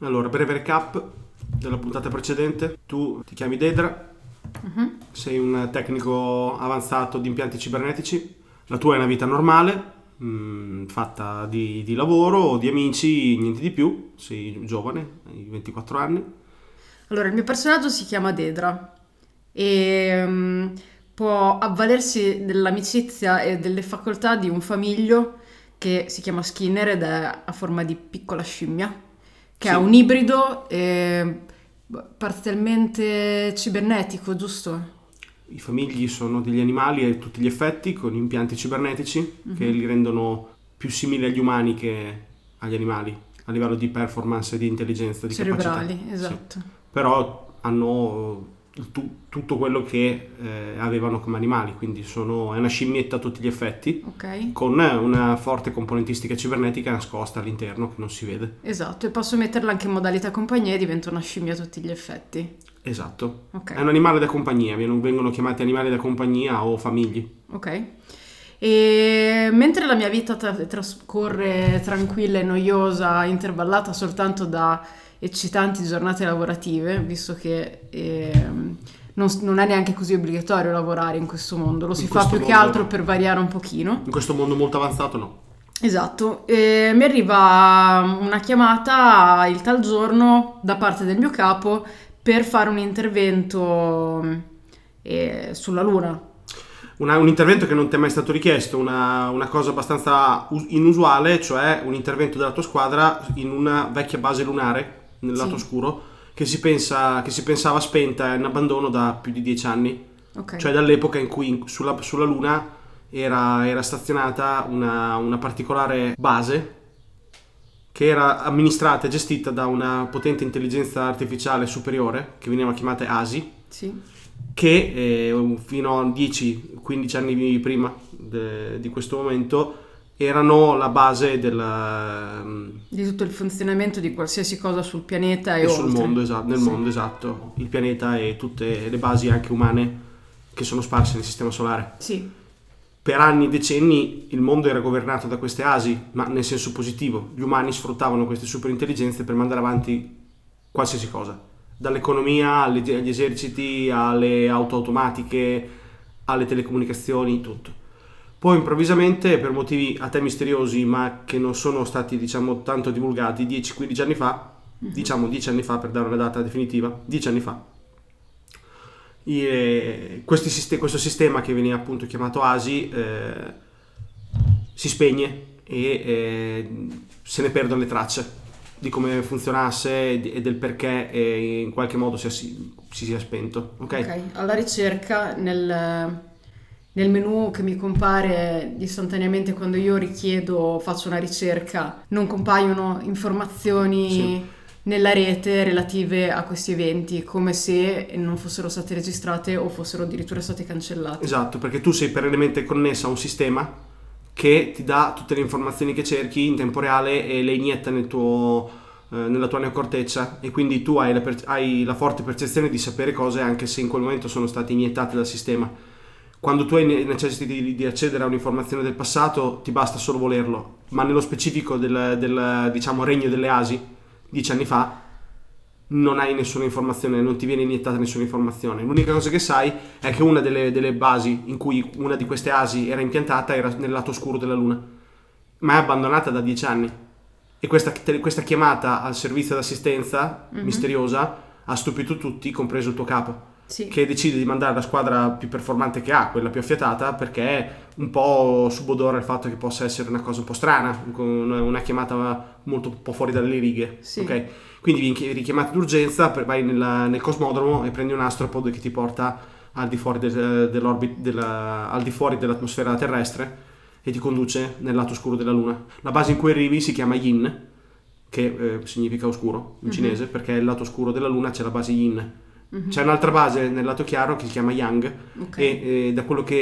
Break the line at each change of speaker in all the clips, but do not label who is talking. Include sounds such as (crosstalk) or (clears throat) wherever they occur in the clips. Allora, breve recap della puntata precedente. Tu ti chiami Dedra,
Mhm.
sei un tecnico avanzato di impianti cibernetici. La tua è una vita normale, mh, fatta di, di lavoro, di amici, niente di più. Sei giovane, hai 24 anni.
Allora, il mio personaggio si chiama Dedra e mm, può avvalersi dell'amicizia e delle facoltà di un famiglio che si chiama Skinner ed è a forma di piccola scimmia, che
Sì.
è un ibrido e parzialmente cibernetico, giusto?
I famigli sono degli animali a tutti gli effetti, con impianti cibernetici
Mhm.
che li rendono più simili agli umani che agli animali, a livello di performance, di intelligenza, di
Cerebrali,
capacità. Sì.
esatto.
però hanno il tu- tutto quello che eh, avevano come animali, quindi sono, è una scimmietta a tutti gli effetti,
Ok.
con una forte componentistica cibernetica nascosta all'interno che non si vede.
Esatto, e posso metterla anche in modalità compagnia e diventa una scimmia a tutti gli effetti.
Esatto.
Ok.
È un animale da compagnia, non vengono chiamati animali da compagnia o famigli.
Ok. E mentre la mia vita tra- trascorre tranquilla e noiosa, intervallata soltanto da eccitanti giornate lavorative, visto che ehm, non, s- non è neanche così obbligatorio lavorare in questo mondo, lo si
In
fa
questo
più che
mondo
altro
no.
per variare un pochino.
In questo mondo molto avanzato no.
Esatto, e mi arriva um, una chiamata il tal giorno da parte del mio capo per fare un intervento eh, sulla Luna.
Una- un intervento che non ti è mai stato richiesto, una, una cosa abbastanza us- inusuale, cioè un intervento della tua squadra in una vecchia base lunare nel
Sì.
lato oscuro che si, pensa- che si pensava spenta in abbandono da più di dieci anni,
Ok.
cioè dall'epoca in cui in- sulla, sulla Luna era, era stazionata una, una particolare base che era amministrata e gestita da una potente intelligenza artificiale superiore che veniva chiamata ASI
Sì.
che eh, fino a 10-15 anni prima de- di questo momento erano la base della,
di tutto il funzionamento di qualsiasi cosa sul pianeta e,
e sul
oltre.
mondo, esatto, nel
Sì.
mondo esatto, il pianeta e tutte le basi anche umane che sono sparse nel sistema solare.
Sì,
Per anni e decenni il mondo era governato da queste asi, ma nel senso positivo. Gli umani sfruttavano queste superintelligenze per mandare avanti qualsiasi cosa, dall'economia alle- agli eserciti, alle auto automatiche, alle telecomunicazioni, tutto. Poi improvvisamente, per motivi a te misteriosi, ma che non sono stati diciamo tanto divulgati, 10-15 anni fa, diciamo 10 anni fa per dare una data definitiva, 10 anni fa, i- eh, questi siste- questo sistema che veniva appunto chiamato ASI eh, si spegne e eh, se ne perdono le tracce di come funzionasse e di- e del perché eh, in qualche modo si, si, si sia spento. Ok?
ok. Alla ricerca nel, nel menu che mi compare istantaneamente quando io richiedo, faccio una ricerca, non compaiono informazioni
Sì.
nella rete relative a questi eventi, come se non fossero state registrate o fossero addirittura state cancellate.
Esatto, perché tu sei perennemente connessa a un sistema che ti dà tutte le informazioni che cerchi in tempo reale e le inietta nel tuo, eh, nella tua neocorteccia e quindi tu hai la, per- hai la forte percezione di sapere cose anche se in quel momento sono state iniettate dal sistema. Quando tu hai ne- necessità di, di accedere a un'informazione del passato ti basta solo volerlo, ma nello specifico del, del, diciamo, regno delle asi, dieci anni fa, non hai nessuna informazione, non ti viene iniettata nessuna informazione. L'unica cosa che sai è che una delle, delle basi in cui una di queste asi era impiantata era nel lato oscuro della Luna, ma è abbandonata da dieci anni. E questa, te- questa chiamata al servizio d'assistenza
Mhm.
misteriosa ha stupito tutti, compreso il tuo capo,
Sì.
che decide di mandare la squadra più performante che ha, quella più affiatata, perché un po' subodora il fatto che possa essere una cosa un po' strana, con una chiamata molto un po' fuori dalle righe.
Sì.
ok? Quindi vieni richiamato d'urgenza, per- vai nella- nel cosmodromo e prendi un astropod che ti porta al di fuori, del- dell'orbit- della- al di fuori dell'atmosfera terrestre e ti conduce nel lato oscuro della Luna. La base in cui arrivi si chiama Yin, che eh, significa oscuro in
Mhm.
cinese, perché il lato oscuro della Luna c'è la base Yin.
Mhm.
C'è un'altra base nel lato chiaro che si chiama Yang
Ok.
e eh, da quello che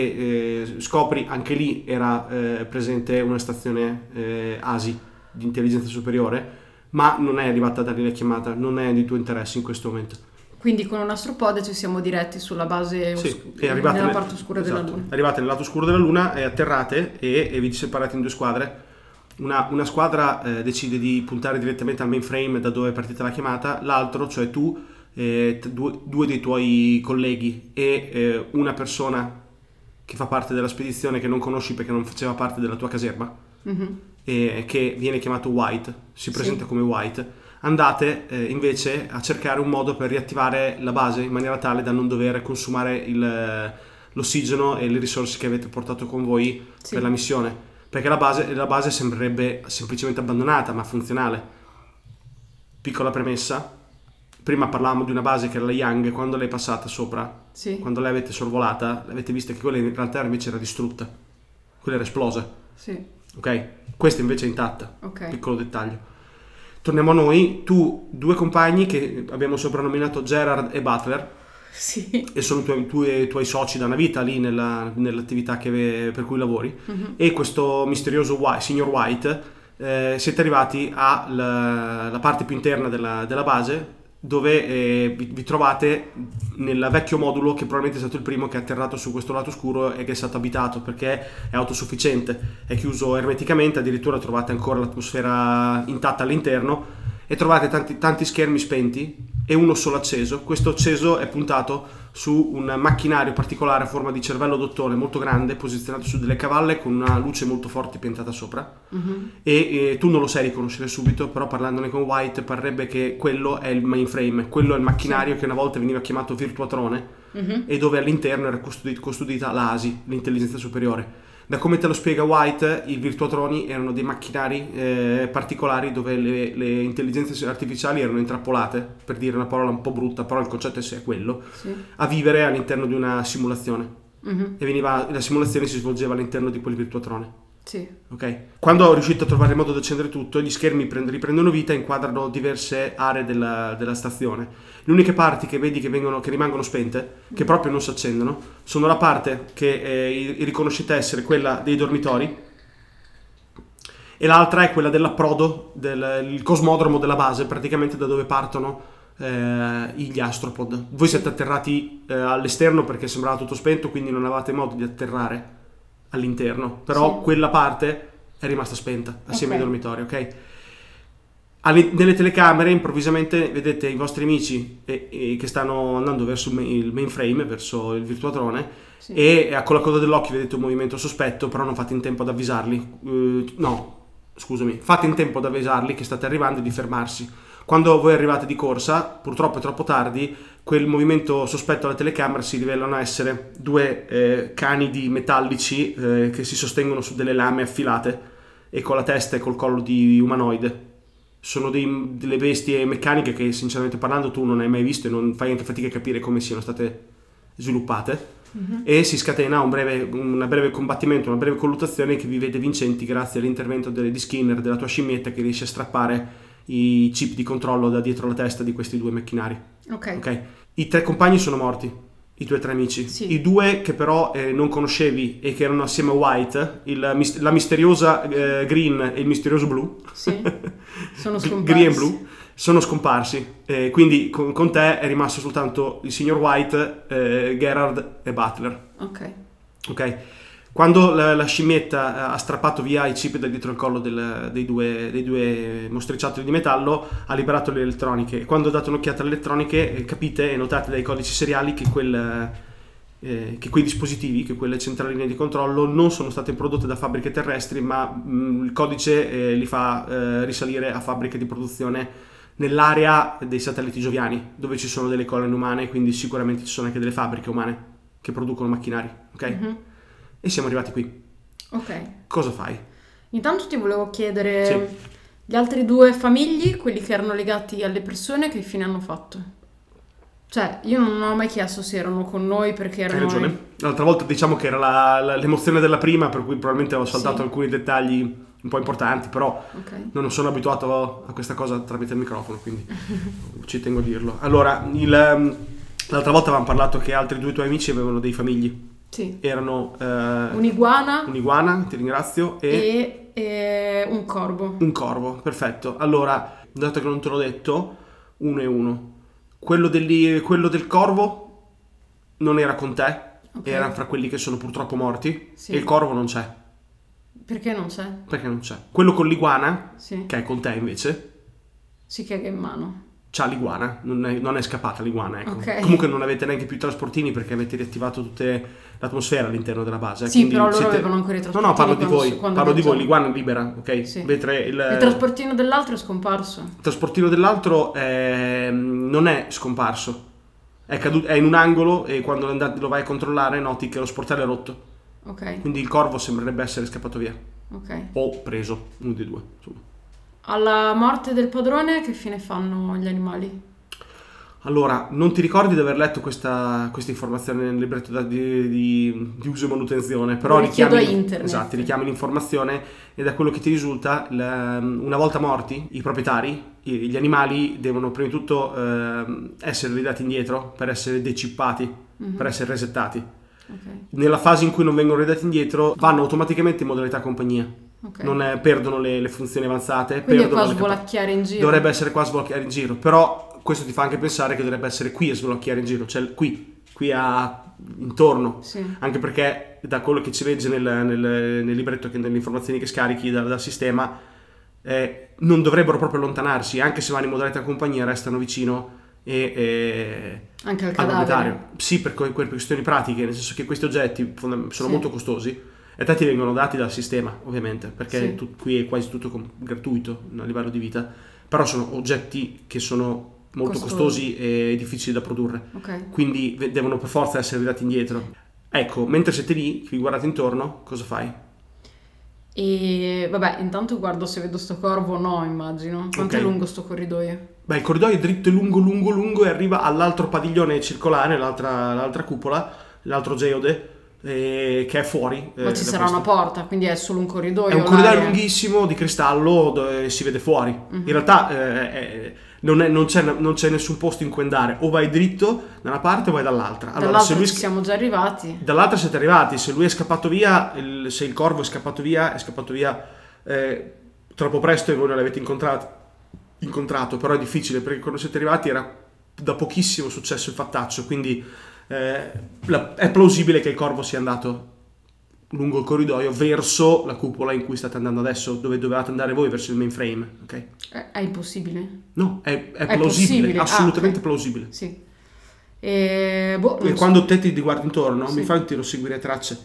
eh, scopri anche lì era eh, presente una stazione eh, ASI di intelligenza superiore, ma non è arrivata da lì la chiamata, non è di tuo interesse in questo momento.
Quindi con un astropode ci siamo diretti sulla base
Sì,
oscu-
è arrivata
nella
nel-
parte oscura della
esatto.
Luna.
Arrivate nel lato oscuro della Luna e atterrate e, e vi separate in due squadre. una, una squadra eh, decide di puntare direttamente al mainframe da dove è partita la chiamata, l'altro, cioè tu, eh, t- due, due dei tuoi colleghi e eh, una persona che fa parte della spedizione che non conosci perché non faceva parte della tua caserma,
Mhm.
eh, che viene chiamato White, si
Sì.
presenta come White, andate eh, invece a cercare un modo per riattivare la base in maniera tale da non dover consumare il- eh, l'ossigeno e le risorse che avete portato con voi
Sì.
per la missione. Perché la base, la base sembrerebbe semplicemente abbandonata, ma funzionale. Piccola premessa. Prima parlavamo di una base che era la Yang, quando l'hai passata sopra,
Sì.
quando l'avete sorvolata, avete visto che quella in realtà invece era distrutta. Quella era esplosa,
Sì.
ok? Questa invece è intatta.
Ok.
Piccolo dettaglio. Torniamo a noi, tu, due compagni che abbiamo soprannominato Gerard e Butler,
Sì.
e sono tuoi, tuoi- tuoi soci da una vita lì nella- nell'attività che- per cui lavori
Mhm.
e questo misterioso Whi- signor White eh, siete arrivati alla la parte più interna della, della base dove eh, vi, vi trovate nel vecchio modulo che probabilmente è stato il primo che è atterrato su questo lato oscuro e che è stato abitato perché è autosufficiente, è chiuso ermeticamente, addirittura trovate ancora l'atmosfera intatta all'interno e trovate tanti, tanti schermi spenti e uno solo acceso. Questo acceso è puntato su un macchinario particolare a forma di cervello d'ottone molto grande posizionato su delle cavalle con una luce molto forte piantata sopra
Mhm.
e eh, tu non lo sai riconoscere subito, però parlandone con White parrebbe che quello è il mainframe, quello è il macchinario che una volta veniva chiamato Virtuatrone
Mhm.
e dove all'interno era custodi- custodita l'ASI, l'intelligenza superiore. Da come te lo spiega White, i virtuatroni erano dei macchinari eh, particolari dove le, le intelligenze artificiali erano intrappolate, per dire una parola un po' brutta, però il concetto è è quello,
Sì.
a vivere all'interno di una simulazione.
Mhm.
E veniva- la simulazione si svolgeva all'interno di quel virtuatrone.
Sì.
Ok. Quando ho riuscito a trovare il modo di accendere tutto, gli schermi prend- riprendono vita e inquadrano diverse aree della, della stazione. Le uniche parti che vedi che, vengono- che rimangono spente, che proprio non si accendono, sono la parte che eh, riconoscete essere quella dei dormitori e l'altra è quella dell'approdo, del il cosmodromo della base, praticamente da dove partono eh, gli astropod. Voi siete atterrati eh, all'esterno perché sembrava tutto spento, quindi non avevate modo di atterrare all'interno, però
Sì.
quella parte è rimasta spenta assieme
Ok.
ai dormitori, ok? Alle- nelle telecamere improvvisamente vedete i vostri amici eh, eh, che stanno andando verso il ma- il mainframe, verso il virtuatrone
Sì.
e eh, con la coda dell'occhio vedete un movimento sospetto, però non fate in tempo ad avvisarli. Eh, no, scusami, fate in tempo ad avvisarli che state arrivando e di fermarsi. Quando voi arrivate di corsa, purtroppo è troppo tardi, quel movimento sospetto alla telecamera si rivelano essere due eh, cani di metallici eh, che si sostengono su delle lame affilate e con la testa e col collo di umanoide. Sono dei- delle bestie meccaniche che sinceramente parlando tu non hai mai visto e non fai anche fatica a capire come siano state sviluppate
Mhm.
e si scatena un breve, un breve combattimento, una breve colluttazione che vi vede vincenti grazie all'intervento delle- di Skinner, della tua scimmietta che riesce a strappare i chip di controllo da dietro la testa di questi due macchinari.
Ok.
Ok? I tre compagni sono morti, i tuoi tre amici.
Sì.
I due che però eh, non conoscevi e che erano assieme a White, il mis- la misteriosa eh, Green e il misterioso Blu,
Sì. Sono
Gr-
scomparsi.
Green e Blu sono scomparsi. Eh, quindi con, con te è rimasto soltanto il signor White, eh, Gerard e Butler.
Ok.
Ok. Quando la, la scimmietta eh, ha strappato via i chip da dietro il collo del- dei, due, dei due mostriciattoli di metallo, ha liberato le elettroniche. E Quando ho dato un'occhiata alle elettroniche, eh, capite e notate dai codici seriali che, quel, eh, che quei dispositivi, che quelle centraline di controllo non sono state prodotte da fabbriche terrestri, ma mh, il codice eh, li fa eh, risalire a fabbriche di produzione nell'area dei satelliti gioviani, dove ci sono delle colonne umane, quindi sicuramente ci sono anche delle fabbriche umane che producono macchinari, ok?
Mhm.
E siamo arrivati qui.
Ok.
Cosa fai?
Intanto ti volevo chiedere gli altri due famigli, quelli che erano legati alle persone, che fine hanno fatto? Cioè, io non ho mai chiesto se erano con noi perché
Hai
erano...
ragione. L'altra volta diciamo che era la- la- l'emozione della prima, per cui probabilmente ho saltato
Sì.
alcuni dettagli un po' importanti, però
Ok.
non sono abituato a questa cosa tramite il microfono,
(laughs)
quindi ci tengo a dirlo. Allora, il, ehm, l'altra volta avevamo parlato che altri due tuoi amici avevano dei famigli.
Sì.
Erano eh,
Un'iguana
un'iguana, ti ringrazio, e...
e, e un corvo.
Un corvo, perfetto. Allora, dato che non te l'ho detto, uno e uno. Quello, degli- quello del corvo non era con te,
Ok.
era fra quelli che sono purtroppo morti.
Sì.
E il corvo non c'è.
Perché non c'è?
Perché non c'è. Quello con l'iguana,
Sì.
che è con te invece,
Si caga in mano.
c'ha l'iguana, non è, non è scappata l'iguana, ecco.
Ok.
Comunque non avete neanche più i trasportini perché avete riattivato tutta l'atmosfera all'interno della base.
Sì,
quindi
però loro
siete-
avevano ancora i
No,
trasportini.
no, parlo di
quando-
voi,
quando
parlo di voi,
viaggiavano.
l'iguana è libera, ok?
Sì.
Mentre il,
Il trasportino dell'altro è scomparso.
il trasportino dell'altro ehm, non è scomparso, è, cadu- è in un angolo e quando lo andate- lo vai a controllare noti che lo sportello è rotto,
Ok,
quindi il corvo sembrerebbe essere scappato via
ok.
o preso, uno dei due. insomma.
Alla morte del padrone che fine fanno gli animali?
Allora, non ti ricordi di aver letto questa, questa informazione nel libretto da- di, di- di uso e manutenzione, però
Lo richiedo
richiami-
a internet.
Esatto, richiami l'informazione e da quello che ti risulta, la- mm, una volta morti i proprietari, i- gli animali devono prima di tutto ehm, essere ridati indietro per essere decippati,
Mhm,
per essere resettati.
Ok,
Nella fase in cui non vengono ridati indietro vanno automaticamente in modalità compagnia,
ok.
non eh, perdono le, le funzioni avanzate,
Quindi è
perdono
qua
le capacità.
svolacchiare in giro.
Dovrebbe essere qua a svolacchiare in giro, però questo ti fa anche pensare che dovrebbe essere qui a svolacchiare in giro, cioè qui, qui a, intorno,
Sì.
anche perché da quello che ci legge nel, nel- nel libretto, che, nelle informazioni che scarichi dal, dal sistema, eh, non dovrebbero proprio allontanarsi, anche se vanno in modalità compagnia, restano vicino e, eh, e-
Anche al
al
cadavere.
proprietario. Sì, per, que- per questioni pratiche, nel senso che questi oggetti fondam- sono
Sì.
molto costosi. E te ti vengono dati dal sistema, ovviamente, perché
Sì.
tu- qui è quasi tutto com- gratuito a livello di vita però sono oggetti che sono molto
Costosi.
costosi, e difficili da produrre,
Ok.
quindi ve- devono per forza essere dati indietro. Ecco, mentre siete lì, vi guardate intorno, cosa fai?
E vabbè, intanto guardo se vedo sto corvo o no, immagino. Quanto è
Ok.
lungo sto corridoio?
Beh, il corridoio è dritto e lungo, lungo, lungo e arriva all'altro padiglione circolare, l'altra, l'altra cupola, l'altro geode, eh, che è fuori. eh,
Ma ci
da
sarà
questo.
una porta, quindi è solo un corridoio.
È un corridoio
l'area.
lunghissimo di cristallo dove si vede fuori. In realtà eh, è- non, è- non c'è, non c'è nessun posto in cui andare, o vai dritto da una parte o vai dall'altra. Allora,
Dall'altro
se lui
ci siamo già arrivati.
Dall'altra siete arrivati, se lui è scappato via, il- se il corvo è scappato via, è scappato via eh, troppo presto e voi non l'avete incontrato, incontrato, però è difficile perché quando siete arrivati era da pochissimo successo il fattaccio, quindi eh, la- è plausibile che il corvo sia andato lungo il corridoio verso la cupola in cui state andando adesso, dove dovevate andare voi, verso il mainframe, ok?
Eh, È, è impossibile?
No, è, è
È
plausibile,
possibile, ah,
assolutamente
ok.
plausibile.
Sì. E boh, non
E
so.
quando te ti guardi intorno,
Sì.
mi fai un tiro seguire tracce.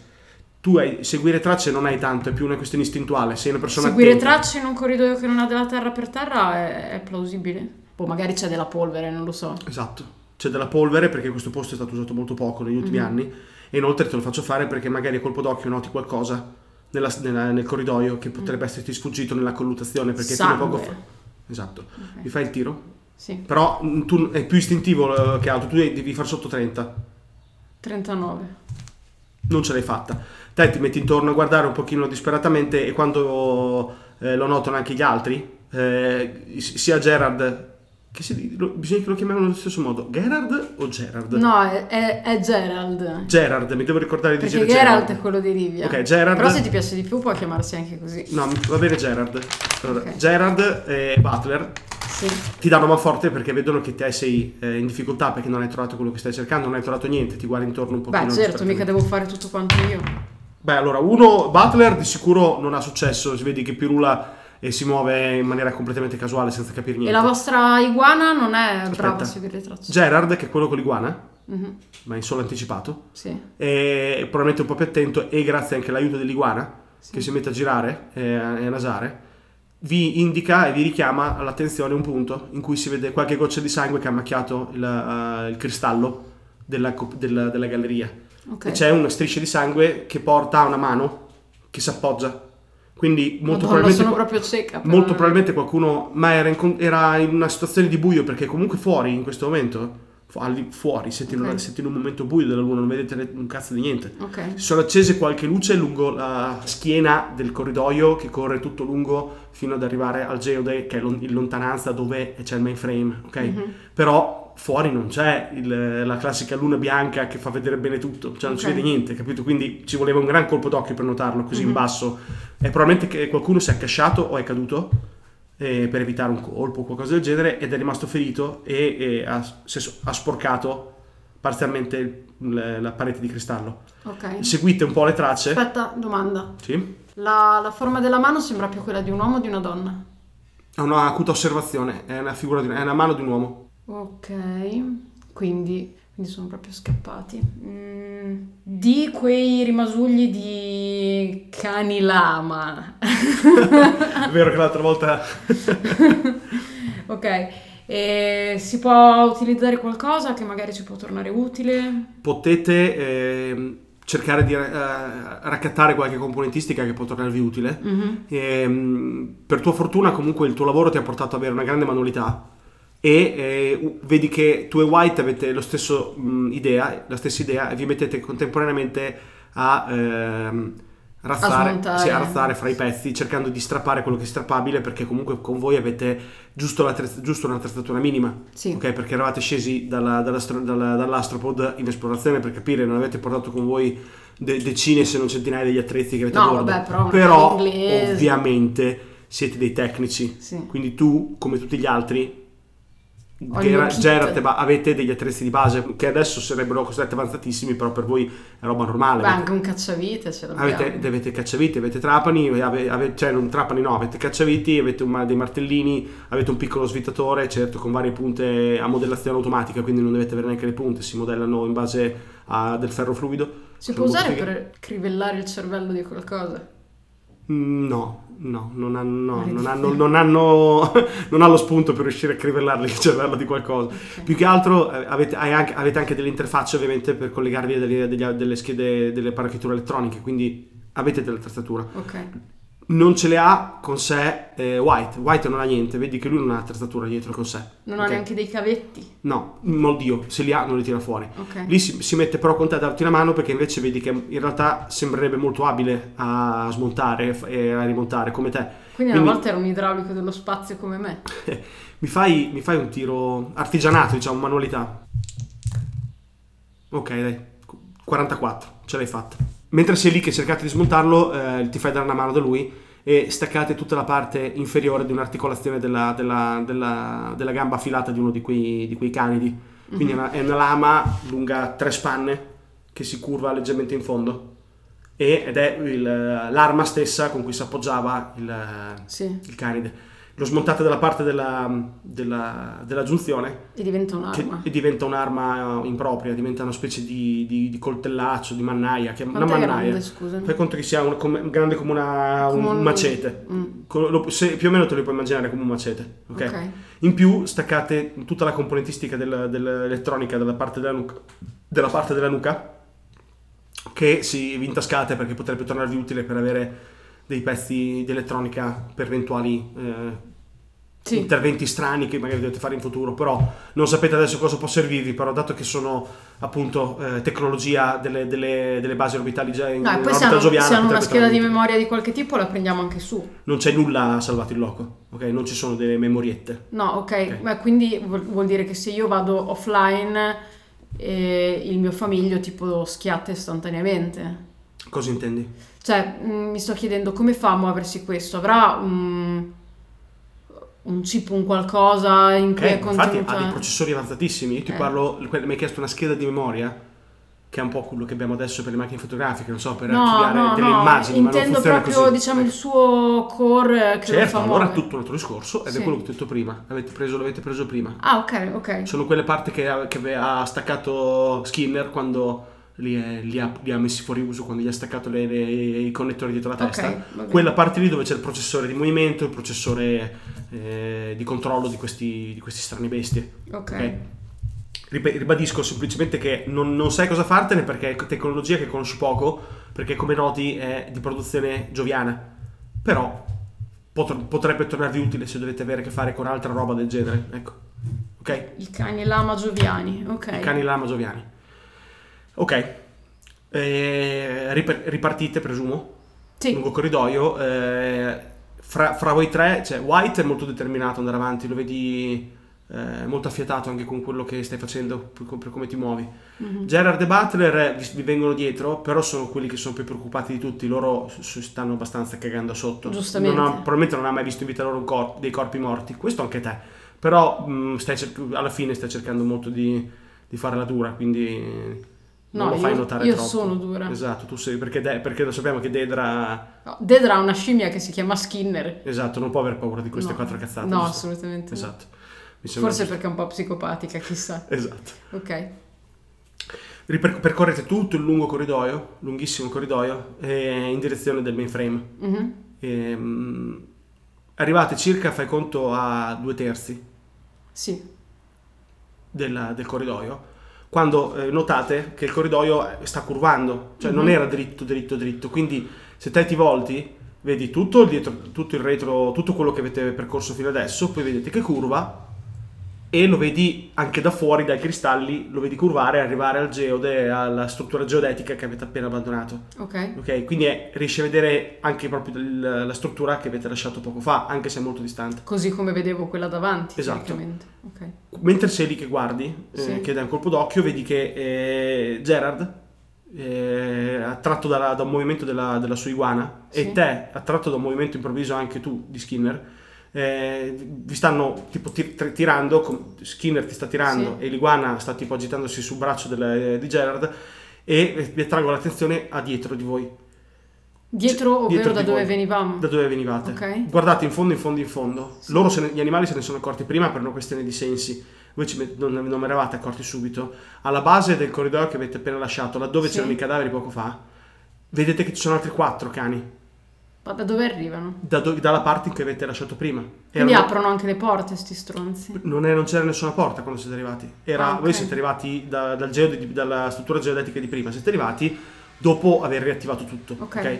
Tu hai, seguire tracce non hai tanto, è più una questione istintuale. Sei una persona
seguire
attenta.
tracce in un corridoio che non ha della terra per terra è, è plausibile. Boh, magari c'è della polvere, non lo so.
Esatto. C'è della polvere perché questo posto è stato usato molto poco negli ultimi
Mhm.
anni. E inoltre te lo faccio fare perché magari a colpo d'occhio noti qualcosa nella- nella- nel corridoio che potrebbe esserti sfuggito nella colluttazione perché fino a poco fa.
Mm. Sangue. Eh.
Esatto.
Ok.
Mi fai il tiro?
Sì,
Però mm, tu è più istintivo eh, che altro, tu devi far sotto 30.
39.
non ce l'hai fatta. Te ti metti intorno a guardare un pochino disperatamente e quando eh, lo notano anche gli altri, eh, s- sia Gerard, che si, lo- bisogna che lo chiamavano allo stesso modo, Gerard o Gerard?
No, è, è- è Gerald.
Gerard, mi devo ricordare di
Perché
dire
Geralt è quello di Rivia.
Cioè, Ok, Gerald-
Però se ti piace di più può chiamarsi anche così.
No, va bene Gerard. Allora,
Ok.
Gerard e Butler
Sì.
ti danno manforte perché vedono che te sei eh, in difficoltà perché non hai trovato quello che stai cercando, non hai trovato niente, ti guardi intorno un pochino.
Beh, certo,
disperatamente.
mica devo fare tutto quanto io.
Beh, allora, uno, Butler di sicuro non ha successo, si vede che pirula e si muove in maniera completamente casuale senza capire
E
niente.
la vostra iguana non è brava
Aspetta.
a seguire le tracce.
Gerard, che è quello con l'iguana,
Mhm,
ma in solo anticipato,
Sì.
è probabilmente un po' più attento e grazie anche all'aiuto dell'iguana, che si mette a girare eh, e a nasare, vi indica e vi richiama all'attenzione un punto in cui si vede qualche goccia di sangue che ha macchiato il, eh, il cristallo della cop- della- della galleria.
Ok.
E c'è una striscia di sangue che porta a una mano che si appoggia. Quindi molto,
Madonna,
probabilmente,
sono proprio cieca. però-
molto probabilmente qualcuno... Ma era in, con- era in una situazione di buio perché comunque fuori in questo momento, fu- al di- fuori, siete, in,
Ok.
una- siete in un momento buio della luna, non vedete ne- un cazzo di niente.
Ok.
Si sono accese qualche luce lungo la schiena del corridoio che corre tutto lungo fino ad arrivare al geode che è lon- in lontananza dove c'è il mainframe, ok?
Mhm.
Però fuori non c'è il- la classica luna bianca che fa vedere bene tutto, cioè non si
Ok.
vede niente, capito? Quindi ci voleva un gran colpo d'occhio per notarlo così
Mhm.
in basso. E probabilmente che qualcuno si è accasciato o è caduto eh, per evitare un colpo o qualcosa del genere ed è rimasto ferito e, e ha, si è so- ha sporcato parzialmente il- la- la parete di cristallo.
Ok.
Seguite un po' le tracce.
Aspetta, domanda.
Sì.
La, la forma della mano sembra più quella di un uomo o di una donna.
È una acuta osservazione, è una figura di, è una mano di un uomo.
Ok, quindi, quindi sono proprio scappati. Mm, di quei rimasugli di cani lama. (laughs)
È vero che l'altra volta
ok, e si può utilizzare qualcosa che magari ci può tornare utile?
potete ehm, cercare di eh, raccattare qualche componentistica che può tornarvi utile.
Mhm.
Ehm, per tua fortuna comunque il tuo lavoro ti ha portato ad avere una grande manualità e eh, u- vedi che tu e White avete lo stesso mh, idea, la stessa idea e vi mettete contemporaneamente a, ehm, razzare,
A smontare.
sì, a razzare fra i pezzi cercando di strappare quello che è strappabile perché comunque con voi avete giusto, l'attrezz- giusto un'attrezzatura minima.
Sì.
Ok, perché eravate scesi dalla- dall'astro- dalla- dall'astropod in esplorazione per capire, non avete portato con voi de- decine se non centinaia degli attrezzi che avete
No,
a bordo.
vabbè, però una parola inglese.
ovviamente siete dei tecnici.
Sì.
Quindi tu, come tutti gli altri,
Ogni
Gera-
kit.
Gerard e Ba- avete degli attrezzi di base che adesso sarebbero considerati avanzatissimi, però per voi è roba normale.
Beh, anche un cacciavite ce l'abbiamo.
Avete, avete cacciaviti, avete trapani, ave- ave- cioè non trapani no, avete cacciaviti, avete un ma- dei martellini, avete un piccolo svitatore, certo con varie punte a modellazione automatica, quindi non dovete avere neanche le punte, si modellano in base a del ferro fluido.
Si
Sono
può usare
molto fighe.
per crivellare il cervello di qualcosa?
Mm, No, no, non hanno, no,
Vedi?
non hanno, non hanno, (laughs) non ha lo spunto per riuscire a crivellarli (laughs) il cervello di qualcosa. Più che altro eh, avete, hai anche, avete anche delle interfacce ovviamente per collegarvi a delle, degli- delle schede, delle parachiture elettroniche, quindi avete dell'attrezzatura.
Ok.
non ce le ha con sé eh, White. White non ha niente, vedi che lui non ha attrezzatura dietro con sé.
Non
Ok?
ha neanche dei cavetti.
No, mo Dio, se li ha non li tira fuori.
Ok.
Lì si, si mette però con te a darti una mano perché invece vedi che in realtà sembrerebbe molto abile a smontare e f- e a rimontare come te.
Quindi una
Quindi-
volta era un idraulico dello spazio come me.
Mi fai, mi fai un tiro artigianato, diciamo, manualità. Ok, dai. 44, ce l'hai fatta. Mentre sei lì che cercate di smontarlo, eh, ti fai dare una mano da lui e staccate tutta la parte inferiore di un'articolazione della, della- della- della gamba affilata di uno di quei, di quei canidi. Quindi è, una, è una lama lunga tre spanne che si curva leggermente in fondo. E- ed è il- l'arma stessa con cui si appoggiava il,
Sì.
il canide. Lo smontate dalla parte della, della, della giunzione
E diventa
che
un'arma.
e diventa un'arma eh, impropria, diventa una specie di, di- di coltellaccio, di mannaia, che è una
Quanto è
mannaia.
grande, scusami?
Fai conto che sia un- come- grande come, una- un,
Come un-
macete,
Mm.
Co- lo- se- più o meno te lo puoi immaginare come un macete. ok?
Ok.
In più staccate tutta la componentistica del- dell'elettronica dalla parte della nuca, della parte della nuca che si vi intascate perché potrebbe tornarvi utile per avere dei pezzi di elettronica per eventuali eh,
Sì.
interventi strani che magari dovete fare in futuro, però non sapete adesso cosa può servirvi, però dato che sono appunto eh, tecnologia delle, delle- delle basi orbitali già in,
No, e
in
poi se
orbita
hanno,
gioviana,
se hanno una
potrebbe
scheda di
tornarvi utile.
memoria di qualche tipo la prendiamo anche su.
Non c'è nulla salvato in loco, ok? Non ci sono delle memoriette.
No, ok,
Ok.
ma quindi vuol, vuol dire che se io vado offline eh, il mio famiglio tipo schiatta istantaneamente.
Cosa intendi?
Cioè, mh, mi sto chiedendo come fa a muoversi questo? Avrà un, un chip, un qualcosa in cui
Eh,
è
infatti
contenuta...
ha dei processori avanzatissimi. Io ti
Eh.
parlo, que- mi hai chiesto una scheda di memoria, che è un po' quello che abbiamo adesso per le macchine fotografiche, non so, per
No,
archiviare
no,
delle
no,
immagini, ma non
intendo
funziona
proprio,
così.
diciamo,
Eh.
il suo core eh, che lo
Certo,
fa
allora è
muovere.
tutto un altro discorso ed
Sì.
è quello che ti ho detto prima. Avete preso, l'avete preso prima.
Ah, ok, ok.
Sono quelle parti che, ha- che ve- ha staccato Skinner quando li, è- li ha, li ha messi fuori uso, quando gli ha staccato le- le- i connettori dietro la
Ok,
testa.
va bene.
Quella parte lì dove c'è il processore di movimento, il processore eh, di controllo di questi, di questi strani bestie.
Ok.
ok? Ripe- ribadisco semplicemente che non, non sai cosa fartene perché è tecnologia che conosci poco, perché come noti è di produzione gioviana. Però pot- potrebbe tornarvi utile se dovete avere a che fare con altra roba del genere. Ecco. Ok?
I cani lama gioviani, ok.
I cani lama gioviani. Ok, Eh, rip- ripartite presumo,
Sì.
lungo corridoio. eh, fra, fra voi tre, cioè White è molto determinato ad andare avanti, lo vedi eh, molto affiatato anche con quello che stai facendo, per, com- per come ti muovi.
Mhm.
Gerard e Butler eh, vi, vi vengono dietro, però sono quelli che sono più preoccupati di tutti, loro s- s- stanno abbastanza cagando sotto.
Giustamente.
Non ha- probabilmente non ha mai visto in vita loro un cor- dei corpi morti, questo anche te, mm, però mh, stai cer- alla fine stai cercando molto di di fare la dura, quindi Non
No,
lo fai
io-
notare
io
troppo.
sono dura.
Esatto, tu sei perché, De- perché lo sappiamo che Dedra
No, Dedra ha una scimmia che si chiama Skinner.
esatto, non può aver paura di queste
No.
quattro cazzate.
No,
giusto?
assolutamente. no.
Esatto. Mi sembra
Forse
giusto.
perché è un po' psicopatica, chissà.
Esatto.
Ok.
Riper- percorrete tutto il lungo corridoio, lunghissimo corridoio, eh, in direzione del mainframe.
Mhm.
Ehm, arrivate circa, fai conto, a due terzi
Sì.
della- del corridoio, quando eh, notate che il corridoio eh, sta curvando, cioè non
Mhm.
era dritto, dritto, dritto. Quindi se te ti volti, vedi tutto il, dietro, tutto il retro, tutto quello che avete percorso fino adesso, poi vedete che curva e lo vedi anche da fuori, dai cristalli, lo vedi curvare e arrivare al geode, alla struttura geodetica che avete appena abbandonato.
Ok.
Ok, quindi è- riesci a vedere anche proprio il- la struttura che avete lasciato poco fa, anche se è molto distante.
Così come vedevo quella davanti.
Esatto.
praticamente. Ok.
Mentre sei lì che guardi, eh,
Sì.
che dai un colpo d'occhio, vedi che eh, Gerard, eh, attratto dalla- da un movimento della, della sua iguana,
Sì.
e te, attratto da un movimento improvviso anche tu di Skinner, eh, vi stanno tipo ti- tri- tirando, com- Skinner ti sta tirando
Sì.
e l'iguana sta tipo agitandosi sul braccio della- di Gerard e eh, vi attraggo l'attenzione a dietro di voi.
Dietro, ovvero
dietro
da
di
dove
voi.
venivamo.
da dove venivate.
Ok.
Guardate in fondo, in fondo, in fondo.
Sì.
Loro se ne- gli animali se ne sono accorti prima per una questione di sensi. Voi ci met- non, non ve ne eravate accorti subito. Alla base del corridoio che avete appena lasciato, laddove
Sì.
c'erano i cadaveri poco fa, vedete che ci sono altri quattro cani.
Ma da dove arrivano?
da do- dalla parte in cui avete lasciato prima.
Quindi
Erano-
aprono anche le porte, sti stronzi.
non, è- non c'era nessuna porta quando siete arrivati. Era-
Ah, ok.
Voi siete arrivati da- dal geo- di- dalla struttura geodetica di prima. Siete arrivati dopo aver riattivato tutto.
Ok.
ok?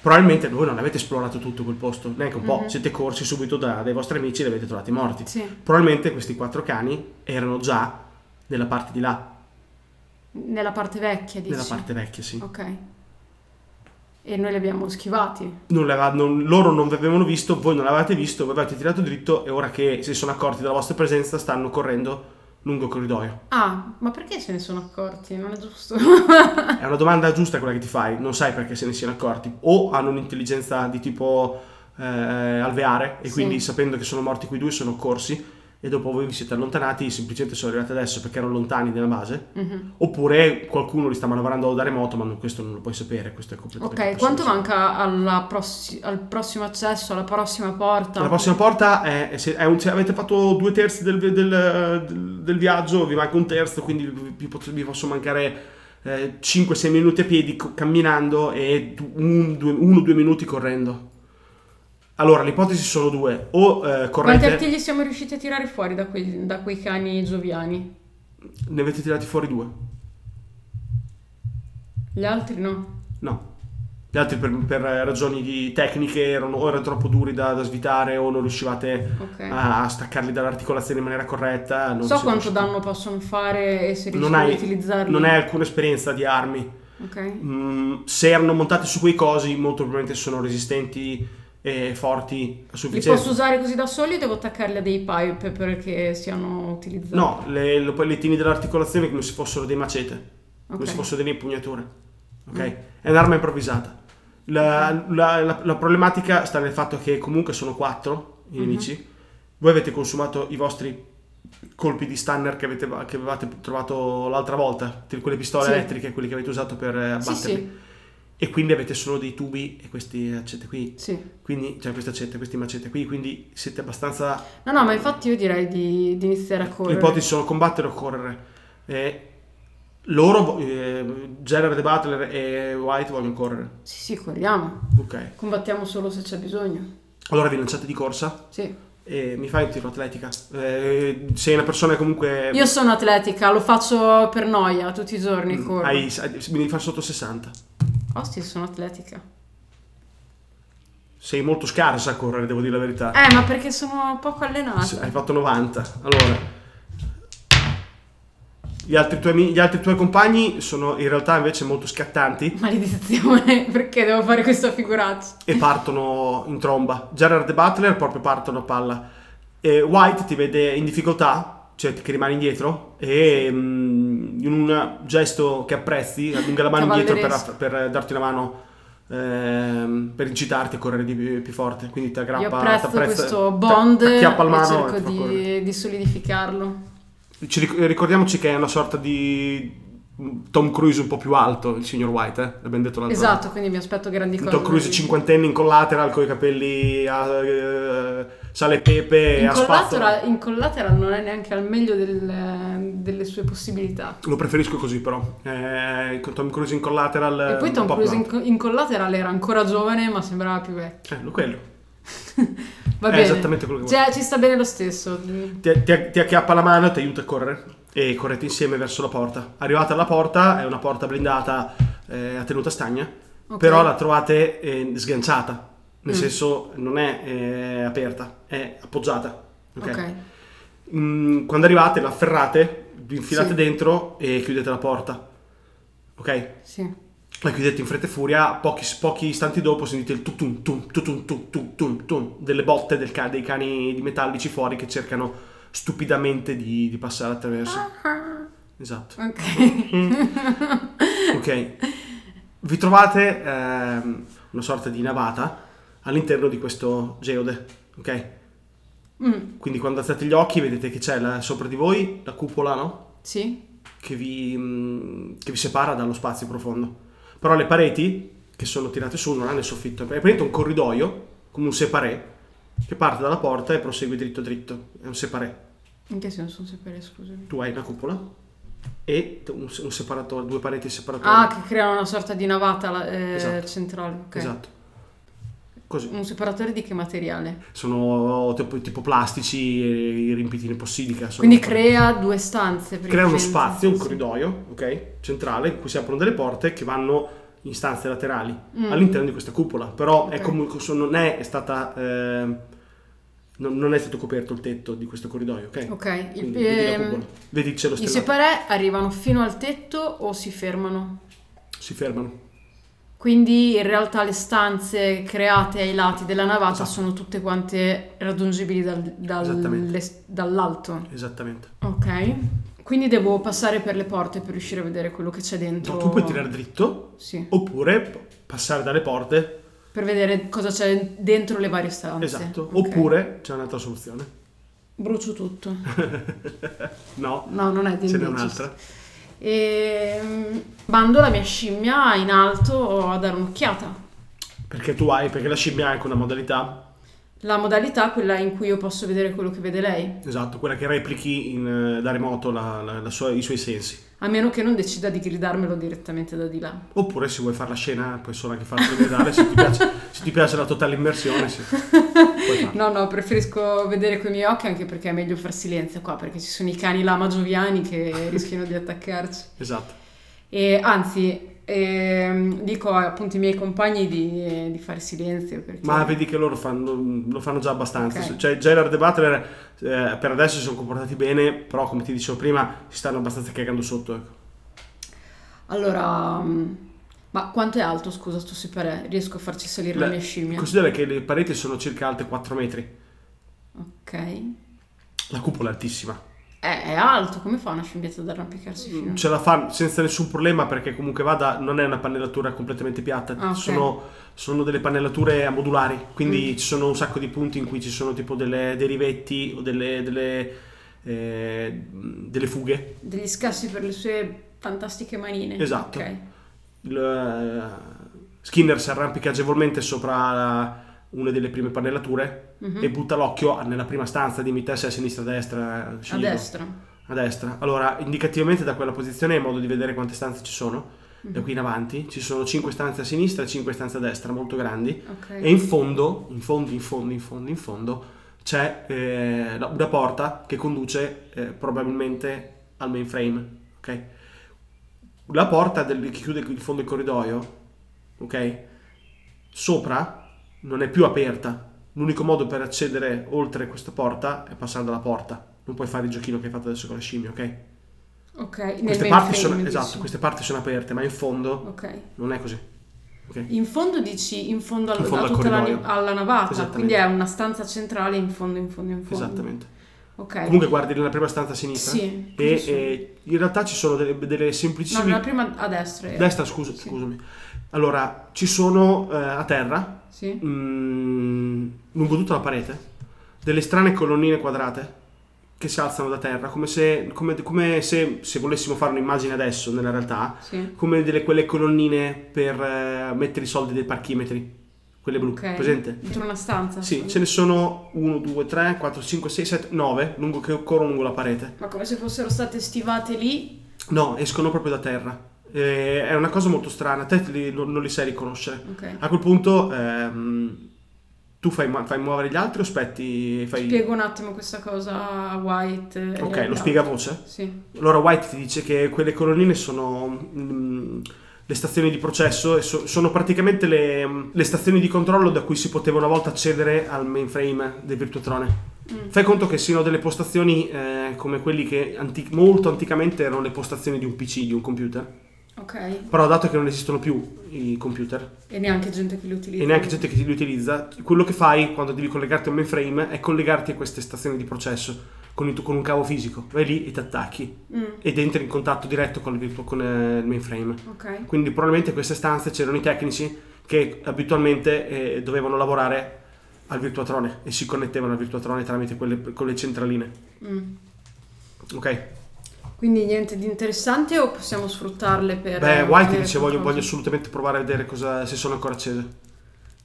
Probabilmente voi non avete esplorato tutto quel posto, neanche un po'.
Mhm.
Siete corsi subito da- dai vostri amici e li avete trovati morti.
Sì.
Probabilmente questi quattro cani erano già nella parte di là,
Nella parte vecchia, dici.
nella parte vecchia, sì.
Ok. E noi li abbiamo schivati.
Non le ava- non- loro non vi avevano visto, voi non l'avevate visto, voi avevate tirato dritto e ora che si sono accorti della vostra presenza stanno correndo lungo il corridoio.
Ah, ma perché se ne sono accorti? Non è giusto. (laughs) Mhm.
È una domanda giusta quella che ti fai, non sai perché se ne siano accorti. O hanno un'intelligenza di tipo eh, alveare e
Sì.
quindi sapendo che sono morti quei due sono corsi e dopo voi vi siete allontanati, semplicemente sono arrivati adesso perché erano lontani dalla base.
Mhm.
Oppure qualcuno li sta manovrando da remoto, ma non- questo non lo puoi sapere, questo è completamente
Ok,
impossibile.
quanto manca alla prossi- al prossimo accesso, alla prossima porta?
La prossima porta è, è se, è un- se avete fatto due terzi del, del- del- del viaggio, vi manca un terzo, quindi vi, vi pot- vi posso mancare 5-6 minuti a piedi co- camminando e 1-2 minuti correndo. Allora, le ipotesi sono due, o eh,
Quanti
correte,
artigli siamo riusciti a tirare fuori da, quei- da quei cani gioviani?
ne avete tirati fuori due,
Gli altri no.
no. Gli altri per, per eh, ragioni di tecniche erano, o erano troppo duri da, da svitare o non riuscivate
Ok.
a, a staccarli dall'articolazione in maniera corretta. Ah, non
so
si
quanto
riusciti.
danno possono fare e se
non
riescono ad
hai,
utilizzarli.
non hai alcuna esperienza di armi.
Ok.
Mm, se erano montate su quei cosi, molto probabilmente sono resistenti e forti a
Li
sufficienza.
posso usare così da soli o devo attaccarli a dei pipe perché siano utilizzati?
No, le, le pallettine dell'articolazione come se fossero dei macete, come
Ok.
se fossero delle impugnature. Ok? È un'arma improvvisata. La, la- la- la problematica sta nel fatto che comunque sono quattro
Mhm.
i nemici. Voi avete consumato i vostri colpi di stunner che, avete- che avevate trovato l'altra volta, te- quelle pistole
Sì.
elettriche, quelli che avete usato per eh,
Sì,
abbatterli.
sì,
E quindi avete solo dei tubi e queste accette qui.
sì.
Quindi, cioè queste accette, queste macete qui, quindi siete abbastanza
No, no, ma infatti io direi di, di iniziare a
le
correre.
ipotesi sono combattere o correre. Eh, loro, vo- eh, Gerard e Butler e White vogliono correre.
Sì, sì, corriamo.
Ok.
Combattiamo solo se c'è bisogno.
Allora vi lanciate di corsa
Sì.
e mi fai un tiro atletica. Eh, sei una persona comunque...
Io sono atletica, lo faccio per noia tutti i giorni.
Mm,
corro.
hai- hai- mi devi fare sotto 60.
Osti, sono atletica.
Sei molto scarsa a correre, devo dire la verità.
Eh, ma perché sono poco allenata.
Sì, Hai fatto 90. Allora. Gli altri, tuoi, ami- gli altri tuoi compagni sono in realtà invece molto scattanti
Maledizione, (laughs) perché devo fare questa figuraccia?
e partono in tromba. Gerard e Butler proprio partono a palla. E White ti vede in difficoltà, cioè ti- che rimane indietro, e mm, in un gesto che apprezzi, allunga la mano indietro per,
Cavalleresco.
per darti una mano, ehm, per incitarti a correre di più, più forte. Quindi ti aggrappa,
Io apprezzo
t'apprezza-
questo
t'a-
bond
t'acchiappa la
e
mano e
cerco
ti fa correre.
di, di solidificarlo.
Ci ric- ricordiamoci che è una sorta di mm, Tom Cruise un po' più alto, il signor White, eh? l'abbiamo detto l'altro
Esatto, quindi mi aspetto grandi cose.
Tom Cruise cinquantenne in collateral con i capelli a eh, sale e pepe e
In
a spazzola.
collateral, in collateral non è neanche al meglio del- delle sue possibilità.
Lo preferisco così però. Eh, con Tom Cruise in collateral
E
eh,
poi
un
Tom
po' più
Cruise in,
alto.
in collateral era ancora giovane, ma sembrava più vecchio.
Eh, lo- quello.
Va
È
bene.
esattamente quello che
Cioè, ci sta bene lo stesso.
Ti, ti- ti acchiappa la mano e ti aiuta a correre. E correte insieme verso la porta. Arrivate alla porta, è una porta blindata eh, a tenuta stagna,
Ok.
però la trovate eh, sganciata. Nel
Mm.
senso, non è eh, aperta, è appoggiata. Ok.
Ok.
Mm, quando arrivate, la afferrate, vi infilate
Sì.
dentro e chiudete la porta. Ok?
Sì.
La chiudete in fretta e furia, pochi, pochi istanti dopo sentite il tutum tum tutum tum tum tum tum delle botte del ca- dei cani di metallici fuori che cercano stupidamente di, di passare attraverso.
Ah.
Esatto. Mm.
Ok.
Ok. Vi trovate ehm, una sorta di navata all'interno di questo geode, ok?
(laughs) Mm,
Quindi quando alzate gli occhi vedete che c'è la- sopra di voi la cupola, no?
sì.
che vi, mm, che vi separa dallo spazio profondo. Però le pareti che sono tirate su non hanno il soffitto. È praticamente un corridoio, come un separé, che parte dalla porta e prosegue dritto dritto. È un separé.
In che senso non sapere, scusami.
Tu hai una cupola e un, un separatore, due pareti separatori.
Ah, che creano una sorta di navata la- eh,
Esatto.
centrale. ok.
Esatto. Così.
Un separatore di che materiale?
Sono tipo, tipo plastici e riempiti in possidica. sono-
Quindi crea due stanze.
crea uno
praticamente.
spazio, un
Sì.
corridoio, ok? Centrale, in cui si aprono delle porte che vanno in stanze laterali
Mm.
all'interno di questa cupola. Però è
Ok.
comunque so- non è stata. ehm, non, non è stato coperto il tetto di questo corridoio, ok?
Ok. il-
Quindi vedi la
ehm,
cupola, vedi il cielo
I
stellato.
separè arrivano fino al tetto o si fermano?
Si fermano.
Quindi in realtà le stanze create ai lati della navata
Esatto.
sono tutte quante raggiungibili dal- dal-
Esattamente.
le- dall'alto.
Esattamente.
Ok. Quindi devo passare per le porte per riuscire a vedere quello che c'è dentro.
No, tu puoi tirare dritto
Sì.
oppure p- passare dalle porte.
Per vedere cosa c'è dentro le varie stanze.
esatto.
Ah, Ok.
Oppure c'è un'altra soluzione. (laughs)
Brucio tutto.
No,
No, non è di
ce n'è
Indigenous.
un'altra.
Ehm, mando la mia scimmia in alto a dare un'occhiata.
Perché tu hai, perché la scimmia ha anche una modalità
La modalità è quella in cui io posso vedere quello che vede lei,
Esatto, quella che replichi in, eh, da remoto la- la- la sua- i suoi sensi.
a meno che non decida di gridarmelo direttamente da di là.
Oppure se vuoi fare la scena, puoi solo anche farti vedere, se ti piace, se ti piace la totale immersione, sì. puoi farlo.
No, no, preferisco vedere coi miei occhi anche perché è meglio far silenzio qua, perché ci sono i cani lama gioviani che rischiano di attaccarci.
Esatto.
E anzi, ehm, dico appunto ai miei compagni di, di fare silenzio. Perché...
Ma vedi che loro fanno- lo fanno già abbastanza.
Ok.
Cioè, Gerard e Butler eh, per adesso si sono comportati bene, però come ti dicevo prima, si stanno abbastanza cagando sotto. ecco.
Allora, mm, ma quanto è alto, scusa, sto separè? Riesco a farci salire la,
La-
mia scimmia?
Considera che le pareti sono circa alte 4 metri,
Ok. Eh,
la cupola è altissima.
è alto, come fa una scimmietta ad arrampicarsi fino?
ce la fa senza nessun problema perché comunque vada non è una pannellatura completamente piatta
Ah, ok. Mm.
sono, sono delle pannellature a modulari quindi ci sono un sacco di punti in cui ci sono tipo delle, dei rivetti o delle, delle, eh, delle fughe
Degli scassi per le sue fantastiche manine.
Esatto.
Ok.
Il, eh, Skinner si arrampica agevolmente sopra la- una delle prime pannellature
Mhm.
e butta l'occhio nella prima stanza dimmi te se a sinistra o a destra
A
sceglielo.
destra.
A destra. Allora, indicativamente da quella posizione hai modo di vedere quante stanze ci sono. Da qui in avanti ci sono 5 stanze a sinistra e 5 stanze a destra, molto grandi.
Ok.
E in fondo, in fondo, in fondo, in fondo, in fondo, c'è eh, la- una porta che conduce eh, probabilmente al mainframe. Ok? La porta del- che chiude il fondo del corridoio, ok? Sopra non è più aperta. L'unico modo per accedere oltre questa porta è passando alla porta. Non puoi fare il giochino che hai fatto adesso con la scimmia, ok?
Ok, nel
Queste
mainframe,
parti, sono,
dici.
esatto, queste parti sono aperte, ma in fondo
Ok.
non è così. ok?
In fondo dici in fondo, al-
In fondo
a
al
tutta la,
corridoio.
alla navata,
Esattamente.
quindi è una stanza centrale in fondo, in fondo, in fondo.
Esattamente.
Ok.
Comunque guardi nella prima stanza a sinistra
Sì,
e, eh,
sì.
e in realtà ci sono delle, delle
no,
semplicissime...
la prima a destra. era.
Destra, scusa-
Sì.
scusami. Allora, ci sono eh, a terra,
Sì.
mm, lungo tutta la parete, delle strane colonnine quadrate che si alzano da terra, come se, come, come se, se volessimo fare un'immagine adesso nella realtà,
Sì.
come delle quelle colonnine per eh, mettere i soldi dei parchimetri, quelle blu,
Ok.
presente?
Dentro una stanza?
Sì, ce ne sono 1, 2, 3, 4, 5, 6, 7, 9 lungo, che corrono lungo la parete.
Ma come se fossero state stivate lì?
No, escono proprio da terra. Eh, è una cosa molto strana, te li- non, non li sai riconoscere.
Ok.
A quel punto ehm, tu fai, ma- fai muovere gli altri o aspetti? Fai...
Spiego un attimo questa cosa a White. e agli
ok, lo
altri.
spiega a voce.
Sì.
Allora White ti dice che quelle colonnine sono mm, le stazioni di processo e so- sono praticamente le, le stazioni di controllo da cui si poteva una volta accedere al mainframe del Virtuatrone.
Mm.
Fai conto che siano delle postazioni eh, come quelli che anti- molto anticamente erano le postazioni di un PC, di un computer.
Ok.
Però dato che non esistono più i computer
E neanche gente che li utilizza.
e neanche gente che li utilizza, quello che fai quando devi collegarti a un mainframe è collegarti a queste stazioni di processo con, il tuo- con un cavo fisico. Vai lì e ti attacchi
Mm,
ed entri in contatto diretto con il, virtu- con, eh, il mainframe.
Ok.
Quindi probabilmente in queste stanze c'erano i tecnici che abitualmente eh, dovevano lavorare al virtuatrone e si connettevano al virtuatrone tramite quelle, quelle centraline.
Mm.
Ok?
Quindi niente di interessante o possiamo sfruttarle per... eh,
Beh, White
per
dice voglio, voglio
qualcosa?"
assolutamente provare a vedere cosa- se sono ancora accese.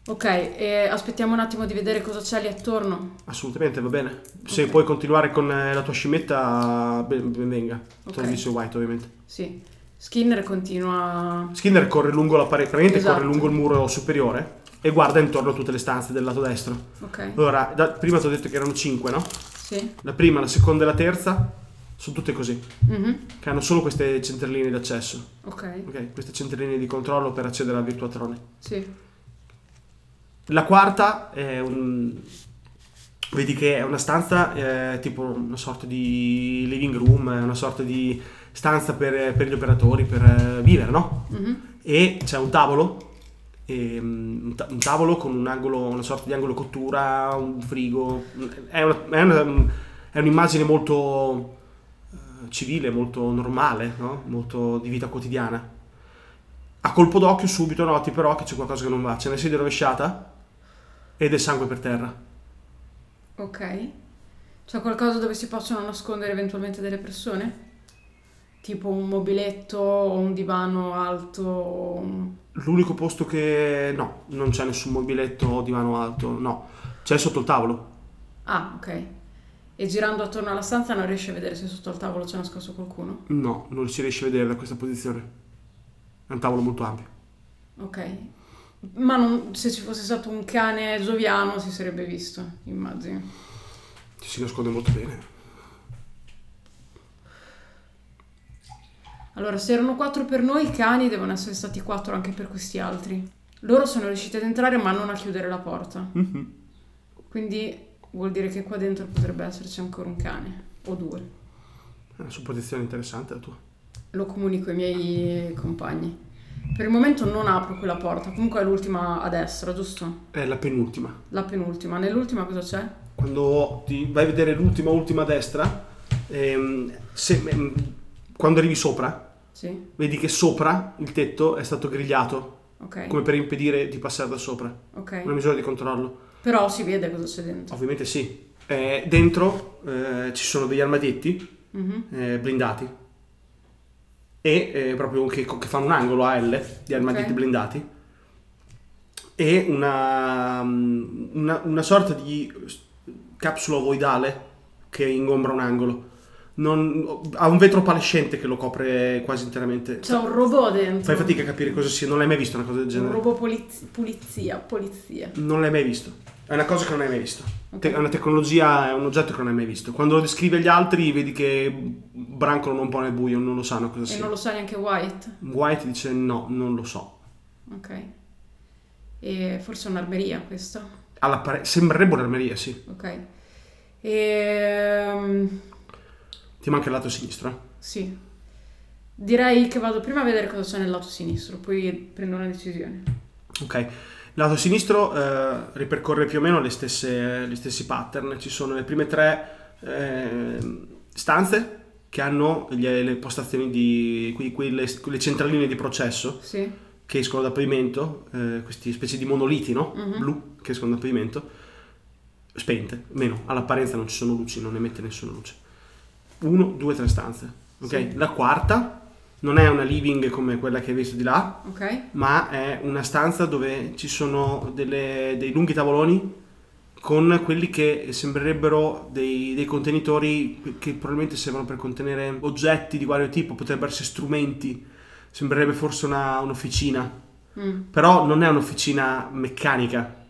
Ok, e aspettiamo un attimo di vedere cosa c'è lì attorno.
Assolutamente, va bene. Se
Ok.
puoi continuare con eh, la tua scimmietta, ben, ben venga. Te
Ok.
lo dice White, ovviamente.
Sì. Skinner continua...
Skinner corre lungo la parete, praticamente
Esatto.
corre lungo il muro superiore e guarda intorno a tutte le stanze del lato destro.
Ok.
Allora, da- prima ti ho detto che erano 5, no?
Sì.
La prima, la seconda e la terza sono tutte così,
Mhm,
che hanno solo queste centralline d'accesso,
Ok.
ok? Queste centralline di controllo per accedere al virtuatrone.
Sì.
La quarta è un... Vedi che è una stanza eh, tipo una sorta di living room, è una sorta di stanza per, per gli operatori, per eh, vivere, no?
Mhm,
E c'è un tavolo, ehm, un, ta- un tavolo con un angolo, una sorta di angolo cottura, un frigo. È, una- è una- è un'immagine molto eh, civile, molto normale, no? Molto di vita quotidiana. A colpo d'occhio subito noti però che c'è qualcosa che non va, c'è una sedia rovesciata e del sangue per terra.
Ok. C'è qualcosa dove si possono nascondere eventualmente delle persone? Tipo un mobiletto o un divano alto? o un-
L'unico posto che... no, non c'è nessun mobiletto o divano alto, no. C'è sotto il tavolo.
Ah, ok. E girando attorno alla stanza non riesci a vedere se sotto al tavolo c'è nascosto qualcuno?
No, non si riesce a vedere da questa posizione. È un tavolo molto ampio.
Ok. Ma non- se ci fosse stato un cane zoviano si sarebbe visto, immagino.
Ci si nasconde molto bene.
Allora, se erano quattro per noi, i cani devono essere stati quattro anche per questi altri. Loro sono riusciti ad entrare ma non a chiudere la porta. Quindi vuol dire che qua dentro potrebbe esserci ancora un cane o due.
È una supposizione interessante la tua.
Lo comunico ai miei compagni. Per il momento non apro quella porta, comunque è l'ultima a destra, giusto?
È la penultima.
La penultima. Nell'ultima cosa c'è?
Quando ti vai a vedere l'ultima, ultima a destra, ehm, se- ehm, quando arrivi sopra,
Sì,
vedi che sopra il tetto è stato grigliato,
ok.
come per impedire di passare da sopra. Una
Ok.
misura di controllo.
Però si vede cosa c'è dentro.
Ovviamente sì. Eh, dentro eh, ci sono degli armadietti
Mhm.
eh, blindati. E eh, proprio che, che fanno un angolo a L di armadietti
Ok.
blindati. E una, mm, una, una sorta di capsula ovoidale che ingombra un angolo. Non- ha un vetro palescente che lo copre quasi interamente.
C'è un robot dentro.
Fai fatica a capire cosa sia, non l'hai mai visto una cosa del
Un
genere.
robot poliz- pulizia, polizia.
Non l'hai mai visto. È una cosa che non hai mai visto.
Ok.
Te- è una tecnologia, è un oggetto che non hai mai visto. Quando lo descrivi agli altri, vedi che brancolano un po' nel buio, non lo sanno cosa
E
sia.
non lo sa neanche White.
White dice no, non lo so.
Ok. E forse è un'armeria questa.
All'appare- sembrerebbe un'armeria, sì.
Ok. Ehm,
Ti manca il lato sinistro. eh?
sì. Direi che vado prima a vedere cosa c'è nel lato sinistro, poi prendo una decisione.
Ok. Il lato sinistro eh, ripercorre più o meno le stesse, gli stessi pattern. Ci sono le prime tre eh, stanze che hanno gli- le postazioni di qui- quelle, quelle centraline di processo
Sì.
che escono dal pavimento, eh, queste specie di monoliti, no?
Mhm.
Blu che escono dal pavimento, spente, meno, all'apparenza non ci sono luci, non emette nessuna luce. uno, due, tre stanze. Ok?
Sì.
La quarta non è una living come quella che hai visto di là,
Ok?
ma è una stanza dove ci sono delle- dei lunghi tavoloni con quelli che sembrerebbero dei, dei contenitori che probabilmente servono per contenere oggetti di vario tipo, potrebbero essere strumenti, sembrerebbe forse una- un'officina,
Mm.
però non è un'officina meccanica,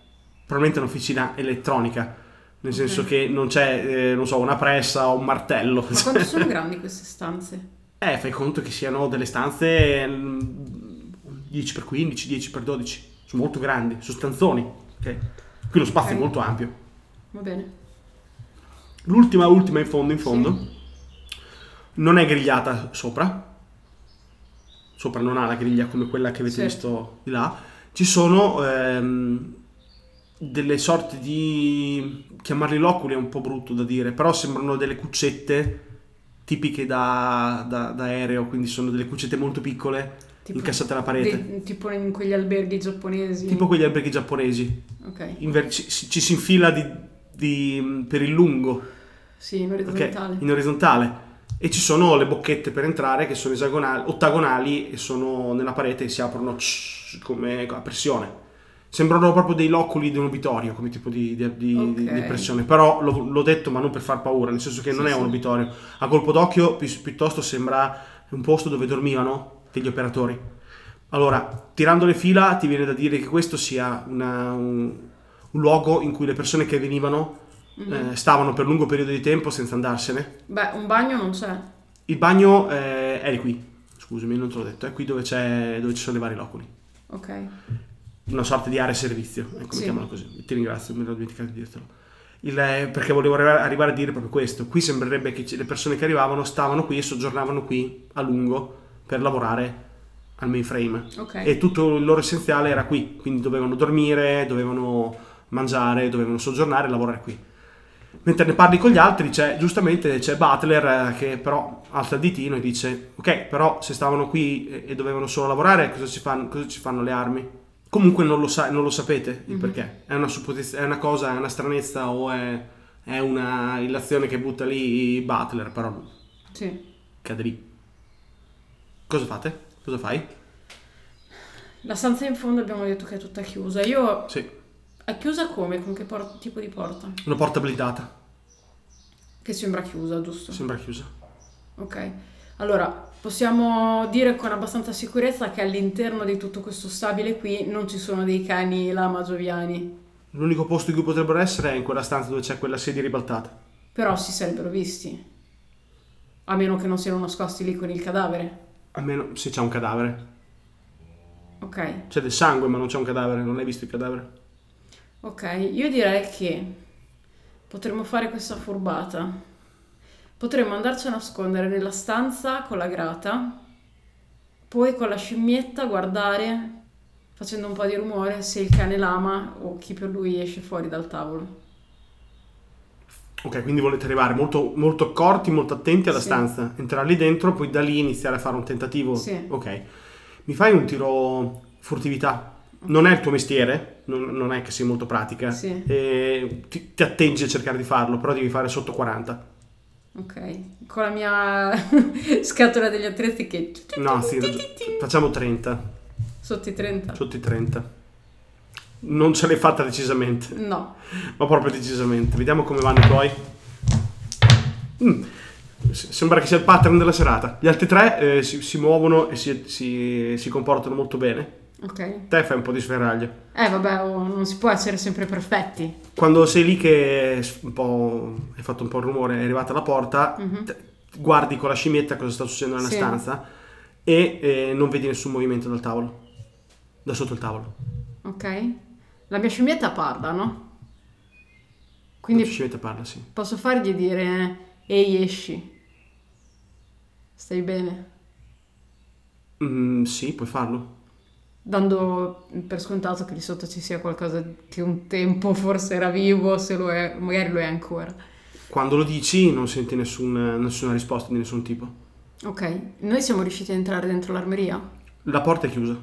probabilmente è un'officina elettronica, nel
Ok.
senso che non c'è, eh, non so, una pressa o un martello. (laughs)
Ma quanto sono grandi queste stanze?
Eh, fai conto che siano delle stanze mm, 10x15, 10x12, sono molto grandi, sono stanzoni. ok? Qui lo spazio
Ok.
è molto ampio.
Va bene.
L'ultima, ultima in fondo, in fondo, non è grigliata sopra, sopra non ha la griglia come quella che avete
Sì.
visto di là, ci sono ehm, delle sorte di, chiamarli loculi è un po' brutto da dire, però sembrano delle cuccette tipiche da, da- da aereo, quindi sono delle cuccette molto piccole incassate alla parete,
dei- tipo in quegli alberghi giapponesi.
tipo quegli alberghi giapponesi,
Ok.
Inver- ci, ci si infila di- di- per il lungo.
Sì, in
Ok,
orizzontale.
in orizzontale. E ci sono le bocchette per entrare che sono esagonali, ottagonali e sono nella parete e si aprono sh- come a pressione. Sembrano proprio dei loculi di un obitorio come tipo di, di- di-
Ok.
di pressione. Però l'ho, l'ho detto, ma non per far paura, nel senso che non
Sì,
è un
sì.
obitorio. A colpo d'occhio, pi- piuttosto sembra un posto dove dormivano degli operatori. Allora, tirando le fila, ti viene da dire che questo sia una- un- un luogo in cui le persone che venivano
Mhm.
eh, stavano per lungo periodo di tempo senza andarsene.
Beh, un bagno non c'è.
Il bagno eh, è di qui, scusami, non te l'ho detto, è qui dove, c'è, dove ci sono i vari loculi.
Ok.
Una sorta di area servizio, ecco, mi
Sì.
chiamano così. Ti ringrazio, mi ero dimenticato di dirtelo. Il, eh, perché volevo arrivare, arrivare a dire proprio questo. Qui sembrerebbe che ci- le persone che arrivavano stavano qui e soggiornavano qui a lungo per lavorare al mainframe.
Ok.
E tutto il loro essenziale era qui, quindi dovevano dormire, dovevano mangiare, dovevano soggiornare e lavorare qui. Mentre ne parli con gli altri, c'è, giustamente c'è Butler eh, che però alza il ditino e dice: Ok, però se stavano qui e, e dovevano solo lavorare, cosa ci, fan- cosa ci fanno le armi? Comunque non lo, sa- non lo sapete il
Mhm.
perché. È una, supposiz- è una cosa, è una stranezza o è, è una illazione che butta lì Butler, però
Sì.
cade lì. Cosa fate? Cosa fai?
La stanza in fondo abbiamo detto che è tutta chiusa. Io
Sì,
è chiusa come? Con che por- tipo di porta?
una porta blindata.
Che sembra chiusa, giusto?
Sembra chiusa.
Ok. Allora, possiamo dire con abbastanza sicurezza che all'interno di tutto questo stabile qui non ci sono dei cani lama gioviani,
L'unico posto in cui potrebbero essere è in quella stanza dove c'è quella sedia ribaltata.
però si sarebbero visti. A meno che non siano nascosti lì con il cadavere.
Almeno se c'è un cadavere.
Ok.
C'è del sangue, ma non c'è un cadavere. Non hai visto il cadavere?
Ok, io direi che potremmo fare questa furbata. Potremmo andarci a nascondere nella stanza con la grata, poi con la scimmietta guardare, facendo un po' di rumore, se il cane lama o chi per lui esce fuori dal tavolo.
Ok, quindi volete arrivare molto, molto accorti, molto attenti alla
Sì.
stanza. Entrare lì dentro, poi da lì iniziare a fare un tentativo.
Sì.
Ok. Mi fai un tiro furtività. Non è il tuo mestiere, non, non è che sei molto pratica.
Sì.
E ti, ti atteggi a cercare di farlo, però devi fare sotto 40.
Ok, con la mia (laughs) scatola degli attrezzi che...
No, sì, facciamo 30.
Sotto i 30?
Sotto i 30. Non ce l'hai fatta decisamente.
No.
ma proprio decisamente. Vediamo come vanno i tuoi. Mm. S- Sembra che sia il pattern della serata. Gli altri tre eh, si, si muovono e si, si- si comportano molto bene.
Ok.
Te fai un po' di sferraglio.
Eh vabbè, oh, non si può essere sempre perfetti.
Quando sei lì che s- un po' hai fatto un po' il rumore, è arrivata alla porta,
Mhm.
te- guardi con la scimmietta cosa sta succedendo nella
Sì.
stanza e eh, non vedi nessun movimento dal tavolo. Da sotto il tavolo.
Ok? La mia scimmietta parla, no?
Quindi...
Quindi
La scimmietta parla, sì.
posso fargli dire ehi esci. Stai bene?
Mm, sì, puoi farlo.
Dando per scontato che lì sotto ci sia qualcosa che un tempo forse era vivo, se lo è, magari lo è ancora.
Quando lo dici non senti nessun- nessuna risposta di nessun tipo.
Ok, noi siamo riusciti a entrare dentro l'armeria?
La porta è chiusa.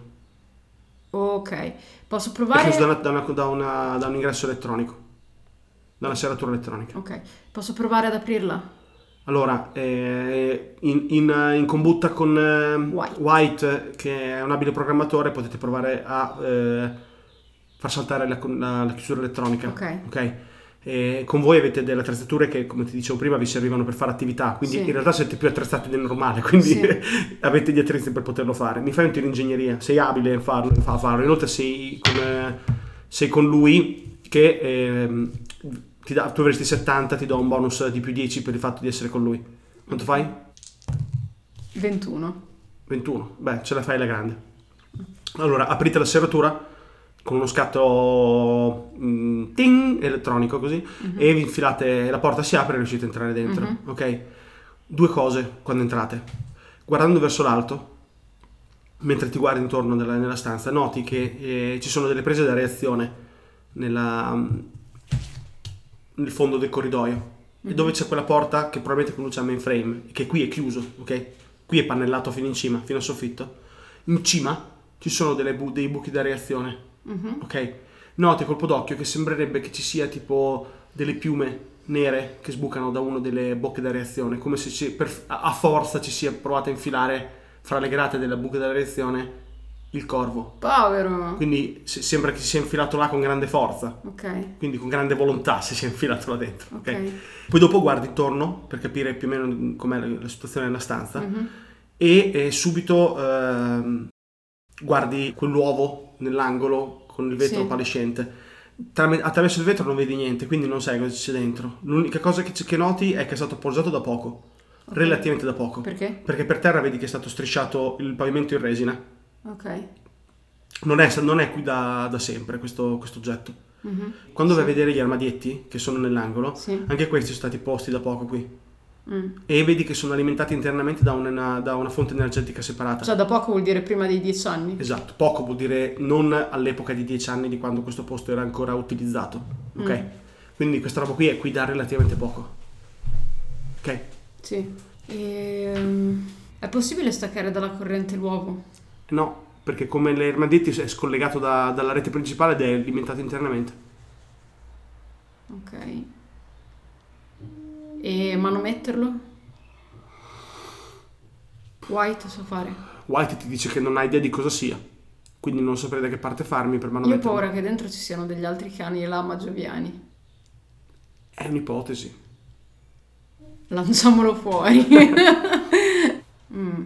Ok, posso
È
provare...
chiusa da, una- da una- da una- da un ingresso elettronico. Da una serratura elettronica.
Ok, posso provare ad aprirla?
Allora, eh, in, in- in combutta con eh,
White.
White, che è un abile programmatore, potete provare a eh, far saltare la, la- la chiusura elettronica.
Ok.
Ok? E con voi avete delle attrezzature che, come ti dicevo prima, vi servivano per fare attività, quindi
Sì.
in realtà siete più attrezzati del normale, (laughs) quindi
Sì.
avete gli attrezzi per poterlo fare. Mi fai un tiro in ingegneria, sei abile a farlo, a farlo. inoltre sei con, eh, sei con lui che ehm, ti dà, tu avresti 70, ti do un bonus di più 10 per il fatto di essere con lui. Quanto fai?
21.
21. Beh, ce la fai la grande. Allora, aprite la serratura con uno scatto mm, ting, elettronico così e vi infilate, la porta si apre e riuscite a entrare dentro.
Mhm.
Ok? Due cose quando entrate. Guardando verso l'alto, mentre ti guardi intorno nella, nella stanza, noti che eh, ci sono delle prese da reazione nella, mm, nel fondo del corridoio. E dove c'è quella porta che probabilmente conduce a mainframe, che qui è chiuso, ok? Qui è pannellato fino in cima, fino al soffitto. In cima ci sono delle bu- dei buchi da reazione.
Mhm.
Ok, noti a colpo d'occhio che sembrerebbe che ci sia tipo delle piume nere che sbucano da una delle bocche da reazione, come se ci- per- a a forza ci sia provato a infilare fra le grate della buca da reazione il corvo.
Povero.
Quindi se- sembra che si sia infilato là con grande forza,
Ok.
quindi con grande volontà si sia infilato là dentro.
Ok.
ok? Poi dopo guardi intorno per capire più o meno com'è la, la situazione nella stanza
Mhm.
e eh, subito ehm, guardi quell'uovo nell'angolo con il vetro
Sì.
palescente. Trame- attraverso il vetro non vedi niente, quindi non sai cosa c'è dentro. L'unica cosa che, c- che noti è che è stato appoggiato da poco,
Ok.
relativamente da poco.
Perché?
Perché per terra vedi che è stato strisciato il pavimento in resina.
Ok.
Non è, non è qui da, da sempre questo, questo oggetto.
Mhm.
Quando vai a
Sì.
vedere gli armadietti che sono nell'angolo,
Sì.
anche questi sono stati posti da poco qui.
Mm.
E vedi che sono alimentati internamente da una, da una fonte energetica separata.
Cioè da poco vuol dire prima dei 10 anni.
Esatto, poco vuol dire non all'epoca di 10 anni di quando questo posto era ancora utilizzato. Ok?
Mm.
Quindi questa roba qui è qui da relativamente poco. Ok?
Sì. Ehm, È possibile staccare dalla corrente l'uovo?
No, perché come le Ermadetti è scollegato da- dalla rete principale ed è alimentato internamente.
Ok. E manometterlo? White so fare.
White ti dice che non ha idea di cosa sia, quindi non saprei da che parte farmi per
Io ho
manomettere.
paura che dentro ci siano degli altri cani e lama gioviani.
È un'ipotesi.
Lanciamolo fuori. (laughs) Mm.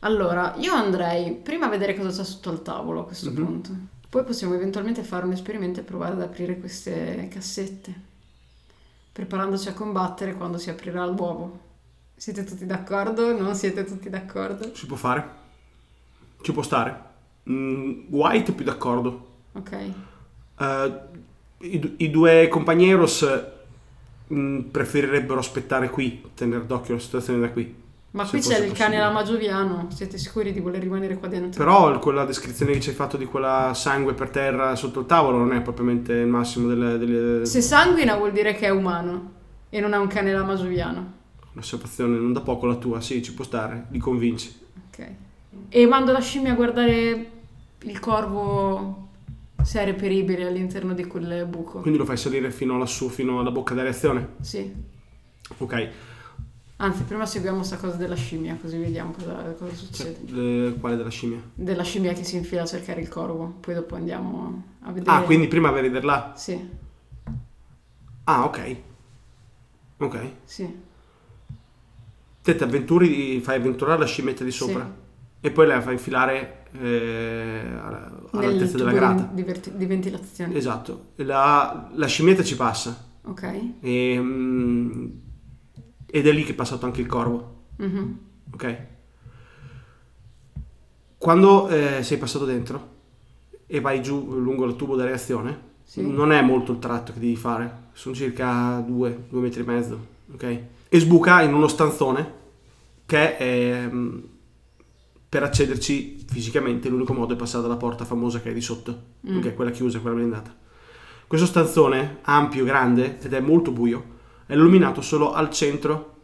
Allora, io andrei prima a vedere cosa c'è sotto al tavolo a questo
Mhm.
punto. Poi possiamo eventualmente fare un esperimento e provare ad aprire queste cassette. Preparandoci a combattere quando si aprirà l'uovo. Siete tutti d'accordo? Non siete tutti d'accordo?
Si può fare? Ci può stare. Mm, White è più d'accordo.
Ok.
Eh, i, du- i due compagneros mh, preferirebbero aspettare qui, tenere d'occhio la situazione da qui.
Ma
Se
qui c'è
fosse
il
possibile.
cane lama gioviano, siete sicuri di voler rimanere qua dentro?
Però il- quella descrizione che ci hai fatto di quella sangue per terra sotto il tavolo non è propriamente il massimo delle, delle-
Se sanguina vuol dire che è umano e non è un cane lama gioviano.
un'osservazione non da poco la tua, sì, ci può stare, li convinci.
Ok. E mando la scimmia a guardare il corvo se è reperibile all'interno di quel buco.
Quindi lo fai salire fino lassù, fino alla bocca della reazione.
Sì.
Ok,
Anzi, prima seguiamo sta cosa della scimmia, così vediamo cosa, cosa succede.
Eh, quale della scimmia?
Della scimmia che si infila a cercare il corvo, poi dopo andiamo a vedere.
Ah, quindi prima avevi là.
Sì,
Ah, ok. Ok.
sì.
Te ti avventuri, fai avventurare la scimmietta di sopra e poi la fai infilare eh, alla,
Nel
all'altezza della
tubo di-
grata.
Di, verti- di ventilazione.
Esatto, la, la scimmietta ci passa
Ok.
e, mm, ed è lì che è passato anche il corvo,
Mhm.
ok? Quando eh, sei passato dentro e vai giù lungo il tubo da reazione,
Sì.
non è molto il tratto che devi fare, sono circa due, due metri e mezzo, ok? E sbuca in uno stanzone che ehm, per accederci fisicamente l'unico modo è passare dalla porta famosa che è di sotto,
Mm.
che è quella chiusa, quella blindata. Questo stanzone, ampio, grande ed è molto buio, è illuminato solo al centro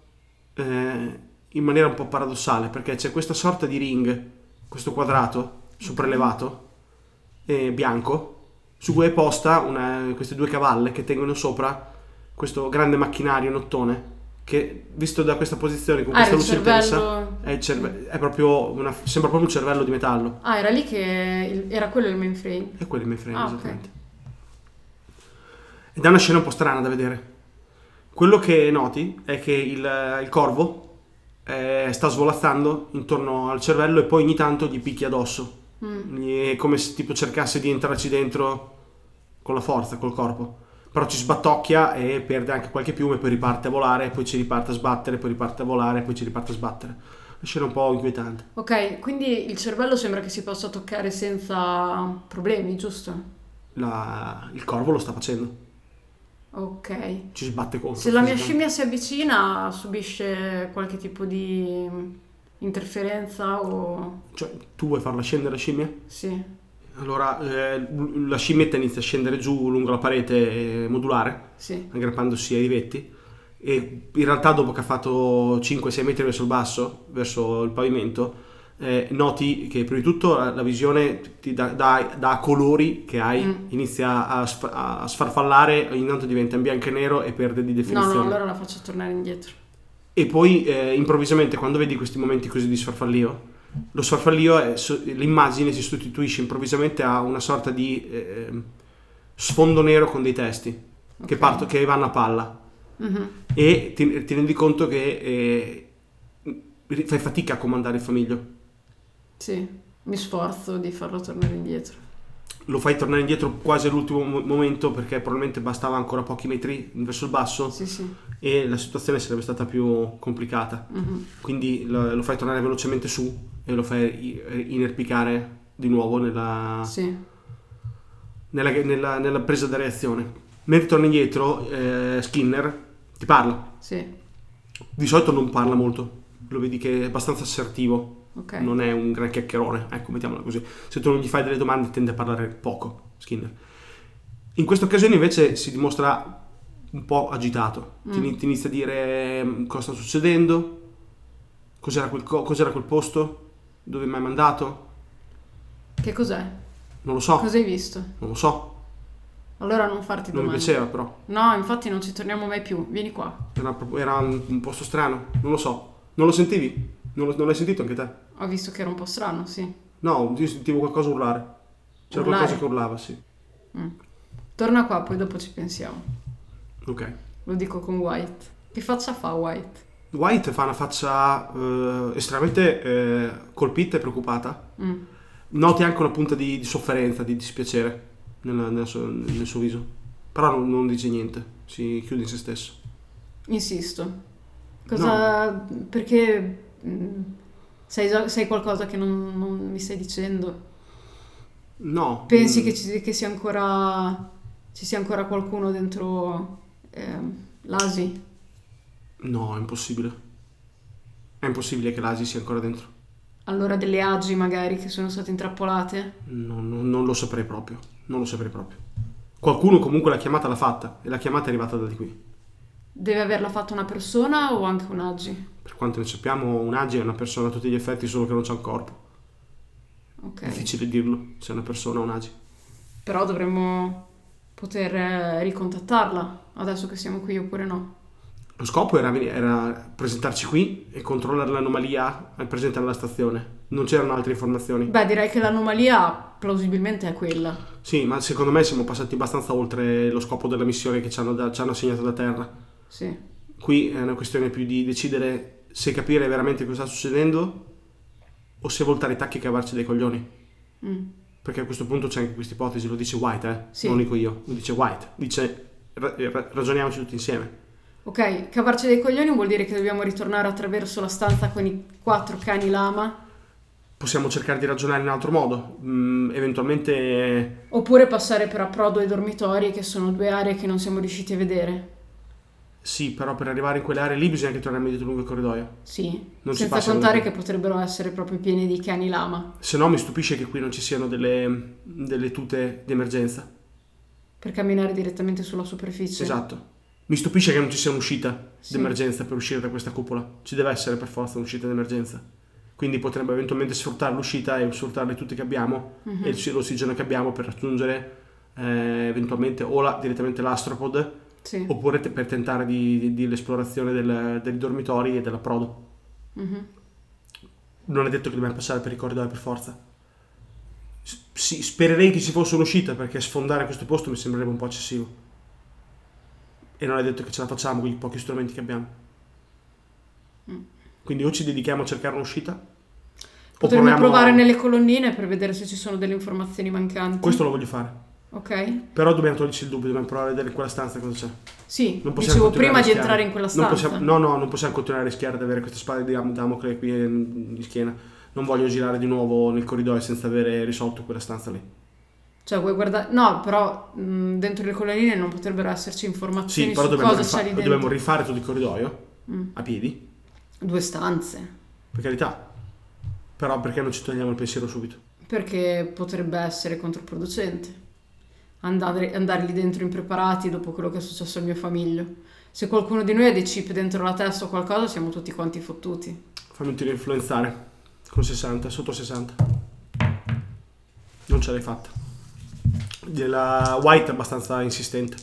eh, in maniera un po' paradossale perché c'è questa sorta di ring, questo quadrato sopraelevato, eh, bianco, su cui è posta una- queste due cavalle che tengono sopra questo grande macchinario nottone che che visto da questa posizione, con
Ah, era
questa
il
luce intensa,
cervello...
è, Eh, il cerve- è proprio una- sembra proprio un cervello di metallo.
Ah, era lì che... il- Era quello il mainframe.
E quello è il mainframe,
Ah, ok.
esattamente. Ed è una scena un po' strana da vedere. Quello che noti è che il, il corvo eh, sta svolazzando intorno al cervello e poi ogni tanto gli picchia addosso.
Mm.
Gli- È come se tipo cercasse di entrarci dentro con la forza, col corpo. Però ci sbattocchia e perde anche qualche piume, poi riparte a volare, poi ci riparte a sbattere, poi riparte a volare, poi ci riparte a sbattere. Una scena un po' inquietante.
Ok, quindi il cervello sembra che si possa toccare senza problemi, giusto?
La- il corvo lo sta facendo,
Ok.
ci sbatte contro.
Se la mia
fisicamente.
scimmia si avvicina, subisce qualche tipo di interferenza o...
Cioè, tu vuoi farla scendere la scimmia?
Sì,
Allora, eh, l- la scimmietta inizia a scendere giù lungo la parete eh, modulare,
sì.
aggrappandosi ai vetti. E in realtà, dopo che ha fatto 5-6 metri verso il basso, verso il pavimento, eh, noti che prima di tutto la, la visione ti dà, dà- dà colori che hai,
Mm.
inizia a, sf- a sfarfallare, ogni tanto diventa in bianco e nero e perde di
No,
definizione.
no, allora la faccio tornare indietro.
E poi eh, improvvisamente quando vedi questi momenti così di sfarfallio, lo sfarfallio, è so- l'immagine si sostituisce improvvisamente a una sorta di ehm, sfondo nero con dei testi che,
Ok.
parto- che vanno a palla
Mhm.
e ti, ti rendi conto che eh, fai fatica a comandare il famiglio.
Sì, mi sforzo di farlo tornare indietro.
Lo fai tornare indietro quasi all'ultimo mo- momento perché probabilmente bastava ancora pochi metri verso il basso
Sì, sì.
e la situazione sarebbe stata più complicata.
Mhm.
Quindi lo, lo fai tornare velocemente su e lo fai i- inerpicare di nuovo nella,
Sì.
nella- nella- nella presa da reazione. Mentre torna indietro, eh, Skinner ti parla.
Sì,
Di solito non parla molto, lo vedi che è abbastanza assertivo,
ok.
non è un gran chiacchierone, ecco, mettiamola così. Se tu non gli fai delle domande tende a parlare poco, Skinner. In questa occasione invece si dimostra un po' agitato, Ti
Mm.
ini- ti inizia a dire mm, cosa sta succedendo, cos'era quel, co- cos'era quel posto, dove mi hai mandato,
Che cos'è?
non lo so,
Cosa hai visto?
non lo so,
Allora non farti
non mi
domande.
piaceva però,
No, infatti non ci torniamo mai più. Vieni qua.
era, proprio- era un, un posto strano, non lo so, non lo sentivi, non, lo- non l'hai sentito anche te?
Ho visto che era un po' strano, sì.
No, io sentivo qualcosa urlare, c'era
Urlare?
qualcosa che urlava, sì,
Torna qua, poi dopo ci pensiamo.
ok.
Lo dico con White. Che faccia fa White?
White fa una faccia eh, estremamente eh, colpita e preoccupata.
Mm.
Noti anche una punta di, di sofferenza, di dispiacere nella- nella sua- nel, suo viso. Però non, non dice niente, si chiude in se stesso.
Insisto. Cosa... Perché... mm, Sai, già- sai qualcosa che non, non mi stai dicendo?
No.
Pensi
mm,
che, ci, che sia ancora... Ci sia ancora qualcuno dentro... ehm, l'asi?
Mm, No, è impossibile. È impossibile che l'Asi sia ancora dentro.
Allora delle agi magari che sono state intrappolate?
No, no, non lo saprei proprio. Non lo saprei proprio. Qualcuno comunque la chiamata l'ha fatta e la chiamata è arrivata da di qui.
Deve averla fatta una persona o anche un agi?
Per quanto ne sappiamo, un Agi è una persona a tutti gli effetti, solo che non c'ha un corpo.
Ok.
È difficile dirlo se è una persona o un Agi.
Però dovremmo poter eh, ricontattarla adesso che siamo qui oppure no.
Lo scopo era, veni- era presentarci qui e controllare l'anomalia al presente alla stazione. Non c'erano altre informazioni.
Beh, direi che l'anomalia plausibilmente è quella.
Sì, ma secondo me siamo passati abbastanza oltre lo scopo della missione che ci hanno, da- ci hanno assegnato da Terra.
Sì.
Qui è una questione più di decidere se capire veramente cosa sta succedendo o se voltare i tacchi e cavarci dei coglioni.
Mm.
Perché a questo punto c'è anche questa ipotesi, lo dice White, eh?
Sì.
Non lo dico io, lo dice White. Dice ra- ra- ragioniamoci tutti insieme.
Ok, cavarci dei coglioni vuol dire che dobbiamo ritornare attraverso la stanza con i quattro cani lama
Possiamo cercare di ragionare in un altro modo, Mm, eventualmente
oppure passare per approdo ai dormitori che sono due aree che non siamo riusciti a vedere.
Sì, però per arrivare in quelle aree lì bisogna che torniamo dietro lungo il corridoio.
Sì,
Non si
senza
passa
contare
da-
che potrebbero essere proprio pieni di cani lama,
Se no mi stupisce che qui non ci siano delle, delle tute d'emergenza.
per camminare direttamente sulla superficie.
Esatto. Mi stupisce che non ci sia un'uscita
Sì.
d'emergenza per uscire da questa cupola. Ci deve essere per forza un'uscita d'emergenza. Quindi potremmo eventualmente sfruttare l'uscita e sfruttare le tute che abbiamo
Mhm.
e il- l'ossigeno che abbiamo per raggiungere eh, eventualmente o la- direttamente l'astropod
Sì.
oppure te- per tentare di, di- di l'esplorazione del- dei dormitori e dell'approdo.
Mhm.
Non è detto che dobbiamo passare per i corridoi per forza. S- sì, spererei che ci fosse un'uscita perché sfondare questo posto mi sembrerebbe un po' eccessivo. E non è detto che ce la facciamo con i pochi strumenti che abbiamo.
Mm.
Quindi o ci dedichiamo a cercare un'uscita. o
Potremmo
proviamo-
provare nelle colonnine per vedere se ci sono delle informazioni mancanti.
Questo lo voglio fare.
Ok?
Però dobbiamo toglierci il dubbio, dobbiamo provare a vedere in quella stanza cosa c'è.
Sì,
Non possiamo
dicevo
continuare
prima
a
di
rischiare.
entrare in quella
Non
stanza.
possiamo, no, no, non possiamo continuare a rischiare di avere questa spada di Dam- Damocle qui ehm, in, in schiena. Non voglio girare di nuovo nel corridoio senza avere risolto quella stanza lì.
Cioè, vuoi guardare... No, però mh, dentro le colonnine non potrebbero esserci
Sì,
informazioni
però
su
dobbiamo,
cosa
rifa-
c'è lì dentro.
dobbiamo rifare tutto il corridoio
Mm.
a piedi,
Due stanze.
per carità. Però perché non ci togliamo il pensiero subito?
Perché potrebbe essere controproducente. Andare, andare lì dentro impreparati dopo quello che è successo al mio famiglio. Se qualcuno di noi ha dei chip dentro la testa o qualcosa, siamo tutti quanti fottuti.
Fammi un tiro influenzare con 60, sotto 60. Non ce l'hai fatta. Della White è abbastanza insistente.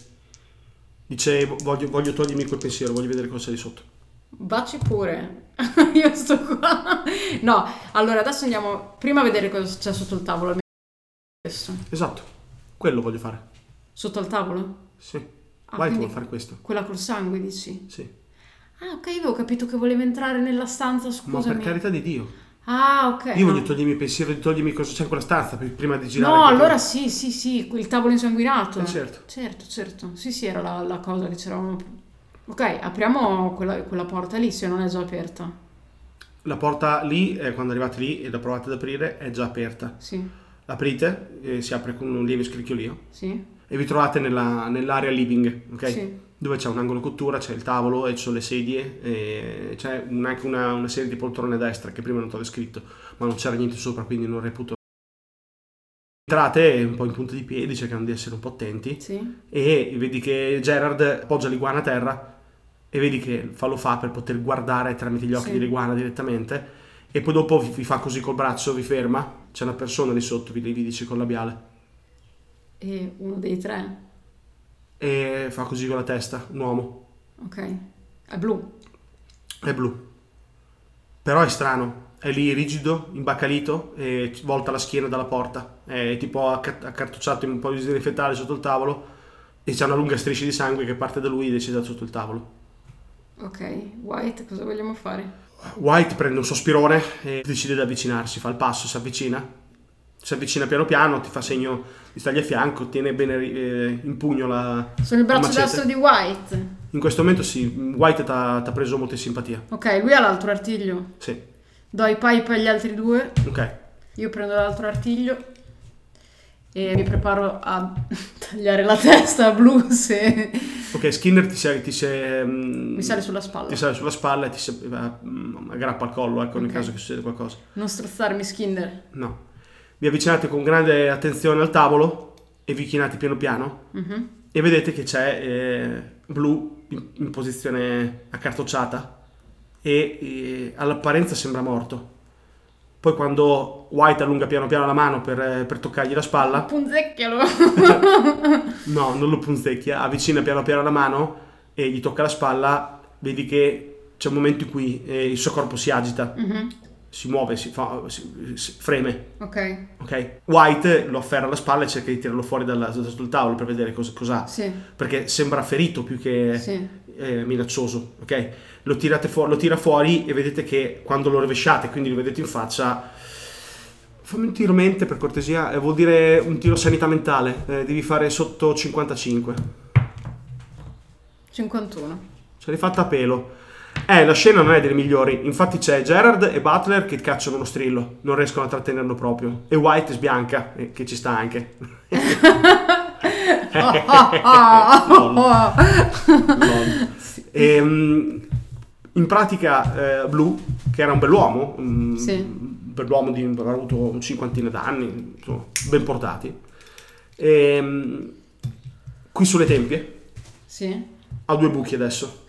Dice voglio, voglio togliermi quel pensiero, voglio vedere cosa c'è di sotto.
Baci pure. (laughs) Io sto qua. No, allora adesso andiamo prima a vedere cosa c'è sotto il tavolo. Questo.
Esatto, quello voglio fare.
Sotto al tavolo?
Sì. White
Ah, quindi
vuole fare questo.
Quella col sangue, dici?
Sì.
Ah, ok, avevo capito che voleva entrare nella stanza,
Ma
scusami.
per carità di Dio.
Ah, ok.
Io
no.
voglio togliermi il pensiero di togliermi cosa c'è in quella stanza pr- prima di girare.
No,
il
allora sì, sì, sì, il tavolo insanguinato.
Eh, certo.
Certo, certo. Sì, sì, era la, la cosa che c'eravamo... Ok, apriamo quella, quella porta lì se non è già aperta.
La porta lì, eh, quando arrivate lì e la provate ad aprire, è già aperta.
Sì,
L'aprite, eh, si apre con un lieve scricchiolio
sì,
e vi trovate nella- nell'area living, ok?
sì.
Dove c'è un angolo cottura, c'è il tavolo e ci sono le sedie e c'è un- anche una, una serie di poltrone a destra che prima non ti ho descritto, ma non c'era niente sopra, quindi non reputo. Entrate un po' in punta di piedi, cercando di essere un po' attenti.
Sì.
e vedi che Gerard appoggia l'iguana a terra e vedi che fa, lo fa per poter guardare tramite gli occhi
Sì.
dell'iguana direttamente e poi dopo vi, vi fa così col braccio, vi ferma, c'è una persona lì sotto, vi, vi dice col labiale
E uno dei tre.
e fa così con la testa, un uomo,
Ok. È blu.
è blu. Però è strano, è lì rigido, imbacalito e volta la schiena dalla porta, è tipo acca- accartocciato in un po' di disegni fetale sotto il tavolo e c'è una lunga striscia di sangue che parte da lui e decide da sotto il tavolo.
Ok. White, cosa vogliamo fare?
White prende un sospirone e decide di avvicinarsi, fa il passo, si avvicina. Si avvicina piano piano, ti fa segno di stargli a fianco, tiene bene eh, in pugno la...
Sono il braccio
Macete.
destro di White.
In questo momento sì, White ti ha preso molta simpatia.
Ok, lui ha l'altro artiglio.
Sì,
Do i pipe agli altri due.
ok.
Io prendo l'altro artiglio e mi preparo a (laughs) tagliare la testa a blu se
Ok, Skinner ti si... Ti si mm,
mi sale sulla spalla.
ti sale sulla spalla e ti si, eh, mm, aggrappa al collo, ecco, nel
Ok.
caso che succeda qualcosa.
Non strozzarmi, Skinner.
No. Vi avvicinate con grande attenzione al tavolo e vi chinate piano piano
Mhm.
e vedete che c'è eh, Blu in, in posizione accartocciata e eh, all'apparenza sembra morto. Poi quando White allunga piano piano la mano per, eh, per toccargli la spalla,
Punzecchialo.
(laughs) no, non lo punzecchia, avvicina piano piano la mano e gli tocca la spalla, vedi che c'è un momento in cui eh, il suo corpo si agita,
Mhm.
si muove, si, fa, si- si- freme.
Ok,
ok? White lo afferra alla spalla e cerca di tirarlo fuori dalla, da sotto il tavolo per vedere cosa, cos'ha.
sì,
Perché sembra ferito più che
sì.
eh, minaccioso, ok? Lo, tirate fu- lo tira fuori e vedete che quando lo rovesciate, quindi lo vedete in faccia, fammi un tiro mente per cortesia, eh, vuol dire un tiro sanità mentale, eh, devi fare sotto 55.
51.
Ce l'hai fatta a pelo. Eh, la scena non è delle migliori, infatti c'è Gerard e Butler che cacciano uno strillo, non riescono a trattenerlo proprio, e White sbianca, eh, che ci sta anche. (laughs)
Ah, ah, ah, ah, ah. Sì.
Ehm, in pratica, eh, Blue, che era un bell'uomo, un
Sì.
un bell'uomo di avrà avuto un cinquantina d'anni, insomma, ben portati, ehm, qui sulle tempie
(laughs) Sì.
ha due buchi adesso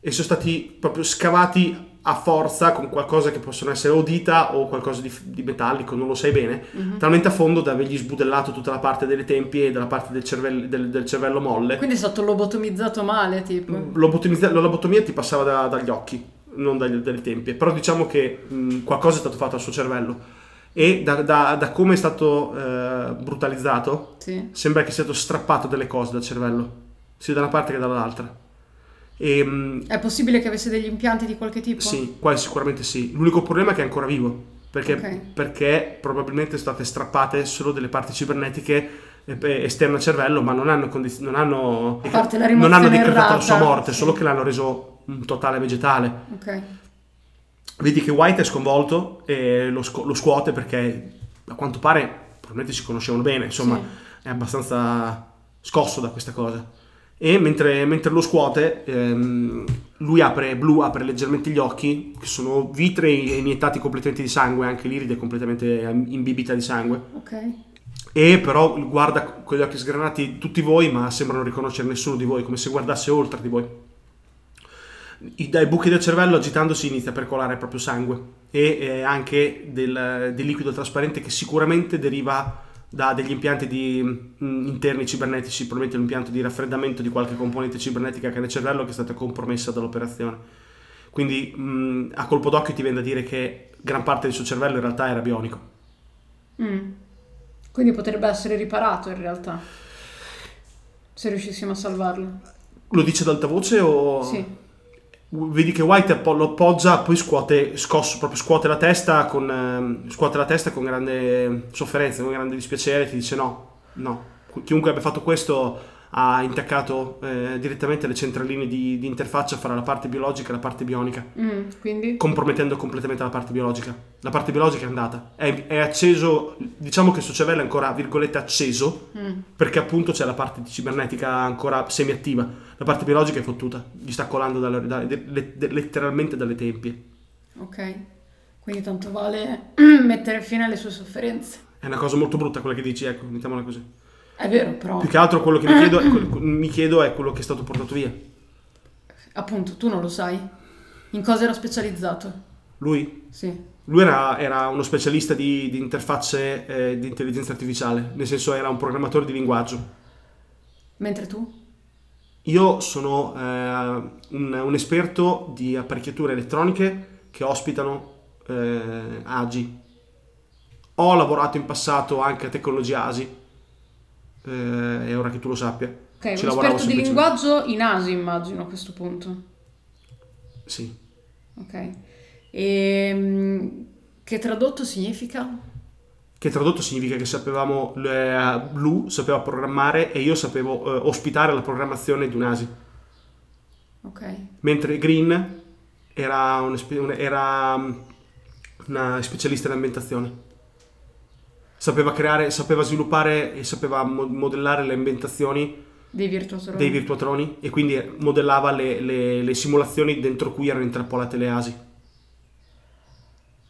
e sono stati proprio scavati a forza con qualcosa che possono essere o dita o qualcosa di, di metallico, non lo sai bene,
Mhm.
talmente a fondo da avergli sbudellato tutta la parte delle tempie e dalla parte del, cervello- del- del cervello molle.
Quindi è stato lobotomizzato male, tipo.
Mm. Lobotomizza- la lobotomia ti passava da- dagli occhi, non dagli- dalle tempie, però diciamo che mh, qualcosa è stato fatto al suo cervello e da, da- da come è stato eh, brutalizzato
Sì.
sembra che sia stato strappato delle cose dal cervello, sia da una parte che dall'altra. E, mh,
È possibile che avesse degli impianti di qualche tipo?
sì, qua sicuramente sì. L'unico problema è che è ancora vivo, perché,
Ok.
perché probabilmente sono state strappate solo delle parti cibernetiche eh, beh, esterne al cervello, ma non hanno, condiz- non hanno,
A parte la
non hanno
rimozione
decretato la
errata.
sua morte,
Sì.
solo che l'hanno reso un totale vegetale.
Ok.
Vedi che White è sconvolto e lo, scu- lo scuote perché a quanto pare probabilmente si conoscevano bene, insomma è abbastanza scosso da questa cosa. E mentre, mentre lo scuote, ehm, lui apre, Blue apre leggermente gli occhi, che sono vitrei iniettati completamente di sangue, anche l'iride è completamente ehm, imbibita di sangue.
Sì. Ok.
E però guarda con gli occhi sgranati tutti voi, ma sembra non riconoscere nessuno di voi, come se guardasse oltre di voi. I- Dai buchi del cervello agitandosi inizia a percolare proprio sangue e eh, anche del, del liquido trasparente che sicuramente deriva da degli impianti di, mh, interni cibernetici, probabilmente un impianto di raffreddamento di qualche componente cibernetica che ha nel cervello che è stata compromessa dall'operazione. Quindi mh, a colpo d'occhio ti viene da dire che gran parte del suo cervello in realtà era bionico.
Mm. Quindi potrebbe essere riparato in realtà. Se riuscissimo a salvarlo.
Lo dice ad alta voce o...
Sì.
Vedi che White appo- lo appoggia, poi scuote, scosso, proprio scuote la testa con, ehm, scuote la testa con grande sofferenza, con grande dispiacere, ti dice no, no. Chi- Chiunque abbia fatto questo ha intaccato eh, direttamente le centraline di, di interfaccia fra la parte biologica e la parte bionica,
Mm, Quindi?
compromettendo completamente la parte biologica. La parte biologica è andata, è, è acceso, diciamo che il suo cervello è ancora, virgolette, acceso,
Mm.
perché appunto c'è la parte di cibernetica ancora semiattiva, la parte biologica è fottuta, gli sta colando dalle- dalle- de- de- letteralmente dalle tempie.
Ok. Quindi tanto vale (clears throat) mettere fine alle sue sofferenze.
È una cosa molto brutta quella che dici, ecco, mettiamola così.
È vero, però.
Più che altro quello che mi chiedo, è, quello- mi chiedo è quello che è stato portato via.
Appunto, tu non lo sai. In cosa era specializzato?
Lui?
Sì.
Lui era, era uno specialista di, di interfacce eh, di intelligenza artificiale, nel senso era un programmatore di linguaggio.
Mentre tu?
Io sono eh, un, un esperto di apparecchiature elettroniche che ospitano eh, AGI. Ho lavorato in passato anche a tecnologia ASI. Eh, è ora che tu lo sappia.
Ok, un
lavoravo
esperto di
semplicemente.
linguaggio in ASI, immagino, a questo punto.
Sì.
Ok. Ehm, che tradotto significa?
Che tradotto significa che sapevamo, eh, Blue sapeva programmare e io sapevo eh, ospitare la programmazione di un ASI.
Ok.
mentre Green era, un espe- un- era, mm, una specialista in ambientazione. Sapeva creare, sapeva sviluppare e sapeva mo- modellare le ambientazioni
Dei virtuosi.
dei virtuatroni e quindi modellava le, le- le simulazioni dentro cui erano intrappolate le asi.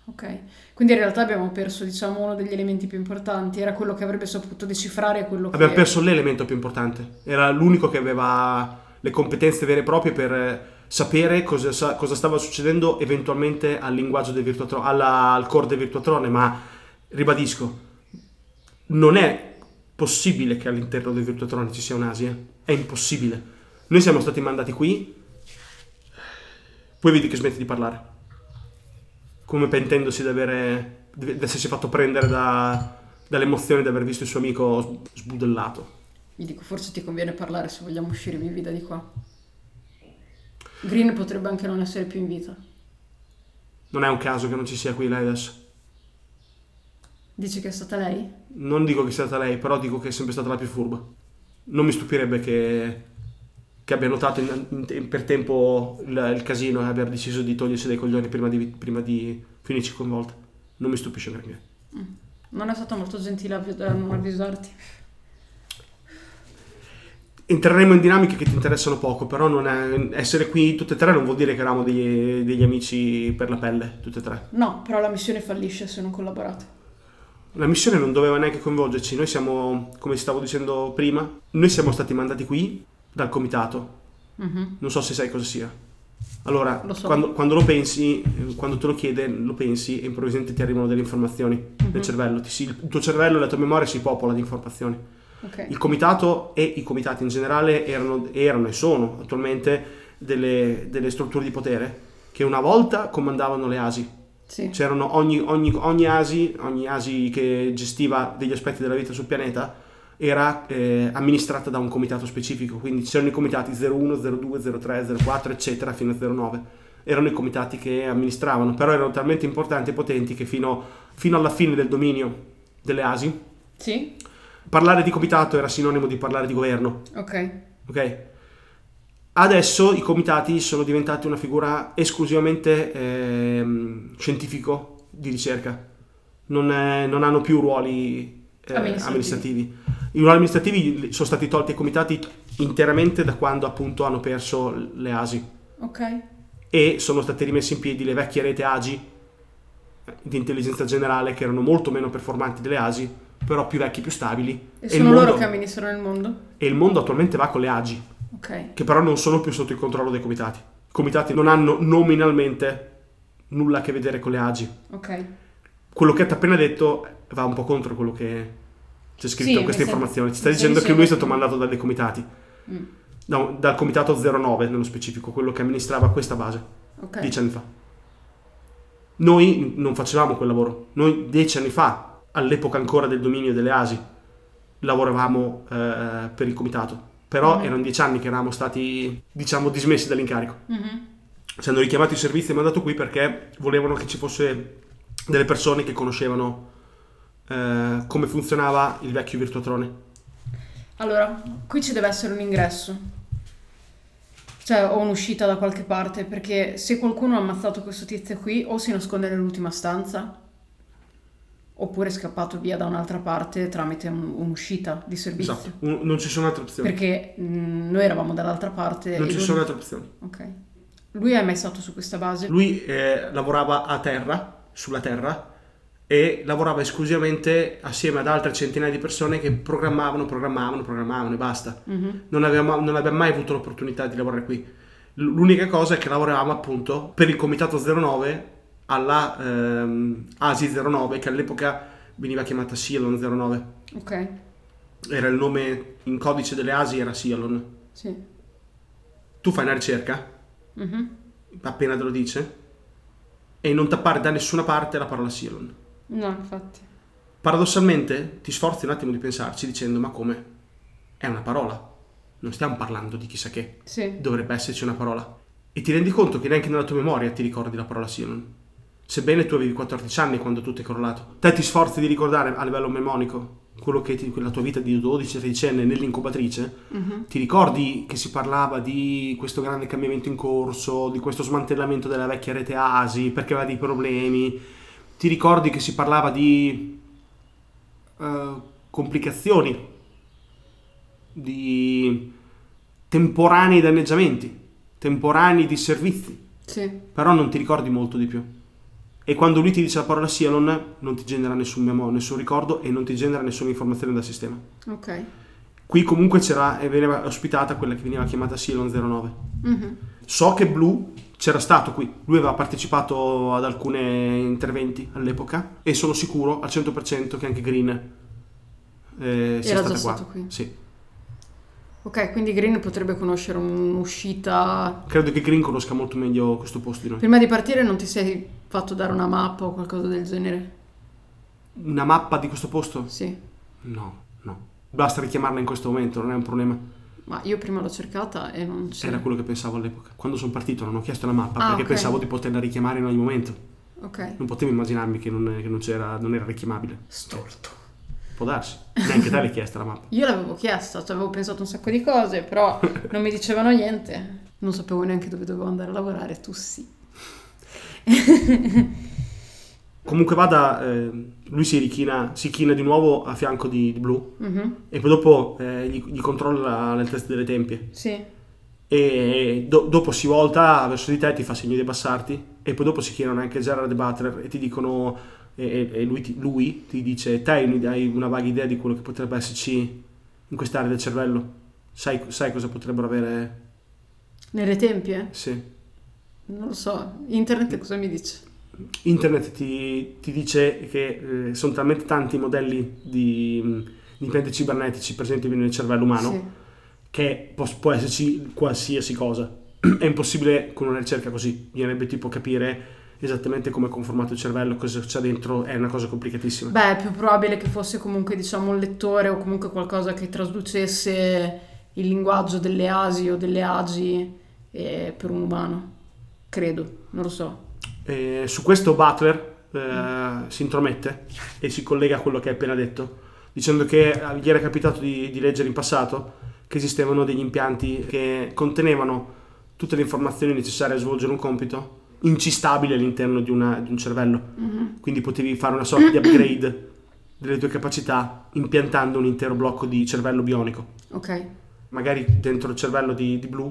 Ok, quindi in realtà abbiamo perso, diciamo, uno degli elementi più importanti, era quello che avrebbe saputo decifrare quello
Abbiamo
che...
perso l'elemento più importante, era l'unico che aveva le competenze vere e proprie per eh, sapere cosa, sa- cosa stava succedendo eventualmente al linguaggio del virtuatrone, alla- al core del virtuatrone, ma ribadisco, non è possibile che all'interno del virtuatrone ci sia un'Asia, è impossibile. Noi siamo stati mandati qui, poi vedi che smette di parlare, come pentendosi di, avere, di di essersi fatto prendere da- dall'emozione di aver visto il suo amico s- sbudellato.
Gli dico, forse ti conviene parlare se vogliamo uscire vivi da di qua. Green potrebbe anche non essere più in vita.
Non è un caso che non ci sia qui lei adesso.
Dici che è stata lei?
Non dico che sia stata lei, però dico che è sempre stata la più furba. Non mi stupirebbe che, che abbia notato in- in- per tempo il, il casino e abbia deciso di togliersi dai coglioni prima di, prima di finirci coinvolta. Non mi stupisce granché.
Non è stata molto gentile a a non avvisarti.
Entreremo in dinamiche che ti interessano poco, però non è- essere qui tutte e tre non vuol dire che eravamo degli, degli amici per la pelle, tutte e tre.
No, però la missione fallisce se non collaborate.
La missione non doveva neanche coinvolgerci, noi siamo, come stavo dicendo prima, noi siamo stati mandati qui dal comitato,
Mhm.
non so se sai cosa sia. Allora,
Lo so.
quando, quando lo pensi, eh, quando te lo chiede, lo pensi e improvvisamente ti arrivano delle informazioni
Mhm.
nel cervello. Ti si- il tuo cervello, la tua memoria si popola di informazioni.
Ok.
Il comitato e i comitati in generale erano, erano e sono attualmente delle, delle strutture di potere che una volta comandavano le ASI.
Sì.
C'erano ogni, ogni- ogni ASI, ogni ASI che gestiva degli aspetti della vita sul pianeta era eh, amministrata da un comitato specifico, quindi c'erano i comitati 01, 02, 03, 04, eccetera, fino a 09. Erano i comitati che amministravano, però erano talmente importanti e potenti che fino, fino alla fine del dominio delle ASI,
Sì?
parlare di comitato era sinonimo di parlare di governo,
Ok.
ok? Adesso i comitati sono diventati una figura esclusivamente ehm, scientifico di ricerca, non, eh, non hanno più ruoli eh,
Amministrativi.
amministrativi. I ruoli amministrativi li- sono stati tolti ai comitati interamente da quando appunto hanno perso le ASI
Ok.
e sono state rimesse in piedi le vecchie rete AGI eh, di intelligenza generale che erano molto meno performanti delle ASI, però più vecchi, più stabili.
E
il
sono loro
mondo-
che amministrano il mondo?
e il mondo attualmente va con le AGI,
Ok.
che però non sono più sotto il controllo dei comitati. I comitati non hanno nominalmente nulla a che vedere con le AGI.
Ok.
Quello che ti ho appena detto va un po' contro quello che c'è scritto
Sì,
in questa
mi sem-
informazione. Ci sta
mi sta
dicendo che
dicendo-
lui è stato mandato dai comitati,
Mm.
da- dal comitato 09 nello specifico, quello che amministrava questa base
Ok.
dieci anni fa. Noi non facevamo quel lavoro. Noi dieci anni fa, all'epoca ancora del dominio delle ASI, lavoravamo eh, per il comitato. Però
Mhm.
erano dieci anni che eravamo stati, diciamo, dismessi dall'incarico.
Mhm.
Ci hanno richiamato i servizi e mandato qui perché volevano che ci fosse delle persone che conoscevano eh, come funzionava il vecchio virtuatrone.
Allora, qui ci deve essere un ingresso. Cioè, o un'uscita da qualche parte, perché se qualcuno ha ammazzato questo tizio qui, o si nasconde nell'ultima stanza, oppure è scappato via da un'altra parte tramite un- un'uscita di servizio.
Esatto. Un- non ci sono altre opzioni.
Perché mh, noi eravamo dall'altra parte.
Non
e
ci
lui-
sono altre opzioni.
Ok. Lui è mai stato su questa base?
Lui eh, lavorava a terra, sulla terra, e lavorava esclusivamente assieme ad altre centinaia di persone che programmavano, programmavano, programmavano e basta.
Mhm.
Non abbiamo, non abbiamo mai avuto l'opportunità di lavorare qui. L- L'unica cosa è che lavoravamo appunto per il comitato 09 alla ehm, ASI 09, che all'epoca veniva chiamata Silon 09.
Ok,
Era il nome in codice delle ASI, era Silon.
sì.
Tu fai una ricerca,
Mhm.
appena te lo dice, e non t'appare da nessuna parte la parola Silon.
No, infatti.
Paradossalmente ti sforzi un attimo di pensarci dicendo ma come? È una parola, non stiamo parlando di chissà che,
Sì.
dovrebbe esserci una parola. E ti rendi conto che neanche nella tua memoria ti ricordi la parola Silon. Sebbene tu avevi 14 anni quando tutto è crollato, te ti sforzi di ricordare a livello memonico quello che ti- quella tua vita di 12-13 anni nell'incubatrice,
Mhm.
ti ricordi che si parlava di questo grande cambiamento in corso, di questo smantellamento della vecchia rete ASI perché aveva dei problemi? Ti ricordi che si parlava di eh, complicazioni, di temporanei danneggiamenti, temporanei disservizi,
Sì.
però non ti ricordi molto di più. E quando lui ti dice la parola Sialon non ti genera nessun memo, nessun ricordo e non ti genera nessuna informazione dal sistema.
Ok.
Qui comunque c'era e veniva ospitata quella che veniva chiamata Silon 09.
Mhm.
So che Blue c'era stato qui, lui aveva partecipato ad alcuni interventi all'epoca e sono sicuro al 100% che anche Green eh, sia
Era
stata
già
qua.
stato qui.
Sì.
Ok, quindi Green potrebbe conoscere un'uscita.
Credo che Green conosca molto meglio questo posto di noi.
Prima di partire non ti sei fatto dare una mappa o qualcosa del genere?
Una mappa di questo posto?
Sì.
No, no. Basta richiamarla in questo momento, non è un problema.
Ma io prima l'ho cercata e non c'era.
Era quello che pensavo all'epoca. Quando sono partito non ho chiesto la mappa
Ah,
perché
ok.
pensavo di poterla richiamare in ogni momento.
Ok.
Non potevo immaginarmi che non, che non c'era, non era richiamabile.
Storto.
Può darsi. Neanche te l'hai chiesta la mappa.
Io l'avevo chiesta, cioè avevo pensato un sacco di cose, però non mi dicevano niente. Non sapevo neanche dove dovevo andare a lavorare, tu sì.
Comunque vada, eh, lui si richina, si china di nuovo a fianco di, di Blue
Mhm.
e poi dopo eh, gli, gli controlla le teste delle tempie
Sì.
e do- dopo si volta verso di te, ti fa segno di abbassarti e poi dopo si chiedono anche Gerard e Butler e ti dicono e, e- e lui, ti, lui ti dice te hai un'idea- hai una vaga idea di quello che potrebbe esserci in quest'area del cervello sai, sai cosa potrebbero avere
Nelle tempie?
sì
Non lo so, internet cosa mi dice?
Internet ti, ti dice che eh, sono talmente tanti i modelli di, mh, di impianti cibernetici presenti nel cervello umano
Sì.
che può, può esserci qualsiasi cosa. (clears throat) È impossibile con una ricerca così, bisognerebbe tipo capire esattamente come è conformato il cervello, cosa c'è dentro, è una cosa complicatissima.
Beh, è più probabile che fosse comunque, diciamo, un lettore o comunque qualcosa che trasducesse il linguaggio delle asi o delle agi eh, per un umano. Credo, non lo so.
Eh, su questo Butler eh, si intromette e si collega a quello che hai appena detto, dicendo che eh, gli era capitato di, di leggere in passato che esistevano degli impianti che contenevano tutte le informazioni necessarie a svolgere un compito incistabile all'interno di, una- di un cervello. Quindi potevi fare una sorta di upgrade delle tue capacità impiantando un intero blocco di cervello bionico.
Ok.
Magari dentro il cervello di, di Blue,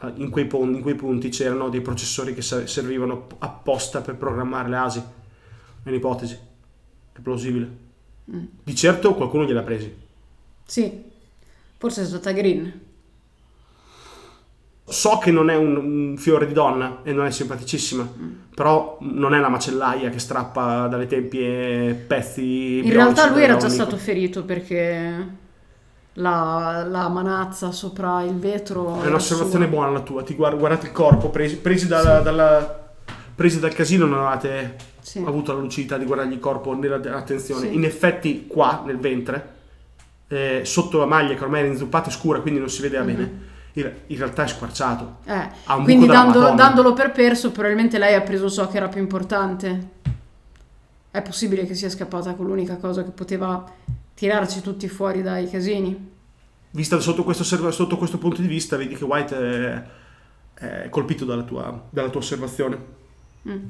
eh, in quei, pon- in quei punti c'erano dei processori che sa- servivano apposta per programmare le ASI. È un'ipotesi. È plausibile.
Mm.
Di certo qualcuno gliel'ha presi.
Sì. Forse è stata Green.
So che non è un, un fiore di donna e non è simpaticissima,
Mm.
però non è la macellaia che strappa dalle tempie pezzi.
In realtà lui era già
bionici
stato ferito perché la, la manazza sopra il vetro...
È un'osservazione
sua.
buona la tua. Ti guard- guardate il corpo, presi, presi dalla- dalla- presi dal casino, non avevate
Sì.
avuto la lucidità di guardargli il corpo né la- l'attenzione.
Sì.
In effetti, qua nel ventre, eh, sotto la maglia che ormai era inzuppata scura, quindi non si vedeva bene, in, in realtà è squarciato.
Eh,
Ha un
Mm-hmm. quindi
buco della
dando-
Madonna.
dandolo per perso, probabilmente lei ha preso ciò che era più importante. È possibile che sia scappata con l'unica cosa che poteva tirarci tutti fuori dai casini.
Vista sotto questo, osserva- sotto questo punto di vista, vedi che White è, è colpito dalla tua, dalla tua osservazione.
Mm.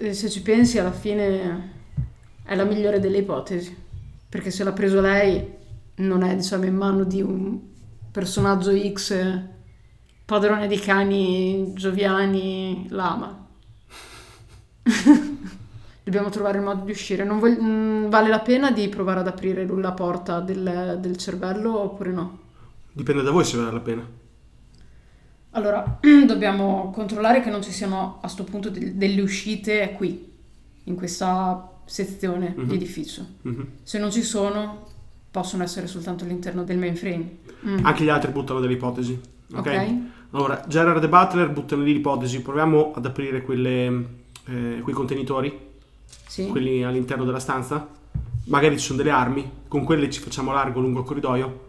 Eh, se ci pensi, alla fine è la migliore delle ipotesi. Perché se l'ha preso lei, non è diciamo in mano di un personaggio X padrone di cani gioviani lama. (laughs) Dobbiamo trovare il modo di uscire. Non voglio- mm, vale la pena di provare ad aprire lui la porta del, del cervello oppure no?
Dipende da voi se vale la pena.
Allora, (clears throat) dobbiamo controllare che non ci siano a sto punto del- delle uscite qui, in questa sezione
Mhm.
di edificio.
Mhm.
Se non ci sono, possono essere soltanto all'interno del mainframe. Mm,
Anche gli altri buttano delle ipotesi. Ah, Ok.
ok?
Allora, Gerard e Butler buttano lì l'ipotesi, proviamo ad aprire quelle, eh, quei contenitori,
Sì.
quelli all'interno della stanza. Magari ci sono delle armi, con quelle ci facciamo largo lungo il corridoio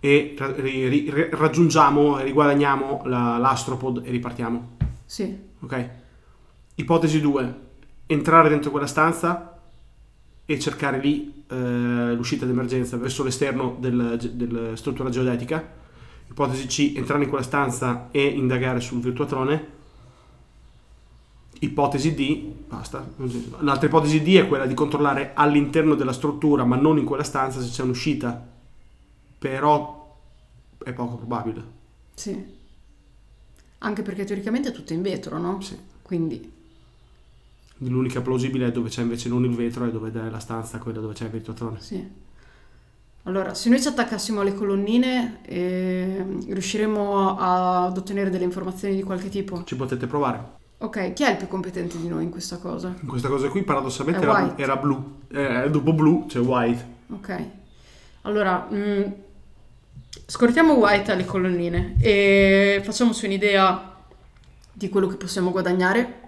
e ra- ri- ri- ri- raggiungiamo e riguadagniamo la- l'astropod e ripartiamo.
Sì.
Ok? Ipotesi 2, entrare dentro quella stanza e cercare lì eh, l'uscita d'emergenza verso l'esterno del- della struttura geodetica. Ipotesi C, entrare in quella stanza e indagare sul virtuatrone. Ipotesi D, basta. non c'è- L'altra ipotesi D è quella di controllare all'interno della struttura, ma non in quella stanza, se c'è un'uscita. Però è poco probabile.
Sì. Anche perché teoricamente è tutto in vetro, no?
Sì.
Quindi,
L'unica plausibile è dove c'è invece non il vetro, è dove è la stanza, quella dove c'è il virtuatrone.
sì. Allora, se noi ci attaccassimo alle colonnine, ehm, riusciremo a- ad ottenere delle informazioni di qualche tipo?
Ci potete provare.
Ok, chi è il più competente di noi in questa cosa?
In Questa cosa qui paradossalmente
È
era,
white.
era blu. Eh, dopo blu c'è white.
Ok, allora mm, scortiamo White alle colonnine e facciamoci un'idea di quello che possiamo guadagnare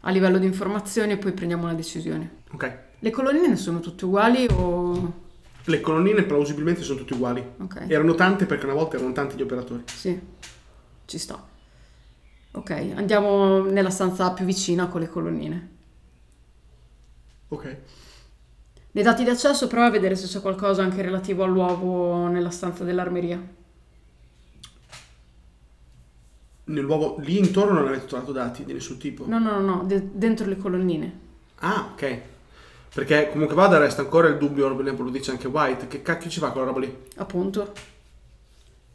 a livello di informazioni e poi prendiamo una decisione.
Ok.
Le colonnine sono tutte uguali o...
Le colonnine plausibilmente sono tutte uguali.
Ok,
Erano tante perché una volta erano tanti gli operatori.
sì, ci sta. Ok, andiamo nella stanza più vicina con le colonnine.
Ok.
Nei dati di accesso prova a vedere se c'è qualcosa anche relativo all'uovo nella stanza dell'armeria.
Nell'uovo lì intorno non avete trovato dati di nessun tipo.
No, no, no, no, de- dentro le colonnine.
Ah, ok. Perché comunque vada resta ancora il dubbio, lo dice anche White, che cacchio ci fa quella roba lì?
Appunto.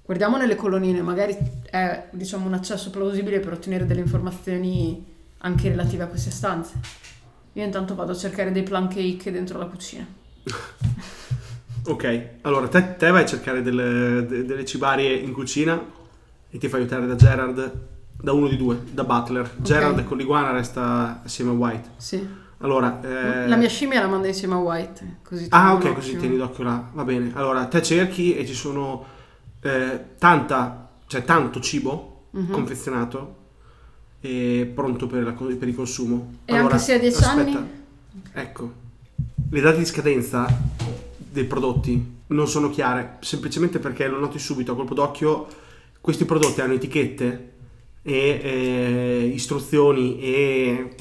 Guardiamo nelle colonnine, magari è diciamo, un accesso plausibile per ottenere delle informazioni anche relative a queste stanze. Io intanto vado a cercare dei plum cake dentro la cucina.
Ok, allora te, te vai a cercare delle, de- delle cibarie in cucina e ti fai aiutare da Gerard da uno di due, da Butler. Gerard con l'iguana resta assieme a White.
Sì.
Allora, eh,
La mia scimmia la manda insieme a White. Così
Ah,
tengo
ok,
un
così
occhio.
tieni d'occhio là. Va bene. Allora, te cerchi e ci sono eh, tanta, cioè tanto cibo
Mhm.
confezionato e pronto per, la co- per il consumo.
E anche se ha 10
aspetta.
anni?
Ecco, le date di scadenza dei prodotti non sono chiare, semplicemente perché lo noti subito a colpo d'occhio, questi prodotti hanno etichette e eh, istruzioni e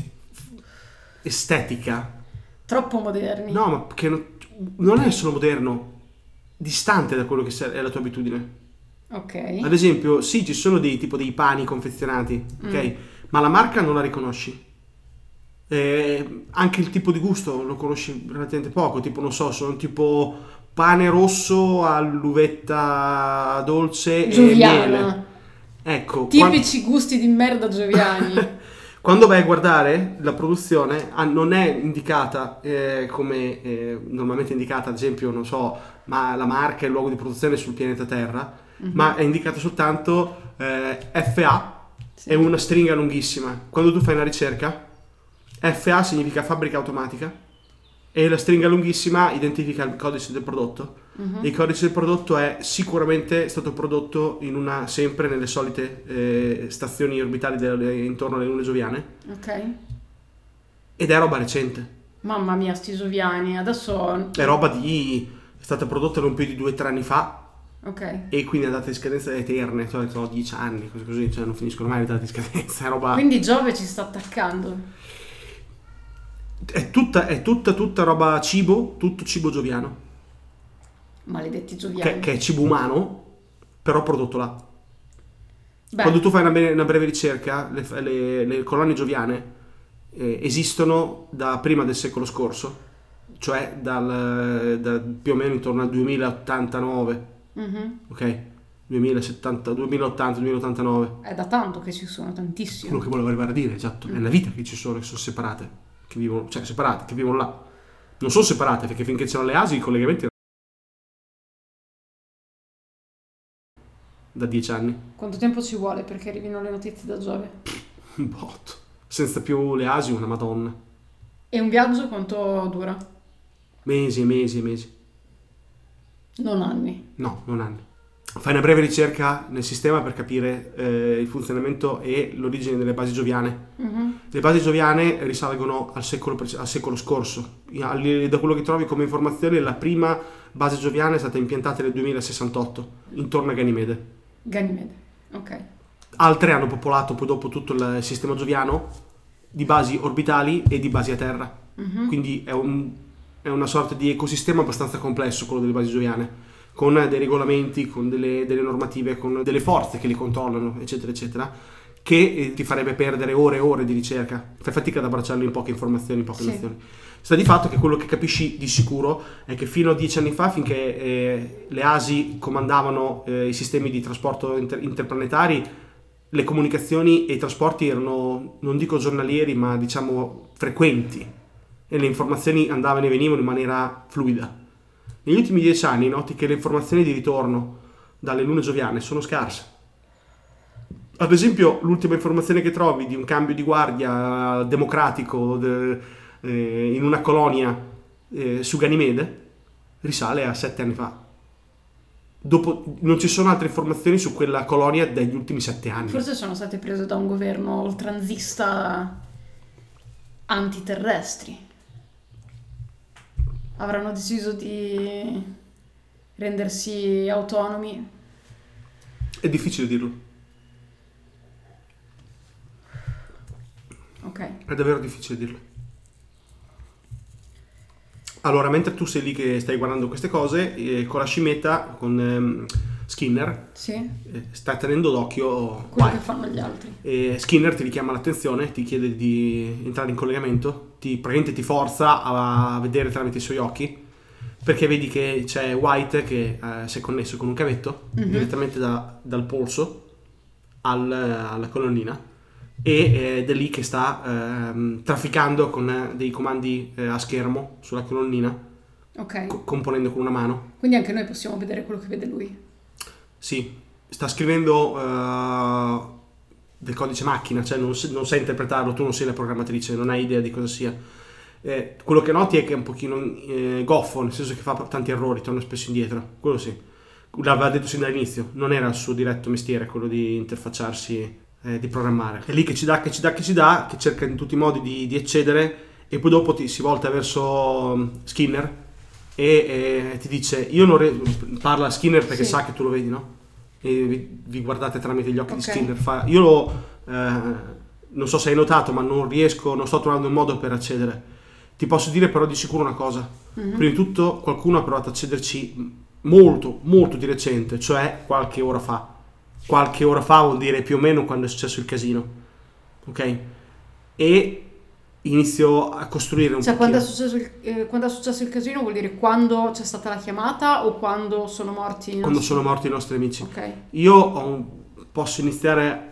estetica
Troppo moderni.
No, ma che non, non è solo moderno, distante da quello che se- è la tua abitudine.
Ok.
Ad esempio, sì, ci sono dei tipo dei pani confezionati, ok?
Mm.
Ma la marca non la riconosci. Eh, anche il tipo di gusto lo conosci relativamente poco, tipo non so, sono tipo pane rosso all'uvetta dolce e miele.
Gioviana.
Ecco, quan-
Tipici gusti di
(laughs)
merda gioviani.
quando vai a guardare la produzione ah, non è indicata eh, come eh, normalmente è indicata, ad esempio, non so, ma la marca e il luogo di produzione sul pianeta Terra,
Mhm.
ma è indicata soltanto eh, FA,
Sì.
è una stringa lunghissima. Quando tu fai una ricerca, FA significa fabbrica automatica e la stringa lunghissima identifica il codice del prodotto.
Mhm.
Il codice del prodotto è sicuramente stato prodotto in una, sempre nelle solite eh, stazioni orbitali delle- intorno alle lune gioviane
Ok.
ed è roba recente.
Mamma mia, sti gioviani. Adesso...
È roba di... è stata prodotta non più di 2-3 anni fa
Ok.
e quindi ha date di scadenza eterne, cioè so, 10 anni, cose così, cioè non finiscono mai le date di scadenza, è roba...
Quindi Giove ci sta attaccando.
È tutta, è tutta, tutta roba cibo, tutto cibo gioviano,
Maledetti
che,
gioviani.
che è cibo umano, però prodotto là.
Beh,
Quando tu fai una, be- una breve ricerca, le, f- le- le colonie gioviane eh, esistono da prima del secolo scorso, cioè dal, da più o meno intorno al 2089,
mhm.
ok? 2070, 2080, 2089.
è da tanto che ci sono,
Quello
tantissimi.
che volevo arrivare a dire, esatto. È la vita che ci sono, che sono separate, che vivono, cioè separate, che vivono là. Non sono separate perché finché c'erano le asi i collegamenti erano da dieci anni. (laughs)
Quanto tempo ci vuole perché arrivino le notizie da Giove?
Un botto. Senza più le asi, una madonna.
E un viaggio quanto dura?
Mesi e mesi e mesi.
Non anni.
No, non anni. Fai una breve ricerca nel sistema per capire eh, il funzionamento e l'origine delle basi gioviane.
Mhm.
Le basi gioviane risalgono al secolo, prece- al secolo scorso. I- al- Da quello che trovi come informazione, la prima base gioviana è stata impiantata nel 2068, intorno a Ganimede.
Ganimede. Ok.
Altre hanno popolato poi dopo tutto il sistema gioviano di basi orbitali e di basi a terra.
Mhm.
Quindi è, un- è una sorta di ecosistema abbastanza complesso quello delle basi gioviane, con dei regolamenti, con delle, delle normative, con delle forze che li controllano, eccetera, eccetera, che eh, ti farebbe perdere ore e ore di ricerca. Fai fatica ad abbracciarlo in poche informazioni, in poche
Sì.
nozioni. Sta di fatto che quello che capisci di sicuro è che fino a dieci anni fa, finché eh, le ASI comandavano eh, i sistemi di trasporto inter- interplanetari, le comunicazioni e i trasporti erano, non dico giornalieri, ma diciamo frequenti e le informazioni andavano e venivano in maniera fluida. Negli ultimi dieci anni noti che le informazioni di ritorno dalle lune gioviane sono scarse. Ad esempio, l'ultima informazione che trovi di un cambio di guardia democratico de- eh, in una colonia eh, su Ganimede risale a sette anni fa. Dopo, non ci sono altre informazioni su quella colonia degli ultimi sette anni.
Forse sono state prese da un governo oltranzista antiterrestri. Avranno deciso di rendersi autonomi.
È difficile dirlo,
Ok.
è davvero difficile dirlo. Allora, mentre tu sei lì che stai guardando queste cose, eh, con la scimmietta, con ehm, Skinner,
Sì?
eh, sta tenendo d'occhio
Quello
White.
che fanno gli altri.
E Skinner ti richiama l'attenzione, ti chiede di entrare in collegamento, ti, praticamente ti forza a vedere tramite i suoi occhi, perché vedi che c'è White che eh, si è connesso con un cavetto
Mhm.
direttamente da- dal polso al- alla colonnina e eh, ed è lì che sta ehm, trafficando con eh, dei comandi eh, a schermo sulla colonnina,
Ok.
co- componendo con una mano.
Quindi anche noi possiamo vedere quello che vede lui.
Sì, sta scrivendo eh, del codice macchina, cioè non, si- non sai interpretarlo, tu non sei la programmatrice, non hai idea di cosa sia. Eh, quello che noti è che è un pochino eh, goffo, nel senso che fa tanti errori, torna spesso indietro, quello sì. L'aveva detto sin dall'inizio, non era il suo diretto mestiere quello di interfacciarsi, eh, di programmare. È lì che ci dà, che ci dà, che ci dà, che cerca in tutti i modi di, di eccedere e poi dopo ti, si volta verso mm, Skinner e eh, ti dice, io non re- parla a Skinner perché
Sì.
sa che tu lo vedi, no? E vi, vi guardate tramite gli occhi di
Ok.
Skinner. Fa, io lo, eh, non so se hai notato, ma non riesco, non sto trovando un modo per accedere. Ti posso dire però di sicuro una cosa.
Mhm.
Prima di tutto qualcuno ha provato a accederci molto, molto di recente, cioè qualche ora fa. Qualche ora fa vuol dire più o meno quando è successo il casino. Ok? E inizio a costruire un
Cioè,
pochino.
quando è, successo il, eh, quando è successo il casino vuol dire quando c'è stata la chiamata o quando sono morti? i
quando
nostri-
sono morti i nostri amici.
Ok.
Io ho un- posso iniziare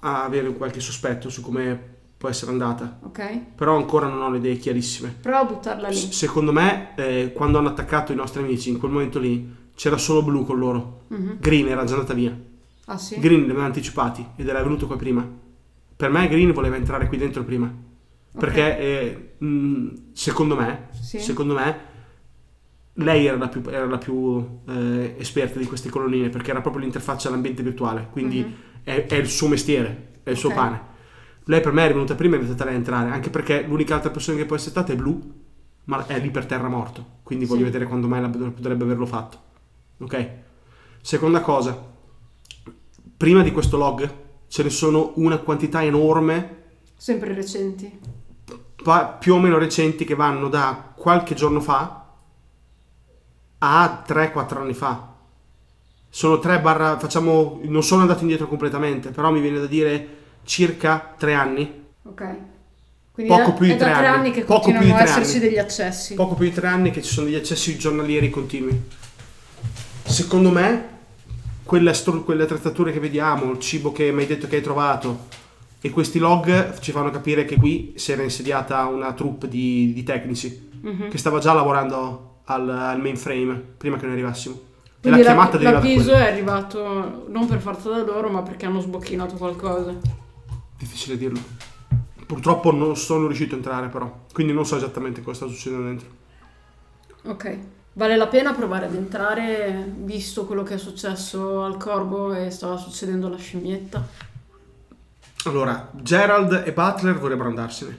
a avere qualche sospetto su come può essere andata,
Ok.
però ancora non ho le idee chiarissime.
Prova a buttarla lì.
S- secondo me, eh, quando hanno attaccato i nostri amici, in quel momento lì, c'era solo Blu con loro.
Mhm.
Green era già andata via.
Ah sì?
Green li aveva anticipati ed era venuto qua prima. Per me Green voleva entrare qui dentro prima. Perché eh, mh, secondo me,
Sì.
secondo me, lei era la più, era la più, eh, esperta di queste colonnine perché era proprio l'interfaccia all'ambiente virtuale, quindi
Mhm.
è, è il suo mestiere, è il suo
Ok.
pane. Lei per me è venuta prima e è invitata lei a entrare, anche perché l'unica altra persona che può essere stata è Blu, ma è lì per terra morto, quindi voglio
Sì.
vedere quando mai la- potrebbe averlo fatto. Ok? Seconda cosa, prima di questo log ce ne sono una quantità enorme,
Sempre recenti.
pa- più o meno recenti, che vanno da qualche giorno fa a 3-4 anni fa. Sono 3 barra, facciamo, non sono andato indietro completamente, però mi viene da dire circa 3 anni,
Ok. Quindi
Poco
è,
più di
è da
tre
tre anni,
anni.
che
Poco più di
continuano a
tre
esserci
anni.
degli accessi.
poco più di 3 anni che ci sono degli accessi giornalieri continui. Secondo me, quelle, astro- quelle attrezzature che vediamo, il cibo che mi hai detto che hai trovato e questi log ci fanno capire che qui si era insediata una troupe di, di tecnici
Mhm.
che stava già lavorando al, al mainframe prima che noi arrivassimo. E la
Quindi la-
chiamata deriva da
l'avviso
quello.
è arrivato non per forza da loro, ma perché hanno sbocchinato qualcosa.
Difficile dirlo. Purtroppo non sono riuscito a entrare però, quindi non so esattamente cosa sta succedendo dentro.
Ok. Vale la pena provare ad entrare, visto quello che è successo al corvo e stava succedendo alla scimmietta.
Allora, Gerald e Butler vorrebbero andarsene.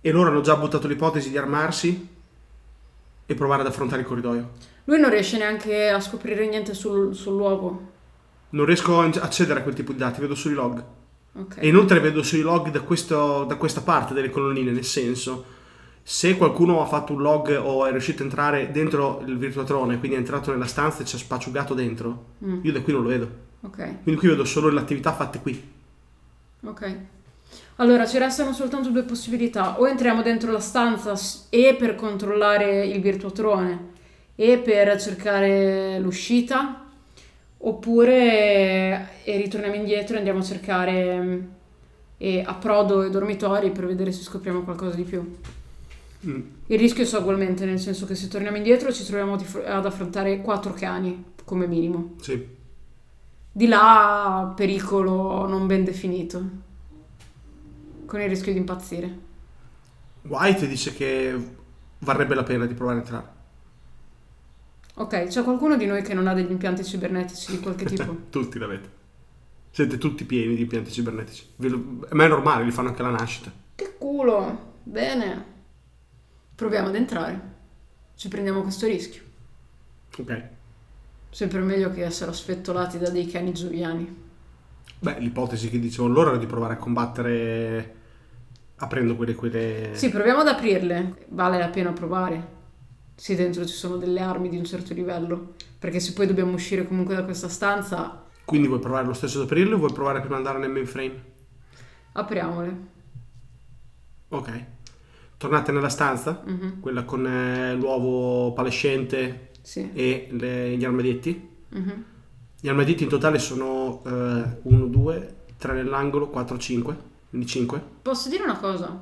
E loro hanno già buttato l'ipotesi di armarsi e provare ad affrontare il corridoio.
Lui non riesce neanche a scoprire niente sul, sull'uovo.
Non riesco a inc- accedere a quel tipo di dati, vedo solo i log.
Ok.
E inoltre vedo sui log da, questo- da questa parte delle colonnine, nel senso, se qualcuno ha fatto un log o è riuscito a entrare dentro il virtuatrone, quindi è entrato nella stanza e ci ha spacciugato dentro,
Mm,
io da qui non lo vedo.
Ok.
Quindi qui vedo solo le attività fatte qui.
Ok. Allora, ci restano soltanto due possibilità. O entriamo dentro la stanza s- e per controllare il virtuotrone e per cercare l'uscita, oppure e ritorniamo indietro e andiamo a cercare mm, e approdo e dormitori per vedere se scopriamo qualcosa di più.
Mm.
Il rischio è ugualmente, nel senso che se torniamo indietro ci troviamo di fro- ad affrontare quattro cani come minimo.
Sì.
Di là pericolo non ben definito, con il rischio di impazzire.
White dice che varrebbe la pena di provare ad entrare.
Ok, c'è qualcuno di noi che non ha degli impianti cibernetici di qualche tipo?
(laughs) Tutti l'avete. Siete tutti pieni di impianti cibernetici. Ve lo- Ma è normale, li fanno anche alla nascita.
che culo! Bene, proviamo ad entrare. Ci prendiamo questo rischio.
Ok.
Sempre meglio che essere aspettolati da dei cani gioviani.
Beh, l'ipotesi che dicevo allora era di provare a combattere aprendo quelle... quelle...
Sì, proviamo ad aprirle. Vale la pena provare. Sì, dentro ci sono delle armi di un certo livello. Perché se poi dobbiamo uscire comunque da questa stanza,
Quindi vuoi provare lo stesso ad aprirle o vuoi provare prima ad andare nel mainframe?
apriamole.
Ok. Tornate nella stanza,
Mhm,
quella con eh, l'uovo palescente
Sì.
e le- gli armadietti.
Mhm.
Gli armadietti in totale sono eh, 1, 2, 3 nell'angolo, 4, 5, quindi 5.
Posso dire una cosa?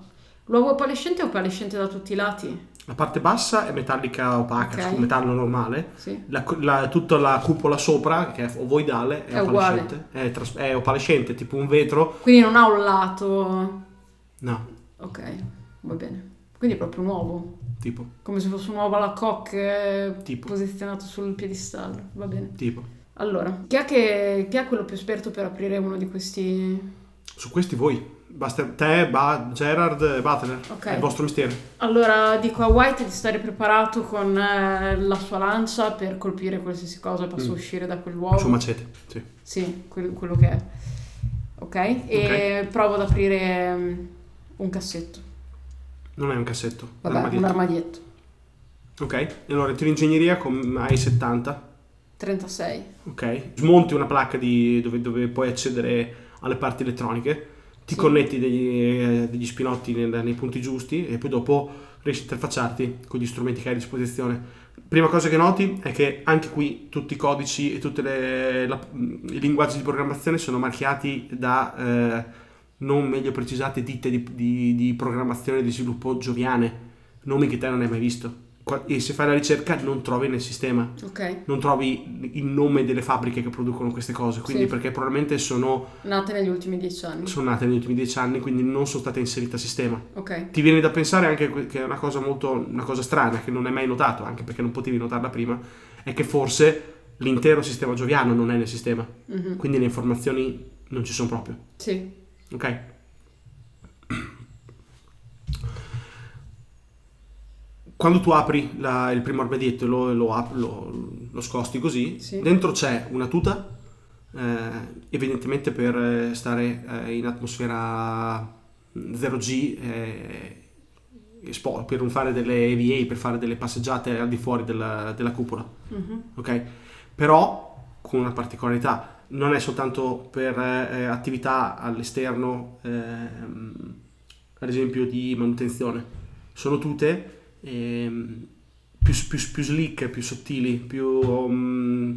L'uovo palescente è un palescente da tutti i lati?
La parte bassa è metallica opaca,
Ok.
su metallo normale.
Sì.
La, la- tutta la cupola sopra, che è ovoidale, è,
È uguale.
opalescente. È, tras- è opalescente, tipo un vetro.
Quindi non ha un lato...
No,
Ok, va bene. Quindi è proprio un uovo,
tipo,
come se fosse un uovo alla coque eh,
Tipo.
posizionato sul piedistallo, va bene.
tipo.
Allora, chi è, che, chi è quello più esperto per aprire uno di questi...
Su questi voi. Basta te, ba- Gerard e Butler.
Ok.
È il vostro mistero.
Allora, dico a White di stare preparato con eh, la sua lancia per colpire qualsiasi cosa possa
Mm.
uscire da
Il suo
quell'uovo.
macete. Sì.
Sì, quel- quello che è. Ok? E provo ad aprire mm, un cassetto.
Non è un cassetto. è un
Vabbè,
armadietto.
un armadietto.
Ok. E allora tiro ingegneria con hai 70.
36.
Ok. Smonti una placca di- dove, dove puoi accedere alle parti elettroniche. Ti
Sì.
connetti degli, eh, degli spinotti nel- nei punti giusti e poi dopo riesci a interfacciarti con gli strumenti che hai a disposizione. Prima cosa che noti è che anche qui tutti i codici e tutti i linguaggi di programmazione sono marchiati da eh, non meglio precisate ditte di, di- di programmazione e di sviluppo gioviane, nomi che te non hai mai visto. Qua- E se fai la ricerca non trovi nel sistema
Ok.
non trovi il nome delle fabbriche che producono queste cose, quindi
Sì.
perché probabilmente sono,
Nate negli ultimi 10 anni.
sono nate negli ultimi dieci anni, quindi non sono state inserite a sistema.
Ok.
Ti viene da pensare anche que- che è una cosa molto una cosa strana, che non hai mai notato, anche perché non potevi notarla prima, è che forse l'intero sistema gioviano non è nel sistema,
Mhm.
quindi le informazioni non ci sono proprio.
Sì.
Ok. Quando tu apri la- il primo armadietto e lo, lo ap- lo- lo scosti così,
Sì.
dentro c'è una tuta, eh, evidentemente per eh, stare eh, in atmosfera 0G eh, e spo- per non fare delle EVA, per fare delle passeggiate al di fuori della- della cupola
Mhm.
ok? Però con una particolarità, non è soltanto per eh, attività all'esterno, ehm, ad esempio di manutenzione, sono tutte ehm, più, più, più slick, più sottili, più, mm,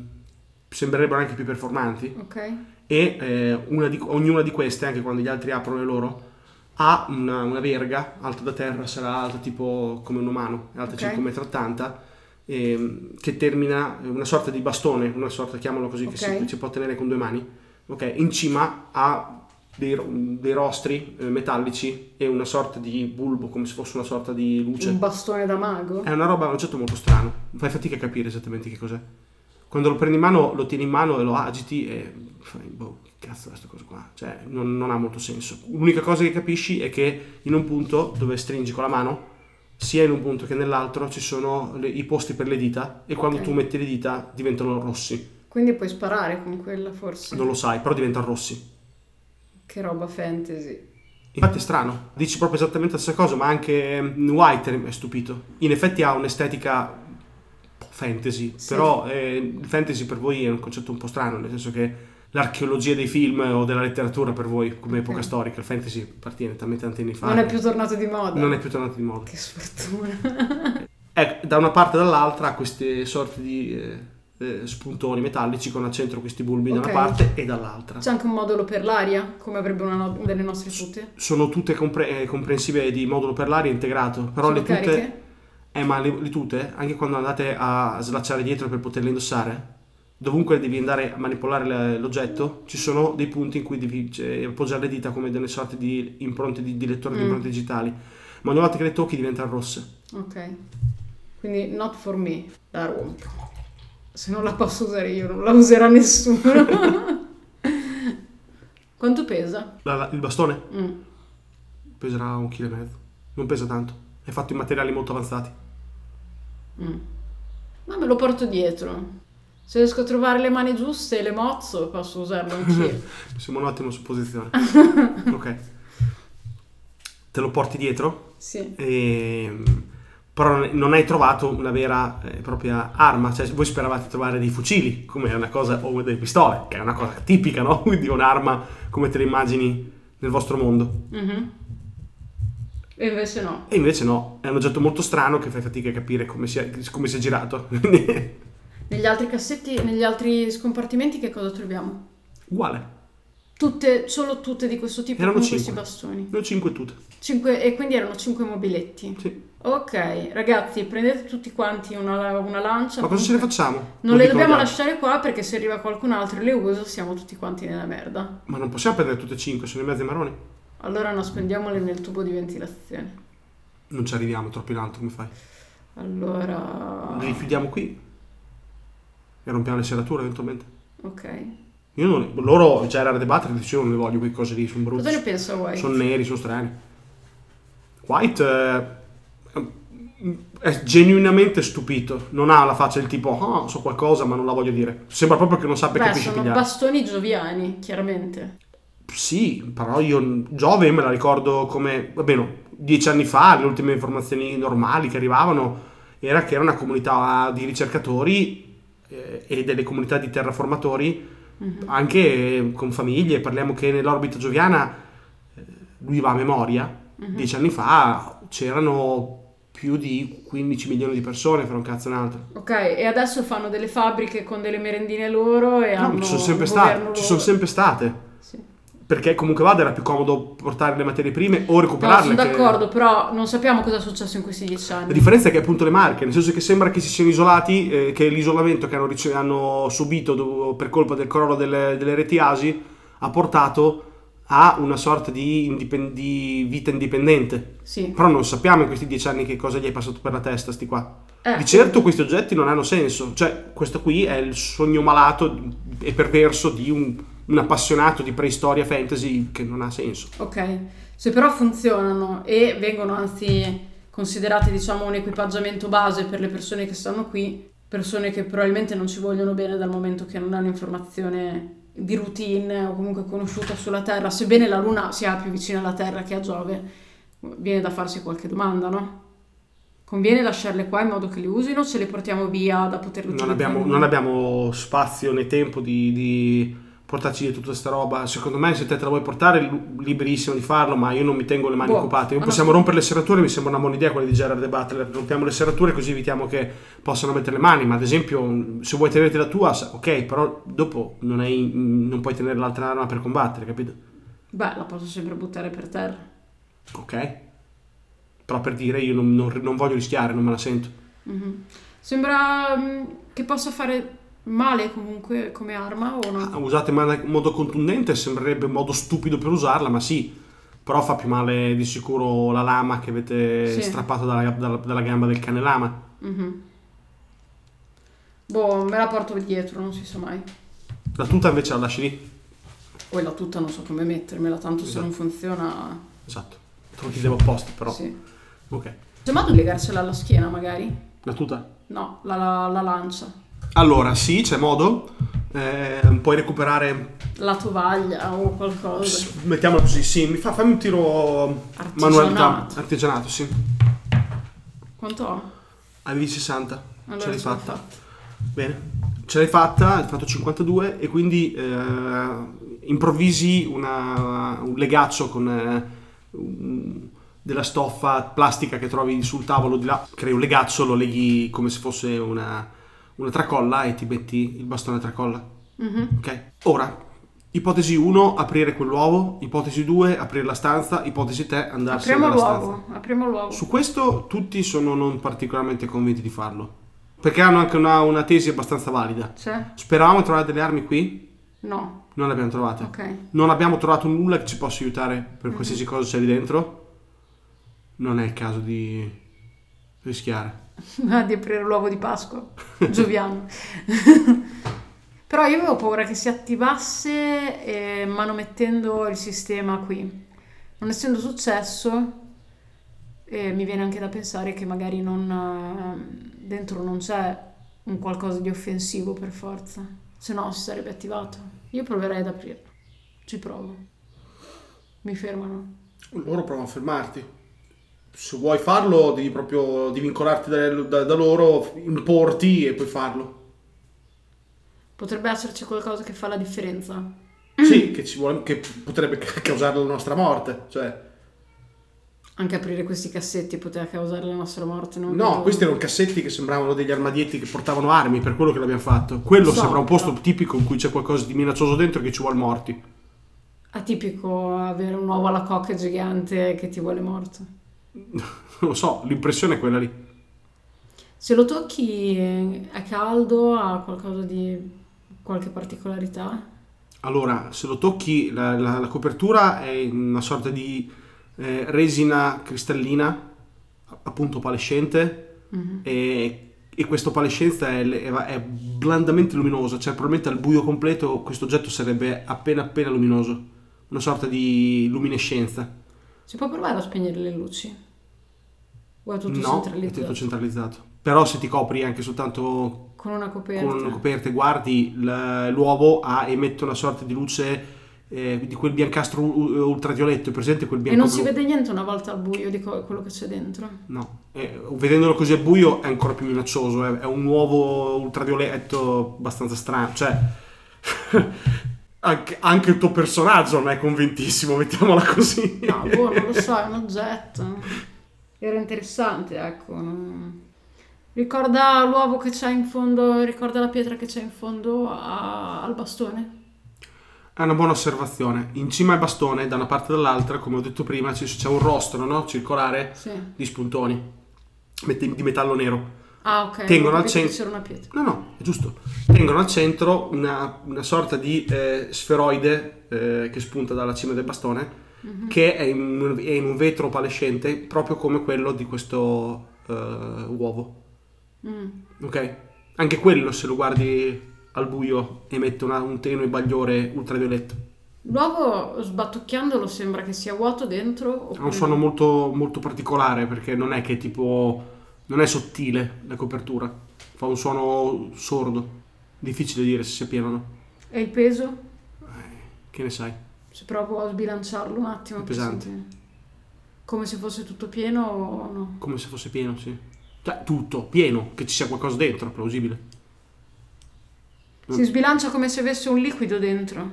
sembrerebbero anche più performanti
Ok.
e eh, una di- ognuna di queste, anche quando gli altri aprono le loro, ha una, una verga alta da terra, sarà alta tipo come un umano, è alta
Ok.
circa 1,80 m, ehm, che termina una sorta di bastone, una sorta, chiamalo così, che
Ok.
si, si può tenere con due mani. Ok, in cima ha dei, ro- dei rostri eh, metallici e una sorta di bulbo, come se fosse una sorta di luce.
Un bastone da mago?
È una roba, un oggetto molto strano. Fai fatica a capire esattamente che cos'è. Quando lo prendi in mano, lo tieni in mano e lo agiti e fai, boh, che cazzo è questa cosa qua? Cioè, non, non ha molto senso. L'unica cosa che capisci è che in un punto dove stringi con la mano, sia in un punto che nell'altro, ci sono le- i posti per le dita e quando
Ok.
tu metti le dita diventano rossi.
Quindi puoi sparare con quella forse.
Non lo sai, però diventano rossi.
Che roba fantasy.
Infatti è strano, dici proprio esattamente la stessa cosa, ma anche mm, White è stupito. In effetti ha un'estetica un po' fantasy,
Sì.
però eh, il fantasy per voi è un concetto un po' strano, nel senso che l'archeologia dei film o della letteratura per voi come epoca
Ok.
storica, il fantasy appartiene talmente tanti anni fa.
Non è più tornato di moda.
Ah. non è più tornato di moda.
Che sfortuna. (laughs)
Ecco, da una parte e dall'altra ha queste sorte di eh, eh, spuntoni metallici con al centro questi bulbi da
Ok.
una parte e dall'altra.
C'è anche un modulo per l'aria, come avrebbe una no- delle nostre tute.
Sono tutte compre- eh, comprensibili di modulo per l'aria integrato, però
Sono
le tute...
cariche?
Eh, ma le, le tute, anche quando andate a slacciare dietro per poterle indossare, dovunque devi andare a manipolare le- l'oggetto, ci sono dei punti in cui devi cioè, appoggiare le dita come delle sorte di impronte di, di lettore di
Mm.
impronte digitali. Ma ogni volta che le tocchi diventano rosse.
Ok. Quindi not for me, la rompo. Se non la posso usare io, non la userà nessuno. (laughs) Quanto pesa?
La- la- il bastone
Mm.
peserà un chilo e mezzo. Non pesa tanto. È fatto in materiali molto avanzati.
Mm. Ma me lo porto dietro. Se riesco a trovare le mani giuste e le mozzo, posso usarlo anch'io.
Siamo un'ottima supposizione. ok. Te lo porti dietro?
(laughs) sì.
Ehm, però non hai trovato una vera e propria arma, cioè voi speravate di trovare dei fucili, come è una cosa, o delle pistole, che è una cosa tipica, no? (laughs) Di un'arma come te le immagini nel vostro mondo.
Mhm. E invece no.
E invece no, è un oggetto molto strano che fai fatica a capire come sia, come sia girato. (laughs) Quindi,
Negli altri cassetti, negli altri scompartimenti che cosa troviamo?
Uguale.
Tutte, solo tutte di questo tipo
Erano
con questi
cinque.
bastoni.
Ne ho cinque tutte.
Cinque- e quindi erano 5 mobiletti.
Sì.
Ok, ragazzi, prendete tutti quanti una, una lancia.
Ma cosa ce ne facciamo?
Non
Lo
le
dico
dobbiamo
agli altri.
lasciare qua perché se arriva qualcun altro e le usa siamo tutti quanti nella merda.
Ma non possiamo prendere tutte e cinque, sono in mezzo ai maroni.
Allora nascondiamole nel tubo di ventilazione.
Non ci arriviamo, troppo in alto, come fai?
Allora...
Le chiudiamo qui. E rompiamo le serrature eventualmente.
Ok.
Io non... Loro già era da debattere, dicevo non le voglio quelle cose lì, sono
Cosa ne
brutte.
pensa White?
Sono neri, sono strani. White eh, è genuinamente stupito. Non ha la faccia del tipo, ah, so qualcosa ma non la voglio dire. Sembra proprio che non sappia
Beh,
capisci
sono
pigliare.
bastoni gioviani, chiaramente.
Sì, però io Giove me la ricordo come, va bene, dieci anni fa, le ultime informazioni normali che arrivavano era che era una comunità di ricercatori eh, e delle comunità di terraformatori,
Mhm.
anche con famiglie, parliamo che nell'orbita gioviana, eh, lui va a memoria,
Mhm.
dieci anni fa c'erano più di 15 milioni di persone, fra un cazzo e un altro.
Ok, e adesso fanno delle fabbriche con delle merendine loro e hanno
No, ci sono sempre
un
state,
governo
ci
loro.
sono sempre state.
Sì.
Perché comunque vada era più comodo portare le materie prime o
No,
recuperarle.
sono
che-
d'accordo, però non sappiamo cosa è successo in questi dieci
La
anni.
differenza è che appunto le marche, nel senso che sembra che si siano isolati, eh, che l'isolamento che hanno, rice- hanno subito do- per colpa del crollo delle, delle reti ASI ha portato a una sorta di, indipen- di vita indipendente.
Sì.
Però non sappiamo in questi dieci anni che cosa gli è passato per la testa, sti qua.
Eh,
Di certo questi oggetti non hanno senso, cioè questo qui è il sogno malato e perverso di un, un appassionato di preistoria fantasy che non ha senso.
Ok, se però funzionano e vengono anzi considerati diciamo un equipaggiamento base per le persone che stanno qui, persone che probabilmente non ci vogliono bene dal momento che non hanno informazione di routine o comunque conosciuta sulla Terra, sebbene la Luna sia più vicina alla Terra che a Giove, viene da farsi qualche domanda, no? Conviene lasciarle qua in modo che le usino, ce le portiamo via da poterle
Non
utilizzare?
abbiamo, non abbiamo spazio né tempo di, di portarci di tutta questa roba. Secondo me, se te te la vuoi portare, lu- liberissimo di farlo, ma io non mi tengo le mani
Buono.
occupate. Io
Ah,
possiamo
no.
rompere le serrature, mi sembra una buona idea quella di Gerard e Butler. Rompiamo le serrature così evitiamo che possano mettere le mani. Ma ad esempio, se vuoi tenerti la tua, sa- ok, però dopo non, hai- non puoi tenere l'altra arma per combattere, capito?
Beh, la posso sempre buttare per terra.
Ok. Però per dire, io non- non- non voglio rischiare, non me la sento.
Mhm. Sembra mm, che possa fare male comunque come arma o no?
Ah, usata in man- modo contundente sembrerebbe un modo stupido per usarla, ma sì, però fa più male di sicuro la lama che avete
Sì.
strappato dalla, dalla- dalla gamba del cane lama.
Mhm. Boh, me la porto dietro, non si sa mai.
La tuta invece la lasci lì.
Poi la tuta non so come mettermela, tanto se
Esatto.
non funziona...
Esatto. Te lo chiedevo apposta, però.
Sì.
Ok.
Semmai di legarcela alla schiena magari?
La tuta.
No, la, la- la lancia.
Allora, sì, c'è modo. Eh, puoi recuperare.
La tovaglia o qualcosa.
Pss, Mettiamola così, sì. Mi fa, fammi un tiro
Artigianato.
manualità. Artigianato, sì.
Quanto ho?
Avevi 60.
Allora,
ce l'hai
sono
fatta.
fatta.
Bene, ce l'hai fatta, hai fatto 52 e quindi eh, improvvisi una- un legaccio con eh, un- della stoffa plastica che trovi sul tavolo di là, crei un legaccio, lo leghi come se fosse una, una tracolla e ti metti il bastone a tracolla.
Mhm.
Ok, ora, ipotesi 1, aprire quell'uovo, ipotesi 2, aprire la stanza, ipotesi 3, andarsene
Apriamo
dalla stanza.
l'uovo, apriamo l'uovo.
Su questo tutti sono non particolarmente convinti di farlo. Perché hanno anche una, una tesi abbastanza valida.
C'è?
Speravamo di trovare delle armi qui,
No,
non le abbiamo trovate.
ok.
Non abbiamo trovato nulla che ci possa aiutare per qualsiasi cosa c'è lì dentro. Non è il caso di rischiare.
Ah, di aprire l'uovo di Pasqua, Gioviano. (laughs) Però io avevo paura che si attivasse eh, manomettendo il sistema qui. Non essendo successo, eh, mi viene anche da pensare che magari non, eh, dentro non c'è un qualcosa di offensivo per forza. Se no si sarebbe attivato. Io proverei ad aprirlo. Ci provo. Mi fermano.
Loro provano a fermarti. Se vuoi farlo, devi proprio devi vincolarti da, da- da loro, importi e puoi farlo.
Potrebbe esserci qualcosa che fa la differenza.
Sì, che, ci vuole- che potrebbe ca- causare la nostra morte. Cioè,
Anche aprire questi cassetti poteva causare la nostra morte. Non
No,
vedo-
questi erano cassetti che sembravano degli armadietti che portavano armi, per quello che l'abbiamo fatto. Quello
So,
sembra un posto
però.
tipico in cui c'è qualcosa di minaccioso dentro che ci vuole morti. (laughs)
atipico avere un uovo alla cocca gigante che ti vuole morto.
lo so, l'impressione è quella lì.
Se lo tocchi a caldo ha qualcosa di... qualche particolarità?
Allora, se lo tocchi, la, la- la copertura è una sorta di eh, resina cristallina, a- appunto palescente,
Mhm.
e, e questo palescenza è, è- è blandamente luminoso, cioè probabilmente al buio completo questo oggetto sarebbe appena appena luminoso, una sorta di luminescenza.
Si può provare a spegnere le luci? O è tutto
no, è
centralizzato?
tutto centralizzato. Però se ti copri anche soltanto
Con una coperta?
con una coperta e guardi l- l'uovo ha- emette una sorta di luce eh, di quel biancastro u- ultravioletto, è presente quel
E
bianco
non si
blu?
vede niente una volta al buio di co- quello che c'è dentro?
No, Eh, vedendolo così a buio è ancora più minaccioso, eh. è, è un uovo ultravioletto abbastanza strano, cioè (laughs) anche, anche il tuo personaggio non è convintissimo, mettiamola così.
No, boh, non lo so, è un oggetto. Era interessante, ecco. non- Ricorda l'uovo che c'è in fondo, ricorda la pietra che c'è in fondo a- al bastone.
È una buona osservazione. In cima al bastone, da una parte e dall'altra, come ho detto prima, ci- c'è un rostro no? circolare
Sì.
di spuntoni met- di metallo nero.
Ah, ok.
Tengono
ho
al
capito
centro-
che C'era una pietra.
No, no, è giusto. Tengono al centro una, una sorta di eh, sferoide eh, che spunta dalla cima del bastone, che è in, è in un vetro palescente, proprio come quello di questo eh, uovo.
Mm.
Ok? Anche quello, se lo guardi al buio, emette una- un tenue bagliore ultravioletto.
L'uovo, sbattucchiandolo, sembra che sia vuoto dentro.
Ha
oppure
un suono
no?
molto, molto particolare perché non è che tipo. non è sottile la copertura. Fa un suono sordo. Difficile dire se sia pieno o no.
E il peso?
Che ne sai?
Se provo a sbilanciarlo un attimo.
È
per
pesante.
sentire. Come se fosse tutto pieno o no?
Come se fosse pieno, sì. Cioè, tutto, pieno, che ci sia qualcosa dentro, plausibile. Mm.
Si sbilancia come se avesse un liquido dentro.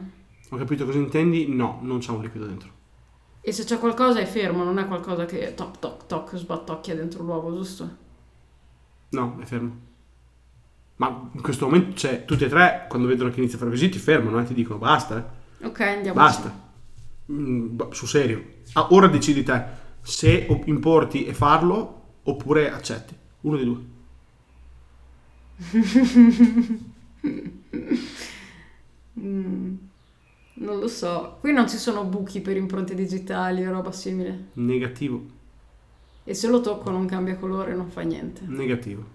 Ho capito cosa intendi? No, non c'è un liquido dentro.
E se c'è qualcosa è fermo, non è qualcosa che toc toc toc sbattocchia dentro l'uovo, giusto?
No, è fermo. Ma in questo momento, cioè, tutti e tre, quando vedono che inizia a fare così, ti fermano e ti dicono basta, eh,
Ok, andiamo.
basta. Mm, ba- sul serio. Ah, ora decidi te se o- importi e farlo oppure accetti. Uno dei due.
Mm, non lo so. Qui non ci sono buchi per impronte digitali o roba simile.
Negativo,
E se lo tocco non cambia colore, non fa niente.
negativo.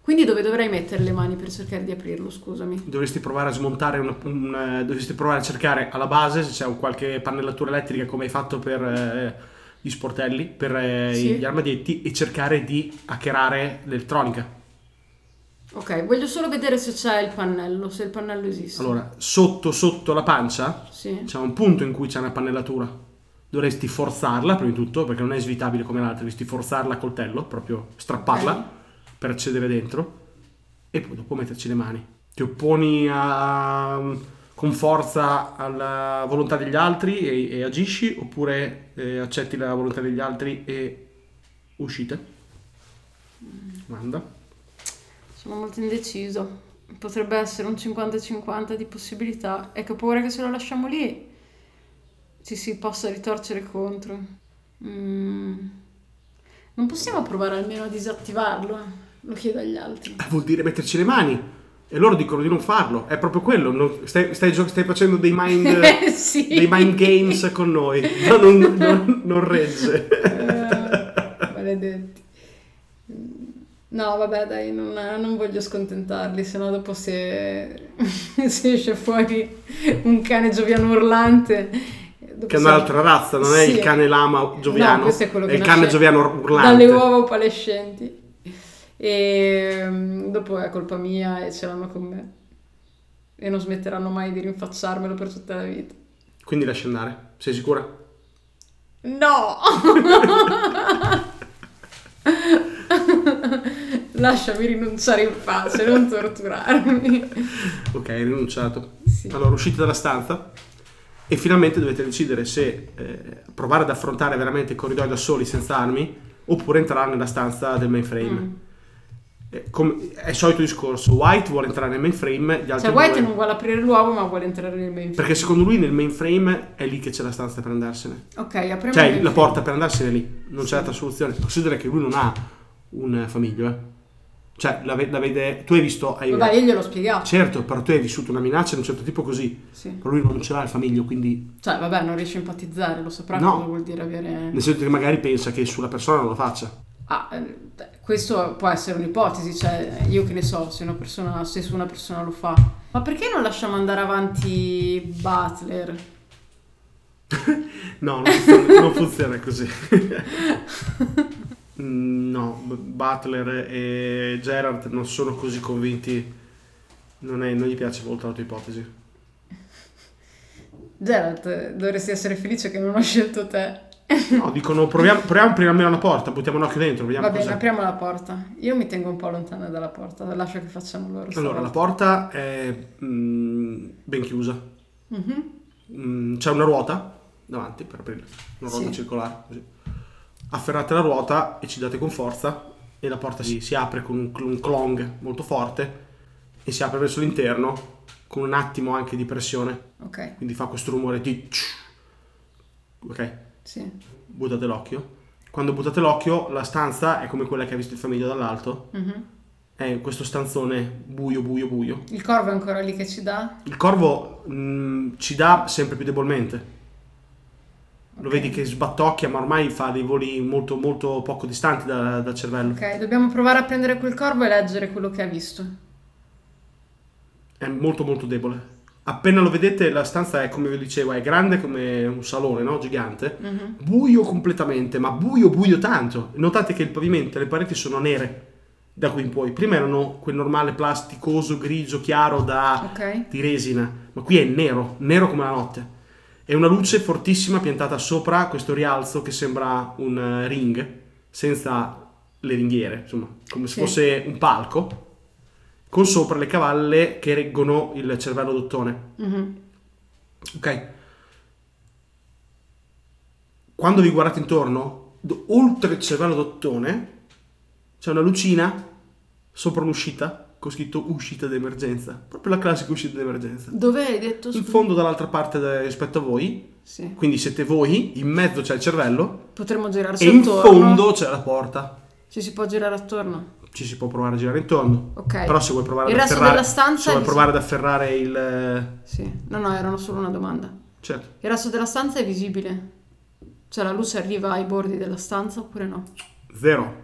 Quindi dove dovrei mettere le mani per cercare di aprirlo, scusami?
Dovresti provare a smontare una- un, eh, dovresti provare a cercare alla base se c'è un qualche pannellatura elettrica come hai fatto per eh, gli sportelli, per eh,
Sì.
gli armadietti e cercare di hackerare l'elettronica.
Ok, voglio solo vedere se c'è il pannello, se il pannello esiste.
Allora, sotto sotto la pancia
Sì.
c'è un punto in cui c'è una pannellatura. Dovresti forzarla prima di tutto perché non è svitabile come l'altra, dovresti forzarla a coltello, proprio strapparla
Ok.
per accedere dentro e poi dopo metterci le mani. Ti opponi a- con forza alla volontà degli altri e, e agisci oppure eh, accetti la volontà degli altri e uscite. Manda.
Sono molto indeciso. Potrebbe essere un 50-50 di possibilità. E che ho paura che se lo lasciamo lì ci si possa ritorcere contro. Mm. Non possiamo provare almeno a disattivarlo? eh. Lo chiedo agli altri.
Eh, Vuol dire metterci le mani. E loro dicono di non farlo, è proprio quello. non- stai, stai gio- stai facendo dei
(laughs)
mind, (laughs)
Eh, sì.
dei mind games con noi, ma non, non, non regge.
Eh, maledetti. No, vabbè, dai, non, non voglio scontentarli, sennò dopo se, (laughs) se esce fuori un cane gioviano urlante... dopo
Che è
si-
un'altra razza, non è
Sì.
il cane lama gioviano,
No, questo è quello che
il
nasce
cane gioviano urlante.
Dalle uova opalescenti. E mm, dopo è colpa mia e ce l'hanno con me. E non smetteranno mai di rinfacciarmelo per tutta la vita.
Quindi lascia andare, sei sicura?
No! (laughs) Lasciami rinunciare in pace, non torturarmi.
Ok, hai rinunciato.
Sì.
Allora uscite dalla stanza e finalmente dovete decidere se eh, provare ad affrontare veramente il corridoio da soli senza armi oppure entrare nella stanza del mainframe.
Mm.
eh, com- è il solito discorso, White vuole entrare nel mainframe, gli altri
Cioè, White
due-
non vuole aprire l'uovo, ma vuole entrare nel mainframe.
Perché secondo lui nel mainframe è lì che c'è la stanza per andarsene.
Ok, apriamo il
Cioè,
mainframe.
la porta per andarsene è lì, non
Sì.
c'è altra soluzione. Considera che lui non ha un famiglio, eh. Cioè, la, ve- la vede... Tu hai visto... Hai...
Vabbè, io gliel'ho spiegato.
Certo, però tu hai vissuto una minaccia di un certo tipo così.
Sì.
Però lui non ce l'ha il famiglio, quindi...
Cioè, vabbè, non riesce a empatizzare, lo saprà
No.
cosa vuol dire avere...
Nel senso che magari pensa che sulla persona non lo faccia.
Ah, eh, questo può essere un'ipotesi, cioè io che ne so se una persona, se su una persona lo fa. Ma perché non lasciamo andare avanti Butler?
No, non funziona, non funziona (laughs) così. Mm, no, B- Butler e Gerard non sono così convinti. Non, è- non gli piace molto la tua ipotesi.
Geralt, dovresti essere felice che non ho scelto te.
No, dicono proviamo, proviamo a aprire almeno la porta, buttiamo un occhio dentro, vediamo
Va bene,
cosa.
apriamo la porta. Io mi tengo un po' lontana dalla porta, lascio che facciano loro.
Allora, la
stavolta.
porta è mm, ben chiusa.
Mhm.
Mm, c'è una ruota davanti per aprirla, una ruota
Sì.
circolare. Così. Afferrate la ruota e ci date con forza e la porta si, si apre con un, cl- un clong molto forte e si apre verso l'interno con un attimo anche di pressione,
Ok,
quindi fa questo rumore di... tsch. Ok,
sì.
buttate l'occhio. Quando buttate l'occhio la stanza è come quella che ha visto il famiglio dall'alto,
Mhm.
è questo stanzone buio buio buio.
Il corvo è ancora lì che ci dà?
Il corvo mm, ci dà sempre più debolmente. Lo
Ok.
vedi che sbattocchia, ma ormai fa dei voli molto, molto poco distanti da- dal cervello.
Ok, dobbiamo provare a prendere quel corvo e leggere quello che ha visto.
È molto, molto debole. Appena lo vedete, la stanza è, come vi dicevo, è grande come un salone, no? Gigante.
Mhm.
Buio completamente, ma buio, buio tanto. Notate che il pavimento e le pareti sono nere da qui in poi. Prima erano quel normale plasticoso, grigio, chiaro da
Ok.
di resina, ma qui è nero, nero come la notte. È una luce fortissima piantata sopra questo rialzo che sembra un eh, ring, senza le ringhiere, insomma, come se
Sì.
fosse un palco, con sopra le cavalle che reggono il cervello d'ottone.
Mhm.
Ok. Quando vi guardate intorno, do- oltre il cervello d'ottone, c'è una lucina sopra un'uscita con scritto uscita d'emergenza. Proprio la classica uscita d'emergenza.
Dove hai detto?
In
scusa?
fondo dall'altra parte de- rispetto a voi,
Sì.
quindi siete voi, in mezzo c'è il cervello
Potremmo girarci
e in
attorno.
fondo c'è la porta.
Ci si può girare attorno.
Ci si può provare a girare intorno.
Ok.
Però se vuoi provare
Il
ad
resto
afferrare
della stanza
se vuoi
è-
provare ad afferrare il eh,
Sì. No, no, erano solo una domanda.
certo.
Il resto della stanza è visibile. Cioè la luce arriva ai bordi della stanza oppure no?
Zero.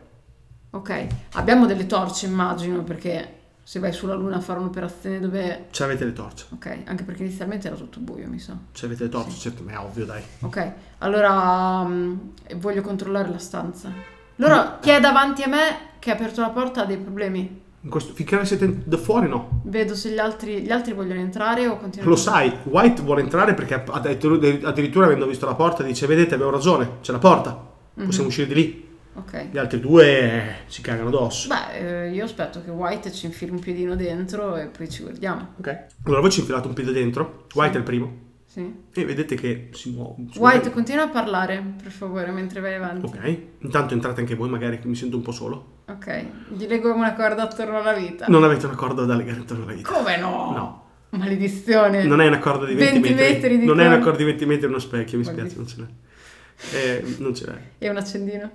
Ok. Abbiamo delle torce, immagino, perché se vai sulla luna a fare un'operazione dove
Ci avete le torce.
Ok, anche perché inizialmente era tutto buio, mi sa.
Ci avete le torce, certo, ma è ovvio, dai.
Ok, allora mm, voglio controllare la stanza. Allora, chi è davanti a me che ha aperto la porta ha dei problemi.
In questo- finché non siete da fuori, no.
Vedo se gli altri, gli altri vogliono entrare o continuano.
Lo sai, White vuole entrare perché ha ha detto lui, addirittura avendo visto la porta dice vedete abbiamo ragione, c'è la porta,
Mhm.
possiamo uscire di lì.
Ok.
Gli altri due eh, si cagano addosso.
Beh, eh, io aspetto che White ci infili un piedino dentro e poi ci guardiamo.
Ok. Allora voi ci infilate un piede dentro, White è il primo,
Sì.
e vedete che si muove. si
White,
muove.
continua a parlare, per favore, mentre vai avanti. Ok.
Ok, intanto entrate anche voi, magari che mi sento un po' solo.
Gli leggo una corda attorno alla vita.
Non avete una corda da legare intorno alla vita.
Come no?
No.
Maledizione.
Non è una corda di 20,
20
metri.
metri di
non è una
corda.
corda di 20 metri, è uno specchio, mi
Guardi.
spiace, non ce l'è. Eh, non ce l'è.
E un accendino.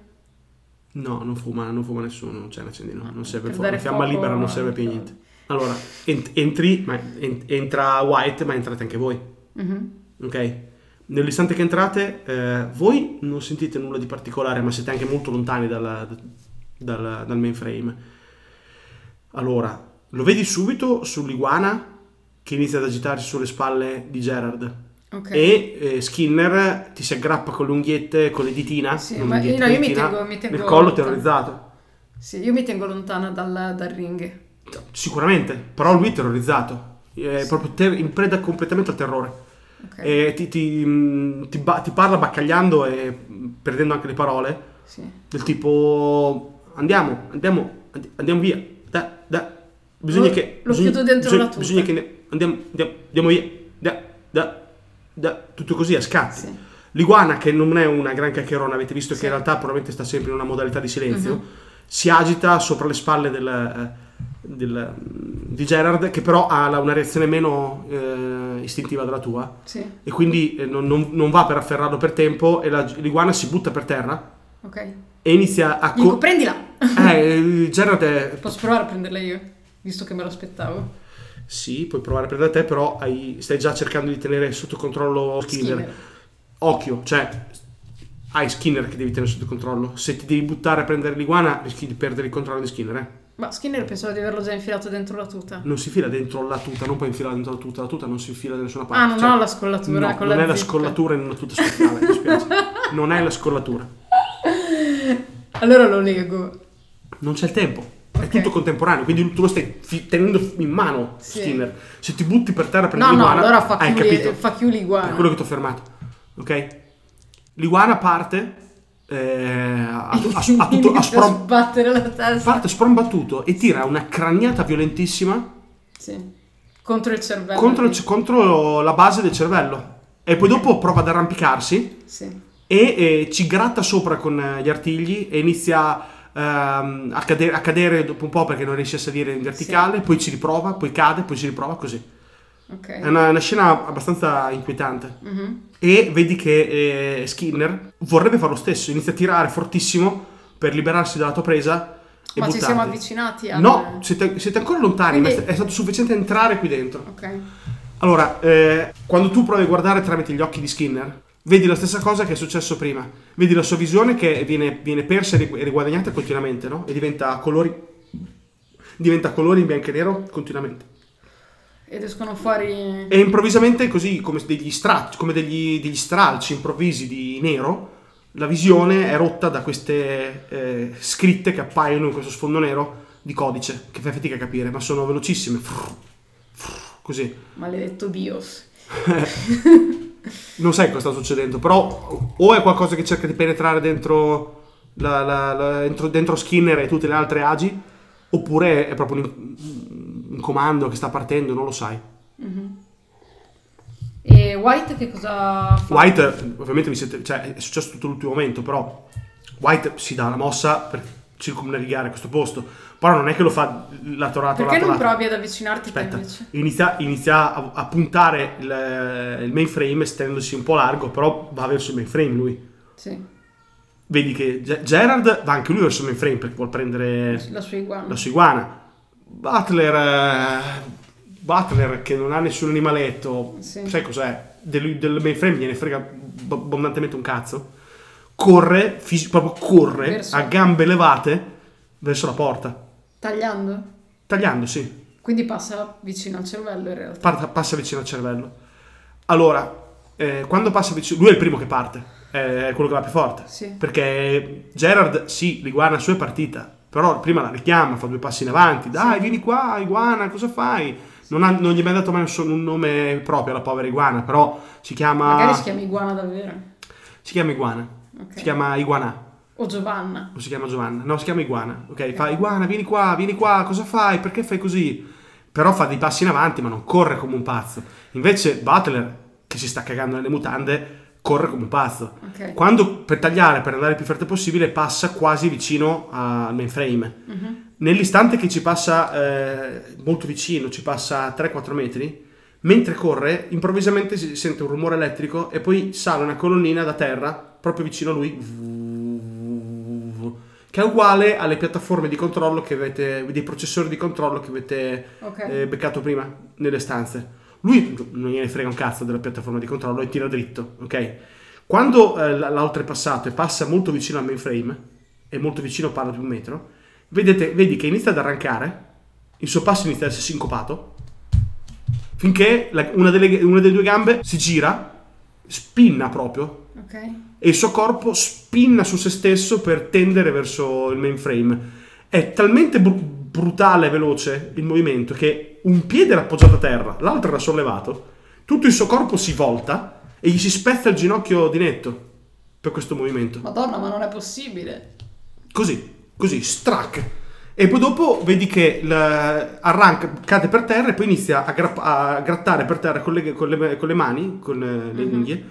No, non fuma, non fuma nessuno, non c'è un accendino, non serve
Per
fuoco, la
dare
fiamma
fuoco-
libera non serve più niente. Allora, ent- entri, ma en- entra White, ma entrate anche voi,
Mhm.
ok? Nell'istante che entrate, eh, voi non sentite nulla di particolare, ma siete anche molto lontani dalla- dal, dal mainframe. Allora, lo vedi subito sull'iguana che inizia ad agitarsi sulle spalle di Gerard.
Ok.
E eh, Skinner ti si aggrappa con le unghiette, con le ditina,
Sì,
non
ma-
unghiette,
no, io mi
ditina,
tengo- mi tengo
nel collo
lontano.
terrorizzato.
Sì, io mi tengo lontana dal, dal ring.
Sicuramente, però lui è terrorizzato, è proprio ter- in preda completamente al terrore.
Ok.
E ti, ti- mh, ti ba- ti parla baccagliando e mh, perdendo anche le parole,
Sì.
del tipo andiamo, andiamo, and- andiamo via, dai, dai, bisogna
Lo-
che...
lo
bisogna,
chiudo dentro
bisogna,
la tuta.
bisogna che ne- andiamo, andiamo, andiamo via, dai, dai, dai, tutto così a scatti.
Sì.
L'iguana, che non è una gran chiacchierona, avete visto
Sì. Mhm.
che in realtà probabilmente sta sempre in una modalità di silenzio, si agita sopra le spalle del, eh, del- mm, di Gerard, che però ha la- una reazione meno eh, istintiva della tua,
Sì,
e quindi eh, non, non- non va per afferrarlo per tempo, e la l'iguana si butta per terra
ok.
e inizia a...
Dico,
correre.
prendila! (laughs)
eh, Gerard è...
Posso provare a prenderla io, visto che me lo aspettavo.
Sì, puoi provare a prendere te, però hai- stai già cercando di tenere sotto controllo Skinner.
Skinner.
Occhio, cioè hai Skinner che devi tenere sotto controllo. Se ti devi buttare a prendere l'iguana, rischi di perdere il controllo di Skinner. eh.
Ma Skinner pensavo di averlo già infilato dentro la tuta.
Non si fila dentro la tuta, non puoi infilare dentro la tuta, la tuta non si infila da nessuna parte.
Ah, non
cioè,
ho la scollatura
no,
con
non
la
è la
zip.
scollatura in una tuta speciale, mi
(laughs)
dispiace. Non è la scollatura.
Allora lo leggo.
Non c'è il tempo. È
Ok.
tutto contemporaneo, quindi tu lo stai fi- tenendo in mano,
Sì.
Skinner. Se ti butti per terra a
No,
prendere
no,
l'iguana,
allora fa
hai capito.
chiù, fa chiù l'iguana.
È quello
(laughs)
che ti ho fermato. Ok? L'iguana parte eh, a, a- a tutto, a
Inizia
sprom-
sbattere la testa.
parte sprombattuto e tira una craniata violentissima
Sì. Contro il cervello.
contro, il
quindi.
ce- contro la base del cervello. E poi dopo prova ad arrampicarsi
Sì.
e eh, ci gratta sopra con eh, gli artigli e inizia ehm, a, cadere, a cadere dopo un po' perché non riesce a salire in verticale, poi ci riprova, poi cade, poi ci riprova così.
Ok.
È una- una scena abbastanza inquietante.
Mhm.
E vedi che eh, Skinner vorrebbe fare lo stesso, inizia a tirare fortissimo per liberarsi dalla tua presa. E
Ma ci siamo
buttarti.
avvicinati al...
No, siete, siete ancora lontani,
Quindi-
ma è stato sufficiente entrare qui dentro.
Ok.
Allora, eh, quando tu provi a guardare tramite gli occhi di Skinner, vedi la stessa cosa che è successo prima. Vedi la sua visione che viene, viene persa e rigu- e riguadagnata continuamente, no? E diventa a colori. Diventa a colori in bianco e nero continuamente.
Ed escono fuori...
E improvvisamente, così come degli, stra- come degli- degli stralci improvvisi di nero, la visione è rotta da queste eh, scritte che appaiono in questo sfondo nero di codice, che fai fatica a capire, ma sono velocissime. Così.
Maledetto Bios.
Non sai cosa sta succedendo, però o è qualcosa che cerca di penetrare dentro, la- la- la- dentro, dentro Skinner e tutte le altre agi, oppure è proprio un- un comando che sta partendo, non lo sai.
Mm-hmm. E White che cosa fa?
White, ovviamente, vi siete- cioè, è successo tutto l'ultimo momento, però White si dà la mossa per circumnavigare questo posto, però non è che lo fa lato lato
Perché
lato,
non
lato.
provi ad avvicinarti te
Aspetta,
invece?
inizia, inizia a, a puntare il, il mainframe stendosi un po' largo, però va verso il mainframe lui.
Sì.
Vedi che Ge- Gerard va anche lui verso il mainframe perché vuol prendere
La sua iguana.
Eh. la sua iguana. Butler, eh, Butler che non ha nessun animaletto,
Sì.
sai cos'è? Del, del mainframe gliene frega ab- abbondantemente un cazzo. Corre, fis- proprio corre
Verso-
a gambe levate verso la porta,
Tagliando?
tagliandosi.
Quindi passa vicino al cervello in realtà.
Parta- passa vicino al cervello. Allora, eh, quando passa vicino, lui è il primo che parte, è quello che va più forte.
Sì.
Perché Gerard, sì, l'iguana sua è partita, però prima la richiama, fa due passi in avanti, dai,
Sì.
vieni qua, iguana, cosa fai? Non, ha- non gli è mai dato mai un, so- un nome proprio alla povera iguana, però si chiama...
Magari si chiama iguana davvero.
si chiama iguana,
Ok.
si chiama iguana.
O Giovanna.
O si chiama Giovanna? No, si chiama Iguana. Ok, fa Iguana, vieni qua, vieni qua, cosa fai? Perché fai così? Però fa dei passi in avanti, ma non corre come un pazzo. Invece Butler, che si sta cagando nelle mutande, corre come un pazzo.
Ok.
Quando per tagliare, per andare il più forte possibile, passa quasi vicino al mainframe.
Mhm.
Nell'istante che ci passa eh, molto vicino, ci passa 3-4 metri, mentre corre, improvvisamente si sente un rumore elettrico e poi sale una colonnina da terra proprio vicino a lui, che è uguale alle piattaforme di controllo che avete, dei processori di controllo che avete
Ok.
eh, beccato prima nelle stanze. Lui non gliene frega un cazzo della piattaforma di controllo e tira dritto, ok? Quando eh, l- l'ha oltrepassato e passa molto vicino al mainframe, e molto vicino parla di un metro, vedete, vedi che inizia ad arrancare, il suo passo inizia ad essere sincopato, finché la- una, delle, una delle due gambe si gira, spinna proprio,
Ok.
e il suo corpo spinna su se stesso per tendere verso il mainframe. È talmente bru- brutale e veloce il movimento che un piede era appoggiato a terra, l'altro era sollevato, tutto il suo corpo si volta e gli si spezza il ginocchio di netto per questo movimento.
Madonna, ma non è possibile.
Così, così, strack. E poi dopo vedi che il- arranca, cade per terra e poi inizia a, grapp- a grattare per terra con le, con le- con le mani, con eh, le
Mhm.
unghie,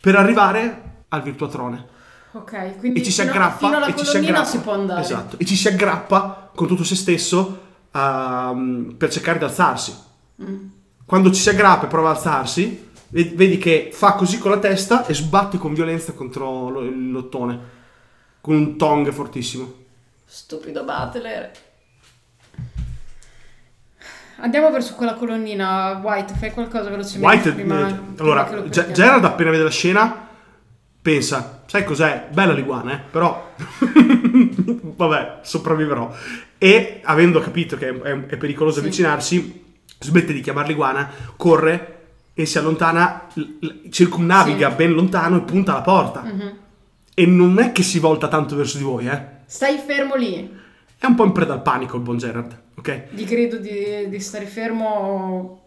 per arrivare al virtuatrone.
Ok, quindi
e ci si
fino-
aggrappa
fino alla
e ci si
colonnina
aggrappa,
si può andare.
Esatto, e ci si aggrappa con tutto se stesso ehm, per cercare di alzarsi.
Mm.
Quando ci si aggrappa e prova ad alzarsi, ved- vedi che fa così con la testa e sbatte con violenza contro lo- il lottone con un tong fortissimo.
Stupido Butler. Andiamo verso quella colonnina. White, fai qualcosa velocemente.
White,
prima-
eh,
prima
allora,
che lo
Ge-
perdiamo.
Gerard appena vede la scena pensa, sai cos'è? Bella l'iguana, eh? però (laughs) vabbè, sopravviverò. E avendo capito che è, è pericoloso
Sì.
avvicinarsi, smette di chiamare l'iguana, corre e si allontana, l- l- circumnaviga
Sì.
ben lontano e punta alla porta.
Mhm.
E non è che si volta tanto verso di voi, eh?
Stai fermo lì.
È un po' in preda al panico il buon Gerard, ok?
Gli credo di, di stare fermo.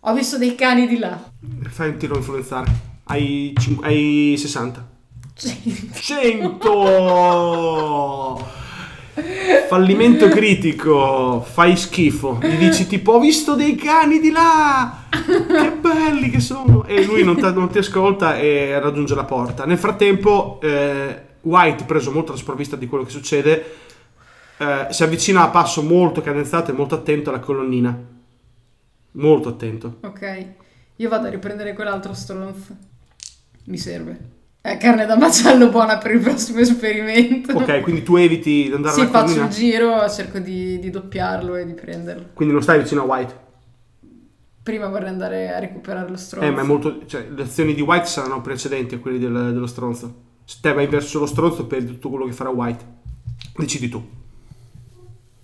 Ho visto dei cani di là.
Fai un tiro a influenzare. Hai, cin- hai 60.
Sì.
100 fallimento critico fai schifo gli dici tipo ho visto dei cani di là che belli che sono e lui non, ti- non ti ascolta e raggiunge la porta nel frattempo eh, White preso molto alla sprovvista di quello che succede eh, si avvicina a passo molto cadenzato e molto attento alla colonnina molto attento
(laughs) Ok. Io vado a riprendere quell'altro stronzo. Mi serve. È carne da macello buona per il prossimo esperimento.
ok quindi tu eviti di andare
Sì,
alla
faccio il
colonnina
giro, cerco di, di doppiarlo e di prenderlo.
quindi non stai vicino a White
Prima vorrei andare a recuperare lo stronzo.
Eh, ma è molto. Cioè, le azioni di White saranno precedenti a quelle del- dello stronzo. Se te vai verso lo stronzo, perdi tutto quello che farà White. Decidi tu.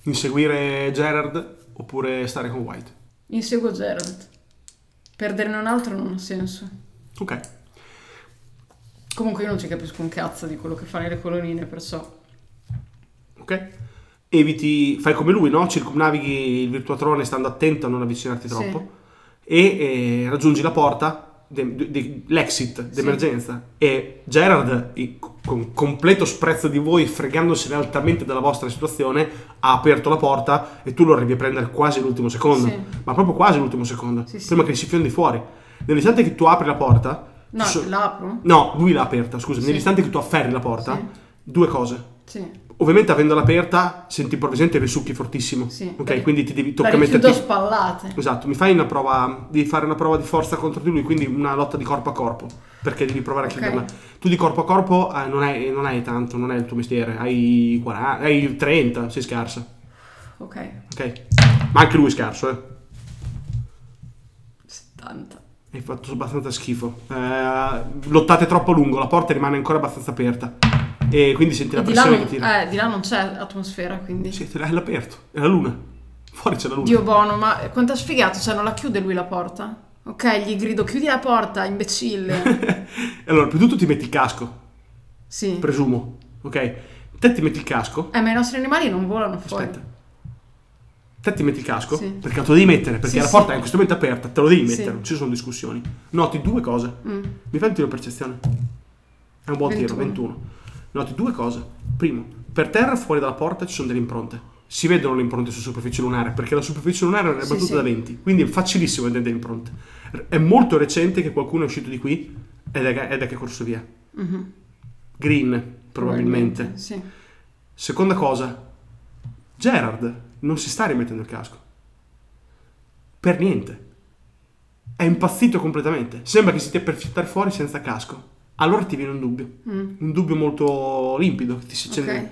Inseguire Gerard oppure stare con White.
Inseguo Gerald. Perderne un altro non ha senso.
Ok.
Comunque io non ci capisco un cazzo di quello che fa nelle colonnine, perciò...
Ok. Eviti. Fai come lui, no? Circumnavighi il virtuatrone stando attento a non avvicinarti
Sì.
troppo. E eh, raggiungi la porta. de- de- de- l'exit d'emergenza e Gerard i- con completo sprezzo di voi fregandosene altamente dalla vostra situazione ha aperto la porta e tu lo arrivi a prendere quasi all'ultimo secondo
Sì.
ma proprio quasi all'ultimo secondo
Sì, sì.
prima che si fiondi fuori nell'istante che tu apri la porta
No,
ci so-
l'apro?
no lui l'ha aperta scusa
Sì.
nell'istante che tu afferri la porta
Sì.
due cose
Sì.
Ovviamente avendola aperta senti improvvisamente risucchi fortissimo.
Sì.
ok,
Perché-
quindi ti devi
La
tocca
rifiuto a
metterti.
spallate.
Esatto, mi fai una prova. Devi fare una prova di forza contro di lui, quindi una lotta di corpo a corpo. Perché devi provare a
Ok.
chiuderla. Tu di corpo a corpo eh, non, hai, non hai tanto, non è il tuo mestiere. Hai 40, hai 30, sei scarsa.
Ok.
Ok? Ma anche lui è scarso, eh.
70.
Hai fatto abbastanza schifo. Eh, lottate troppo a lungo, la porta rimane ancora abbastanza aperta. E quindi senti la
E di là,
pressione
non,
che tira.
eh, di là non c'è atmosfera, quindi...
Sì, te l'hai all'aperto. È la luna. Fuori c'è la luna.
Dio buono, ma quanto ha sfigato, cioè non la chiude lui la porta? Ok, gli grido, chiudi la porta,
(laughs)
imbecille.
E allora, più tutto ti metti il casco,
Sì.
presumo, ok? Te ti metti il casco,
Eh, ma i nostri animali non volano fuori.
aspetta. Te ti metti il casco,
Sì.
perché lo devi mettere, perché
Sì,
la
sì.
porta è in questo momento aperta, te lo devi
Sì.
mettere, non ci sono discussioni. Noti due cose.
Mm.
Mi fai un tiro di percezione. È un buon tiro,
21.
21. Noti due cose. Primo, per terra fuori dalla porta ci sono delle impronte. Si vedono le impronte sulla superficie lunare, perché la superficie lunare era
Sì,
battuta
sì.
da 20, quindi è facilissimo vedere delle impronte. R- È molto recente che qualcuno è uscito di qui ed è, ed è che è corso via.
Mhm.
Green, probabilmente.
Sì.
Seconda cosa, Gerard non si sta rimettendo il casco. Per niente. È impazzito completamente. Sembra che si stia per fittare fuori senza casco. Allora ti viene un dubbio.
Mm.
Un dubbio molto limpido che ti si accende.
Ok.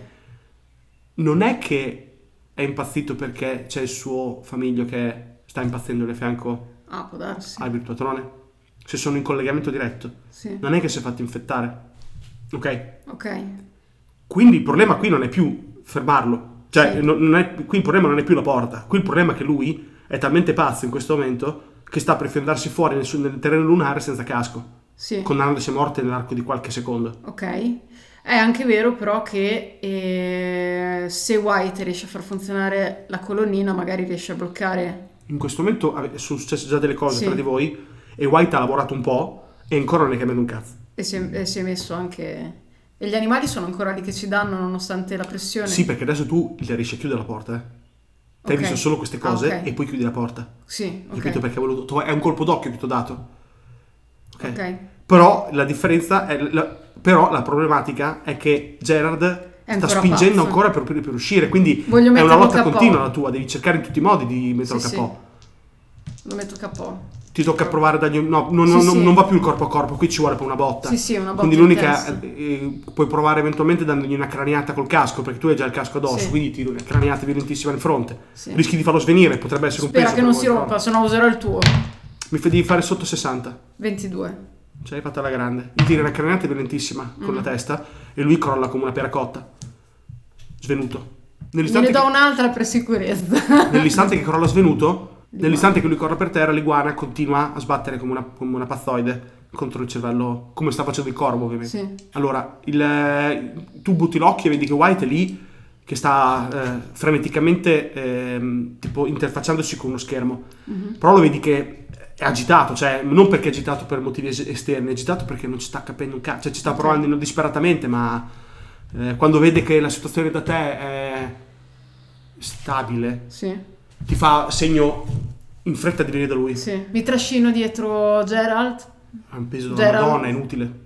Non è che è impazzito perché c'è il suo famiglio che sta impazzendo a fianco
Ah, può darsi.
al virtuatrone. Se sono in collegamento diretto.
Sì.
Non è che si è fatto infettare. Ok?
Ok.
Quindi il problema qui non è più fermarlo. Cioè,
Sì.
non- non è- qui il problema non è più la porta. Qui il problema è che lui è talmente pazzo in questo momento che sta per fiondarsi fuori nel, su- nel terreno lunare senza casco,
Sì.
condannandosi a morte nell'arco di qualche secondo.
Ok. È anche vero però che eh, se White riesce a far funzionare la colonnina, magari riesce a bloccare.
In questo momento ave- sono successe già delle cose
Sì.
tra di voi e White ha lavorato un po' e ancora non è cambiato un cazzo.
E si, è, e si è messo anche. E gli animali sono ancora lì che ci danno nonostante la pressione.
Sì, perché adesso tu gli riesci a chiudere la porta. eh. Te hai
Ok.
visto solo queste
Ah,
cose
ok.
e poi chiudi la porta.
Sì, ok.
Capito? Perché ha voluto- tu- è un colpo d'occhio che ti ho dato.
Ok.
Però la differenza è la- Però la problematica è che Gerard
È
sta
ancora
spingendo
pazzo.
ancora per, per- per uscire, quindi
Voglio
è una
metterlo
lotta
capò.
continua la tua, devi cercare in tutti i modi di metterlo
Sì,
a
sì.
capo.
Lo metto capo.
Ti tocca provare a dargli un- No, non,
Sì,
non-
sì.
non va più il corpo a corpo, qui ci vuole poi una botta.
Sì, sì, una botta
Quindi
in
l'unica
testa.
eh, puoi provare eventualmente dandogli una craniata col casco, perché tu hai già il casco addosso,
Sì.
quindi tiri una craniata violentissima in fronte.
Sì.
Rischi di farlo svenire, potrebbe essere un
Spera
peso.
che
eh, per
non
voi,
si
però.
rompa, se no userò il tuo.
Mi fai devi fare sotto 60.
22.
Cioè, hai fatta la grande. Gli tiri una craniata violentissima con
Mm.
la testa e lui crolla come una peracotta. Svenuto.
Gliene
Nell'istante,
do
che,
un'altra per sicurezza.
nell'istante che crolla svenuto, nell'istante che lui corre per terra, l'iguana continua a sbattere come una, come una pazzoide contro il cervello, come sta facendo il corvo, ovviamente.
(laughs) sì.
Allora, il- eh, tu butti l'occhio e vedi che White è lì che sta eh, freneticamente ehm, tipo interfacciandosi con uno schermo.
Mhm.
Però lo vedi che è agitato, cioè non perché è agitato per motivi es- esterni, è agitato perché non ci sta capendo un cazzo, cioè ci sta provando disperatamente, ma eh, quando vede che la situazione da te è stabile,
Sì.
ti fa segno in fretta di venire da lui.
Sì. Mi trascino dietro Geralt.
Ha un peso da
Gerald.
madonna, è inutile.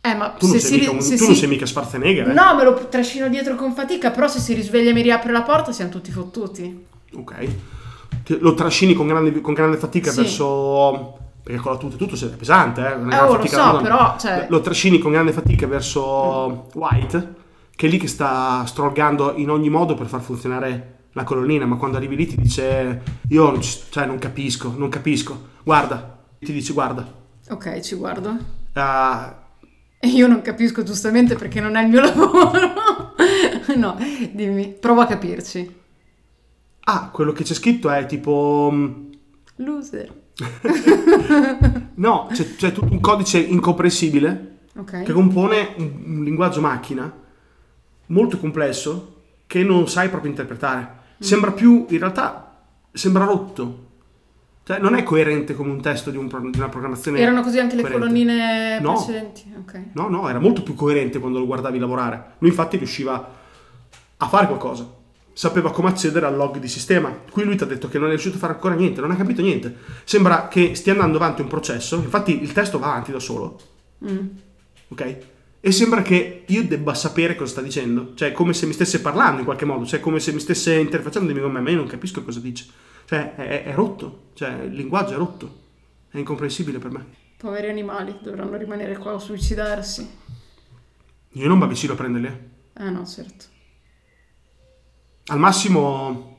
Eh, ma
Tu,
Cioè, se
non sei,
si
mica,
ri-
un-
se
tu
si-
non sei mica Schwarzenegger, eh?
No, me lo trascino dietro con fatica, però se si risveglia e mi riapre la porta siamo tutti fottuti.
Ok. Te- Lo trascini con grande, con grande fatica
Sì.
verso. Perché con la tuta e tutto è pesante, eh? Una
Eh,
grande
oh, lo
fatica,
so,
madonna.
però, cioè-
Lo trascini con grande fatica verso White, che è lì che sta strolgando in ogni modo per far funzionare la colonnina, ma quando arrivi lì ti dice: Io non, ci- cioè, non capisco, non capisco. Guarda, ti dice: Guarda,
Ok, ci guardo.
ah,
E io non capisco giustamente perché non è il mio (laughs) lavoro. no, dimmi, prova a capirci.
ah, quello che c'è scritto è tipo. mm,
Loser.
No, c'è, c'è tutto un codice incomprensibile
Ok.
che compone un, un linguaggio macchina molto complesso che non sai proprio interpretare.
Mm.
Sembra più, in realtà, sembra rotto. Cioè, non è coerente come un testo di, un pro- di una programmazione.
Erano così anche le
coerente.
colonnine
No.
precedenti. Ok.
No, no, era molto più coerente quando lo guardavi lavorare. Lui infatti riusciva a fare qualcosa. Sapeva come accedere al log di sistema. Qui lui ti ha detto che non è riuscito a fare ancora niente, non ha capito niente. Sembra che stia andando avanti un processo, infatti il testo va avanti da solo,
Mm.
ok? E sembra che io debba sapere cosa sta dicendo, cioè è come se mi stesse parlando in qualche modo, cioè è come se mi stesse interfacciando con me, ma io non capisco cosa dice. Cioè è, è rotto, cioè il linguaggio è rotto, è incomprensibile per me.
Poveri animali, dovranno rimanere qua o suicidarsi.
Io non mi avvicino a prenderli. eh.
Ah no, certo.
Al massimo...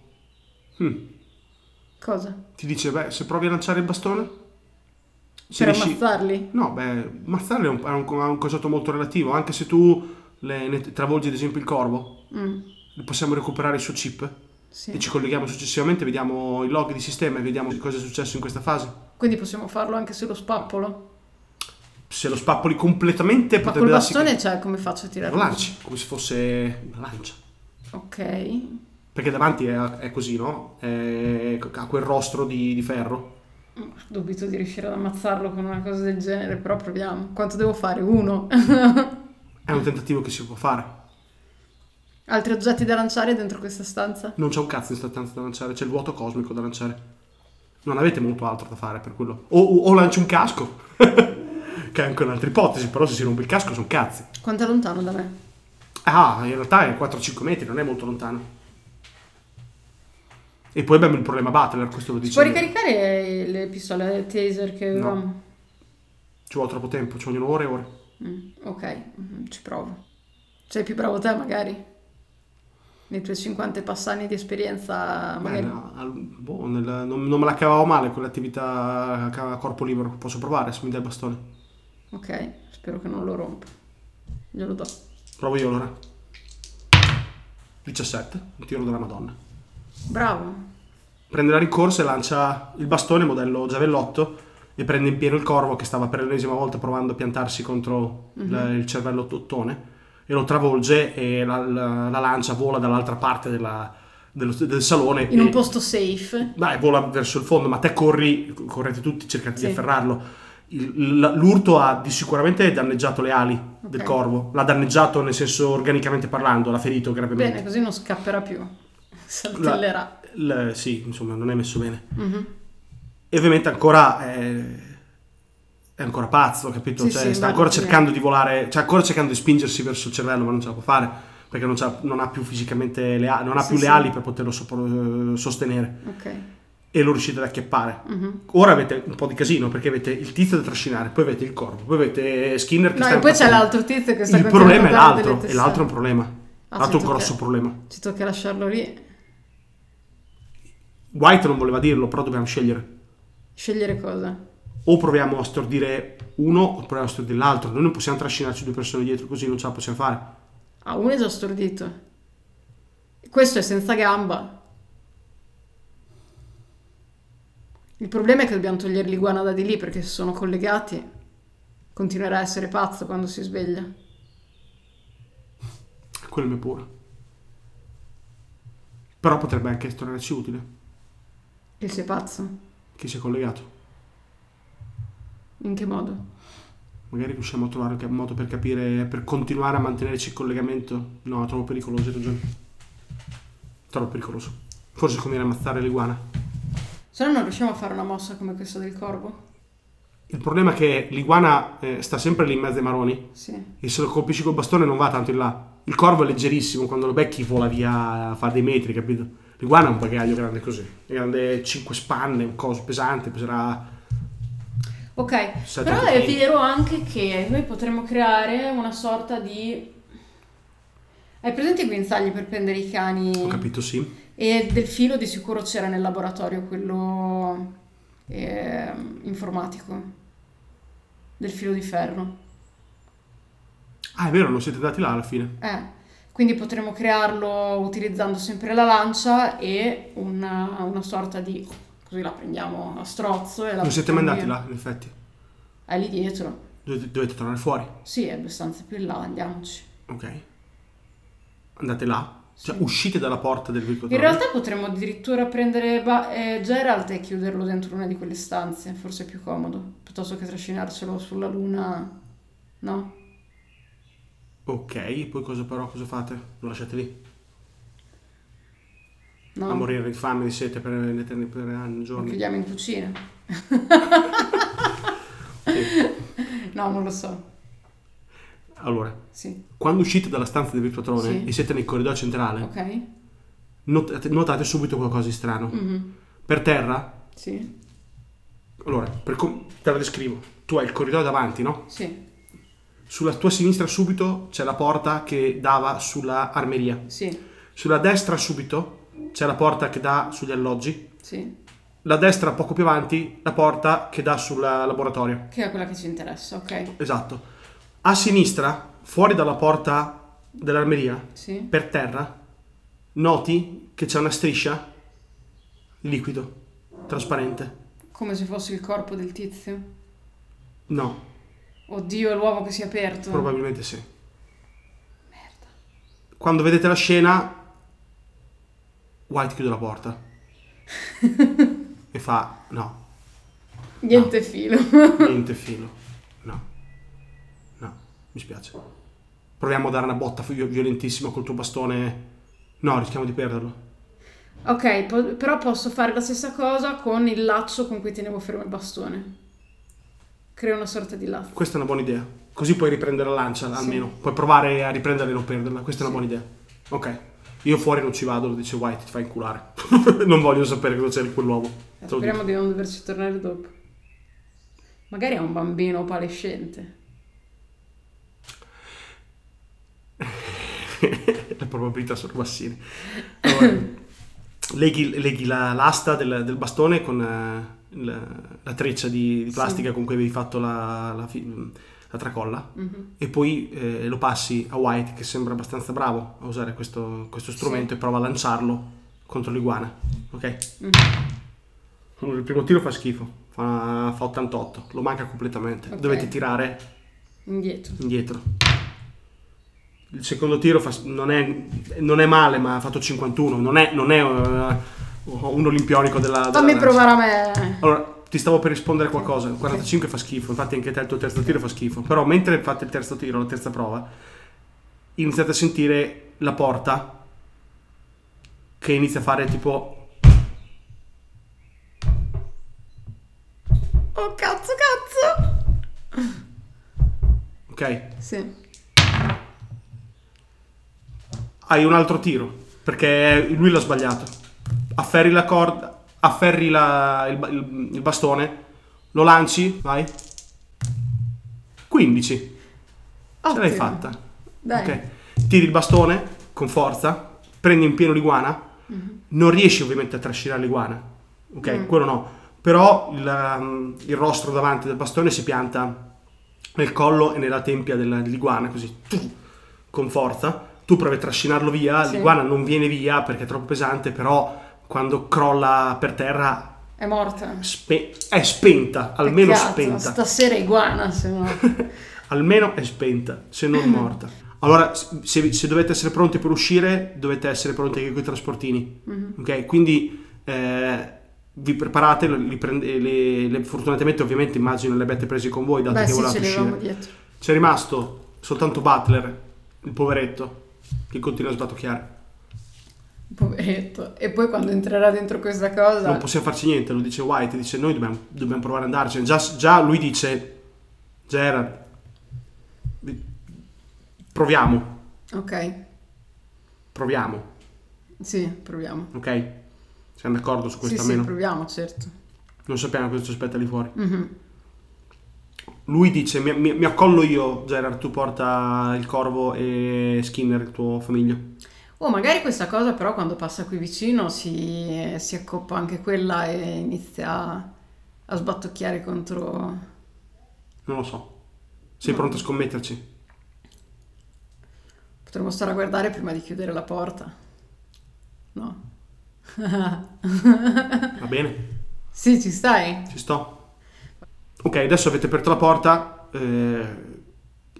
hmm,
Cosa?
Ti dice, beh, se provi a lanciare il bastone... se
per
riesci-
ammazzarli?
No, beh, ammazzarle è un, è un- è un concetto molto relativo, anche se tu le, ne travolgi ad esempio il corvo,
Mm,
possiamo recuperare il suo chip
sì.
e ci colleghiamo successivamente, vediamo il log di sistema e vediamo cosa è successo in questa fase.
Quindi possiamo farlo anche sullo spappolo?
Se lo spappoli completamente
Ma
potrebbe
col
darsi che
bastone, cioè, come faccio a
lo
tirarlo?
lanci, come se fosse una lancia.
Ok.
Perché davanti è, è così, no? È- ha quel rostro di, di ferro.
Ma Dubito di riuscire ad ammazzarlo con una cosa del genere, però proviamo. Quanto devo fare? Uno. (laughs)
È un tentativo che si può fare.
Altri oggetti da lanciare dentro questa stanza?
Non c'è un cazzo in sostanza da lanciare, c'è il vuoto cosmico da lanciare. Non avete molto altro da fare per quello. O, o- o lanci un casco, (laughs) che è anche un'altra ipotesi, però se si rompe il casco sono cazzi.
Quanto è lontano da me?
Ah, in realtà è 4-5 metri, non è molto lontano. E poi abbiamo il problema Butler, questo lo
Si
dice.
può ricaricare le pistole taser che
No.
avevamo?
Ci vuole troppo tempo, ci vogliono ore e ore.
Mm, ok, mm, ci provo. Sei più bravo te magari? Nei tuoi 50 e passani di esperienza
Beh,
magari...
no, al- boh, nel- non, non me la cavavo male quell'attività a ca- a corpo libero. Posso provare se mi dai il bastone.
Ok, spero che non lo rompa. Glielo do.
Provo io allora. 17, un tiro della Madonna.
Bravo.
Prende la ricorsa e lancia il bastone modello giavellotto e prende in pieno il corvo che stava per l'ennesima volta provando a piantarsi contro il-
Mhm.
il cervello tottone e lo travolge e la, la- la lancia vola dall'altra parte della- dello- del salone.
In un
e-
posto safe.
Dai, vola verso il fondo, ma te corri, correte tutti, cercate
Sì.
di afferrarlo. Il- l- l'urto ha di- sicuramente danneggiato le ali del
Ok.
corvo, l'ha danneggiato nel senso organicamente parlando, l'ha ferito gravemente.
Bene, così non scapperà più. (laughs) Saltellerà.
L- sì, insomma, non è messo bene.
Mhm.
E ovviamente ancora eh, è ancora pazzo, capito?
Sì,
Cioè,
sì,
sta
guarda,
ancora
sì.
cercando di volare, cioè ancora cercando di spingersi verso il cervello, ma non ce la può fare perché non, c'ha- non ha più fisicamente le, a- non ha
Sì,
più le
sì.
ali per poterlo sopor- sostenere
Ok.
e lo riuscite ad acchiappare.
Mhm.
Ora avete un po' di casino perché avete il tizio da trascinare, poi avete il corpo, poi avete eh, Skinner che
No,
sta
e poi c'è
impazzendo.
l'altro tizio che sta
Il
continuando
problema è
a dare
l'altro,
delle
e l'altro è un
testate.
problema. L'altro è
Ah, ci
un
tocca-
grosso problema.
Ci tocca lasciarlo lì.
White non voleva dirlo, però dobbiamo scegliere.
Scegliere cosa?
O proviamo a stordire uno, o proviamo a stordire l'altro. Noi non possiamo trascinarci due persone dietro così, non ce la possiamo fare.
Ah, uno è già stordito. Questo è senza gamba. Il problema è che dobbiamo togliere l'iguana da di lì perché se sono collegati continuerà a essere pazzo quando si sveglia.
Quello mi è pure. Però potrebbe anche tornarci utile.
Che sei pazzo.
Chi si è collegato?
In che modo?
Magari riusciamo a trovare anche un modo per capire, per continuare a mantenerci il collegamento. No, trovo pericoloso, hai ragione. Trovo pericoloso. Forse conviene ammazzare l'iguana.
Se no non riusciamo a fare una mossa come questa del corvo?
Il problema è che l'iguana eh, sta sempre lì in mezzo ai maroni.
Sì.
E se lo colpisci col bastone non va tanto in là. Il corvo è leggerissimo, quando lo becchi vola via, fa dei metri, capito? L'iguana è un bagaglio grande così. È grande 5 spanne, un coso pesante, peserà...
Ok,
Sette
però è
anni.
vero anche che noi potremmo creare una sorta di... Hai presente i guinzagli per prendere i cani?
Ho capito, sì.
E del filo di sicuro c'era nel laboratorio quello ehm, informatico, del filo di ferro.
Ah, è vero, non siete andati là alla fine.
Eh, quindi potremmo crearlo utilizzando sempre la lancia e una, una sorta di... così la prendiamo a strozzo e la...
Non siete mai
portiamo
andati là,
via.
in effetti.
È lì dietro.
Dovete, dovete tornare fuori,
Sì, è abbastanza più in là, andiamoci.
ok? Andate là. Cioè,
Sì.
uscite dalla porta del vicolo.
In realtà potremmo addirittura prendere Ba- eh, Geralt e chiuderlo dentro una di quelle stanze, forse è più comodo, piuttosto che trascinarcelo sulla luna, no?
Ok, poi cosa però, cosa fate? Lo lasciate lì?
No,
A morire di fame, di sete per, per anni,
lo
giorni.
chiudiamo in cucina. (laughs) No, non lo so.
Allora,
Sì,
Quando uscite dalla stanza del virtuatrone
Sì.
e siete nel corridoio centrale,
ok.
notate, notate subito qualcosa di strano.
Mhm.
Per terra,
Sì,
allora, per com- te la descrivo. Tu hai il corridoio davanti, no?
sì,
Sulla tua sinistra subito c'è la porta che dava sulla armeria.
sì,
Sulla destra subito c'è la porta che dà sugli alloggi.
sì.
La destra poco più avanti la porta che dà sul laboratorio.
Che è quella che ci interessa, ok.
Esatto. A sinistra, fuori dalla porta dell'armeria,
Sì,
per terra noti che c'è una striscia di liquido trasparente.
come se fosse il corpo del tizio.
No,
Oddio, è l'uovo che si è aperto.
probabilmente sì.
Mm. Merda.
Quando vedete la scena, White chiude la porta e fa: No,
Niente filo.
niente filo. No, no, mi spiace. Proviamo a dare una botta vi- violentissima col tuo bastone. No, rischiamo di perderlo.
ok, po- però posso fare la stessa cosa con il laccio con cui tenevo fermo il bastone. Creo una sorta di laccio.
Questa è una buona idea. Così puoi riprendere la lancia,
Sì.
almeno. Puoi provare a riprenderla e non perderla. Questa è
Sì.
una buona idea. Ok. Io fuori non ci vado, lo dice White, ti fai inculare. (laughs) non voglio sapere cosa c'è in quell'uovo. Te lo
Eh, Speriamo
dico.
di non doverci tornare dopo. Magari è un bambino palescente.
(laughs) Le probabilità sono bassine. Allora,
(coughs)
leghi, leghi la- l'asta del, del bastone con eh, la, la treccia di, di plastica con cui avevi fatto la, la fi- la tracolla
Mhm.
e poi eh, lo passi a White che sembra abbastanza bravo a usare questo, questo strumento e prova a lanciarlo contro l'iguana. Ok?
Mhm.
Allora, il primo tiro fa schifo, fa, fa 88, lo manca completamente.
Ok.
Dovete tirare
Indietro.
indietro. Il secondo tiro fa- non, è, non è male, ma ha fatto 51. Non è, non è, eh, un olimpionico della. della
Fammi
lancia.
provare a me.
Allora, ti stavo per rispondere qualcosa. 45 fa schifo, infatti anche te il tuo terzo tiro fa schifo. Però mentre fate il terzo tiro, la terza prova, iniziate a sentire la porta che inizia a fare tipo
Oh cazzo, cazzo.
Ok?
Sì.
Hai un altro tiro, perché lui l'ha sbagliato. Afferri la corda, afferri la- il, ba- il- il bastone, lo lanci, vai. 15, ce l'hai
Ottimo.
fatta.
Dai.
Ok. Tiri il bastone con forza, prendi in pieno l'iguana,
Mhm.
non riesci ovviamente a trascinare l'iguana, ok?
Mm.
Quello no. Però il, um, il rostro davanti del bastone si pianta nel collo e nella tempia della- dell'iguana, così, tu, con forza. Tu provi a trascinarlo via,
Sì.
l'iguana non viene via perché è troppo pesante, però quando crolla per terra
È morta.
spe- è spenta, almeno
Peccato,
spenta.
Stasera è iguana,
(laughs)
se no.
Almeno è spenta, se
(laughs)
non morta. Allora, se, se dovete essere pronti per uscire, dovete essere pronti anche con i trasportini.
Mhm.
Ok? Quindi eh, vi preparate, li prende- le- le- fortunatamente ovviamente immagino le avete presi con voi, dato
Beh,
che
sì,
volevate
ce l'avevamo
uscire.
dietro.
C'è rimasto soltanto Butler, il poveretto, che continua a sbatocchiare.
Poveretto. E poi quando entrerà dentro questa cosa...
Non possiamo farci niente, lo dice White, dice noi dobbiamo, dobbiamo provare ad andarcene. Già, già lui dice, Gerard, vi- proviamo,
Ok,
proviamo.
sì, proviamo.
Ok? Siamo d'accordo su
Sì,
questo
sì,
almeno?
proviamo, certo.
non sappiamo cosa ci aspetta lì fuori.
Mhm.
Lui dice: mi, mi- mi accollo io, Gerard. Tu porta il corvo e Skinner, il tuo famiglio.
Oh, magari questa cosa però quando passa qui vicino si, si accoppa anche quella e inizia a, a sbattocchiare contro...
Non lo so. Sei pronto a scommetterci?
Potremmo stare a guardare prima di chiudere la porta. No.
Va bene,
sì, ci stai?
ci sto. Ok, adesso avete aperto la porta. eh,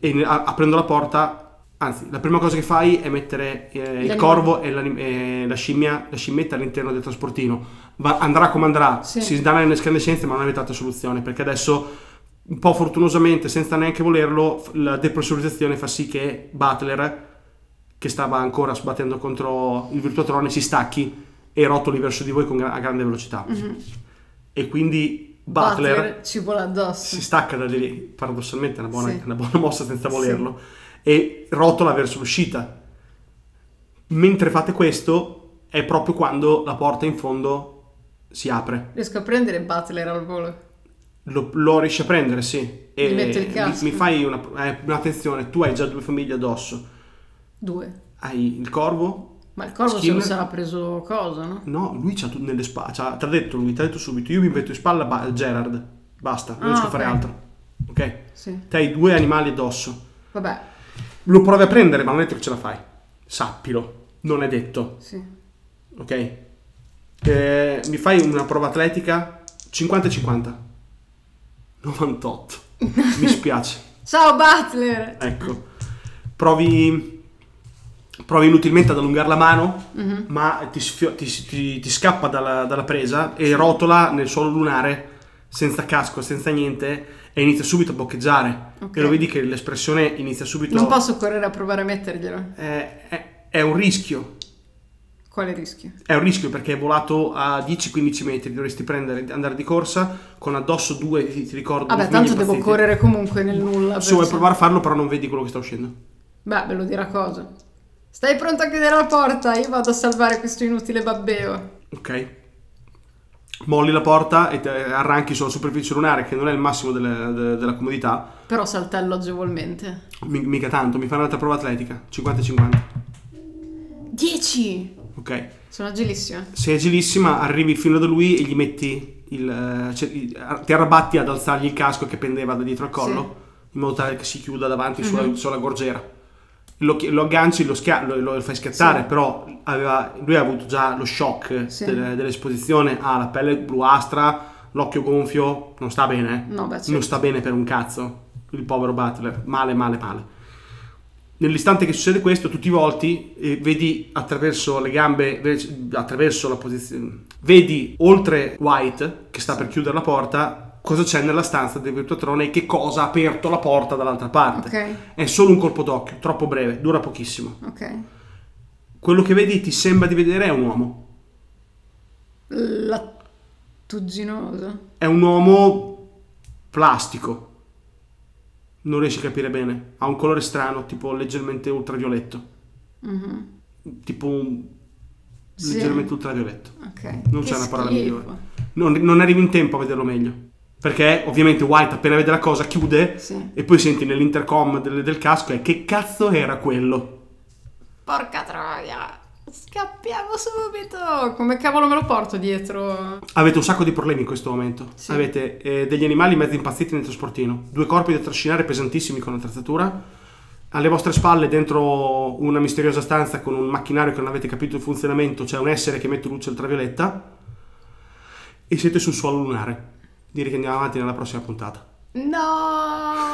e ne- a- aprendo la porta, anzi, la prima cosa che fai è mettere eh, il
L'anima-
corvo e, l'anim- e la scimmia, la scimmietta all'interno del trasportino. Va- andrà come andrà,
Sì.
si danno in escandescenze, ma non avete altra soluzione perché adesso. Un po' fortunosamente, senza neanche volerlo, f- la depressurizzazione fa sì che Butler, che stava ancora sbattendo contro il Virtuatrone, si stacchi e rotoli verso di voi con gra- a grande velocità.
Mm-hmm.
E quindi Butler
ci vola addosso.
si stacca da lì, paradossalmente è una buona,
Sì.
una buona mossa senza volerlo, e rotola verso l'uscita. Mentre fate questo, è proprio quando la porta in fondo si apre.
Riesco a prendere Butler al volo.
Lo, lo riesci a prendere, sì. E
Mi metto il casco.
mi fai una, eh, un'attenzione, tu hai già due famiglie addosso.
Due.
Hai il corvo
Ma il corvo se
Skinner?
lo sarà preso cosa, no?
No, lui c'ha tutto nelle spalle. Ti ha detto lui, ti ha detto subito. Io mi metto in spalla ba- Gerard. Basta, non
Ah,
riesco
ok.
a fare altro. Ok?
Sì.
Te hai due animali addosso.
Vabbè,
Lo provi a prendere, ma non è detto che ce la fai. Sappilo, non è detto.
sì.
Ok? Eh, mi fai una prova atletica 50-50. 98. mi
(laughs)
spiace.
Ciao Butler!
Ecco. Provi. Provi inutilmente ad allungare la mano,
Mhm.
ma ti, sfio- ti- ti- ti scappa dalla, dalla presa e rotola nel suolo lunare senza casco, senza niente, e inizia subito a boccheggiare.
Ok.
E lo vedi che l'espressione inizia subito.
Non posso correre a provare a metterglielo.
È, è- è un rischio.
Quale rischio?
È un rischio perché è volato a 10-15 metri, dovresti prendere, andare di corsa con addosso due, ti, ti ricordo.
Vabbè,
due
tanto
figli
devo
impazziti.
correre comunque nel nulla.
Se vuoi
perché-
provare a farlo, però non vedi quello che sta uscendo.
Beh, ve lo dirà cosa. Stai pronto a chiudere la porta? Io vado a salvare questo inutile babbeo.
Ok. Molli la porta e te- arranchi sulla superficie lunare, che non è il massimo delle- de- della comodità.
Però saltello agevolmente.
Mi- mica tanto, mi fa un'altra prova atletica. 50-50.
10!
Ok.
Sono agilissima.
Sei agilissima, arrivi fino da lui e gli metti il. eh, cioè, il- ar- ti arrabatti ad alzargli il casco che pendeva da dietro al collo, in modo tale che si chiuda davanti
Mhm.
sulla, sulla gorgiera. Lo, chi- lo agganci, lo, schia- lo, lo fai schiattare,
Sì.
però aveva- lui ha avuto già lo shock
Sì.
del- dell'esposizione, ha la pelle bluastra, l'occhio gonfio, non sta bene. eh.
No, beh, certo.
Non sta bene per un cazzo, il povero Butler, male, male, male. Nell'istante che succede questo, tu ti volti e vedi attraverso le gambe, ve- attraverso la posizione, vedi oltre White che sta per chiudere la porta, cosa c'è nella stanza del Virtuatrone e che cosa ha aperto la porta dall'altra parte.
Ok,
È solo un colpo d'occhio, troppo breve, dura pochissimo.
ok.
Quello che vedi ti sembra di vedere è un uomo.
Lattuginoso.
È un uomo plastico, non riesci a capire bene. Ha un colore strano, tipo leggermente ultravioletto,
Mhm.
tipo un-
Sì.
leggermente ultravioletto.
Ok.
Non
Che
c'è una parola
schifo.
migliore. Non, non arrivi in tempo a vederlo meglio. Perché ovviamente White appena vede la cosa chiude
Sì.
e poi senti nell'intercom del, del casco è che cazzo era quello?
Porca troia! Scappiamo subito! Come cavolo me lo porto dietro?
Avete un sacco di problemi in questo momento.
Sì.
Avete eh, degli animali mezzo impazziti nel trasportino, due corpi da trascinare pesantissimi con attrezzatura, alle vostre spalle dentro una misteriosa stanza con un macchinario che non avete capito il funzionamento, c'è un essere che mette luce ultravioletta e siete sul suolo lunare. Direi che andiamo avanti nella prossima puntata.
No!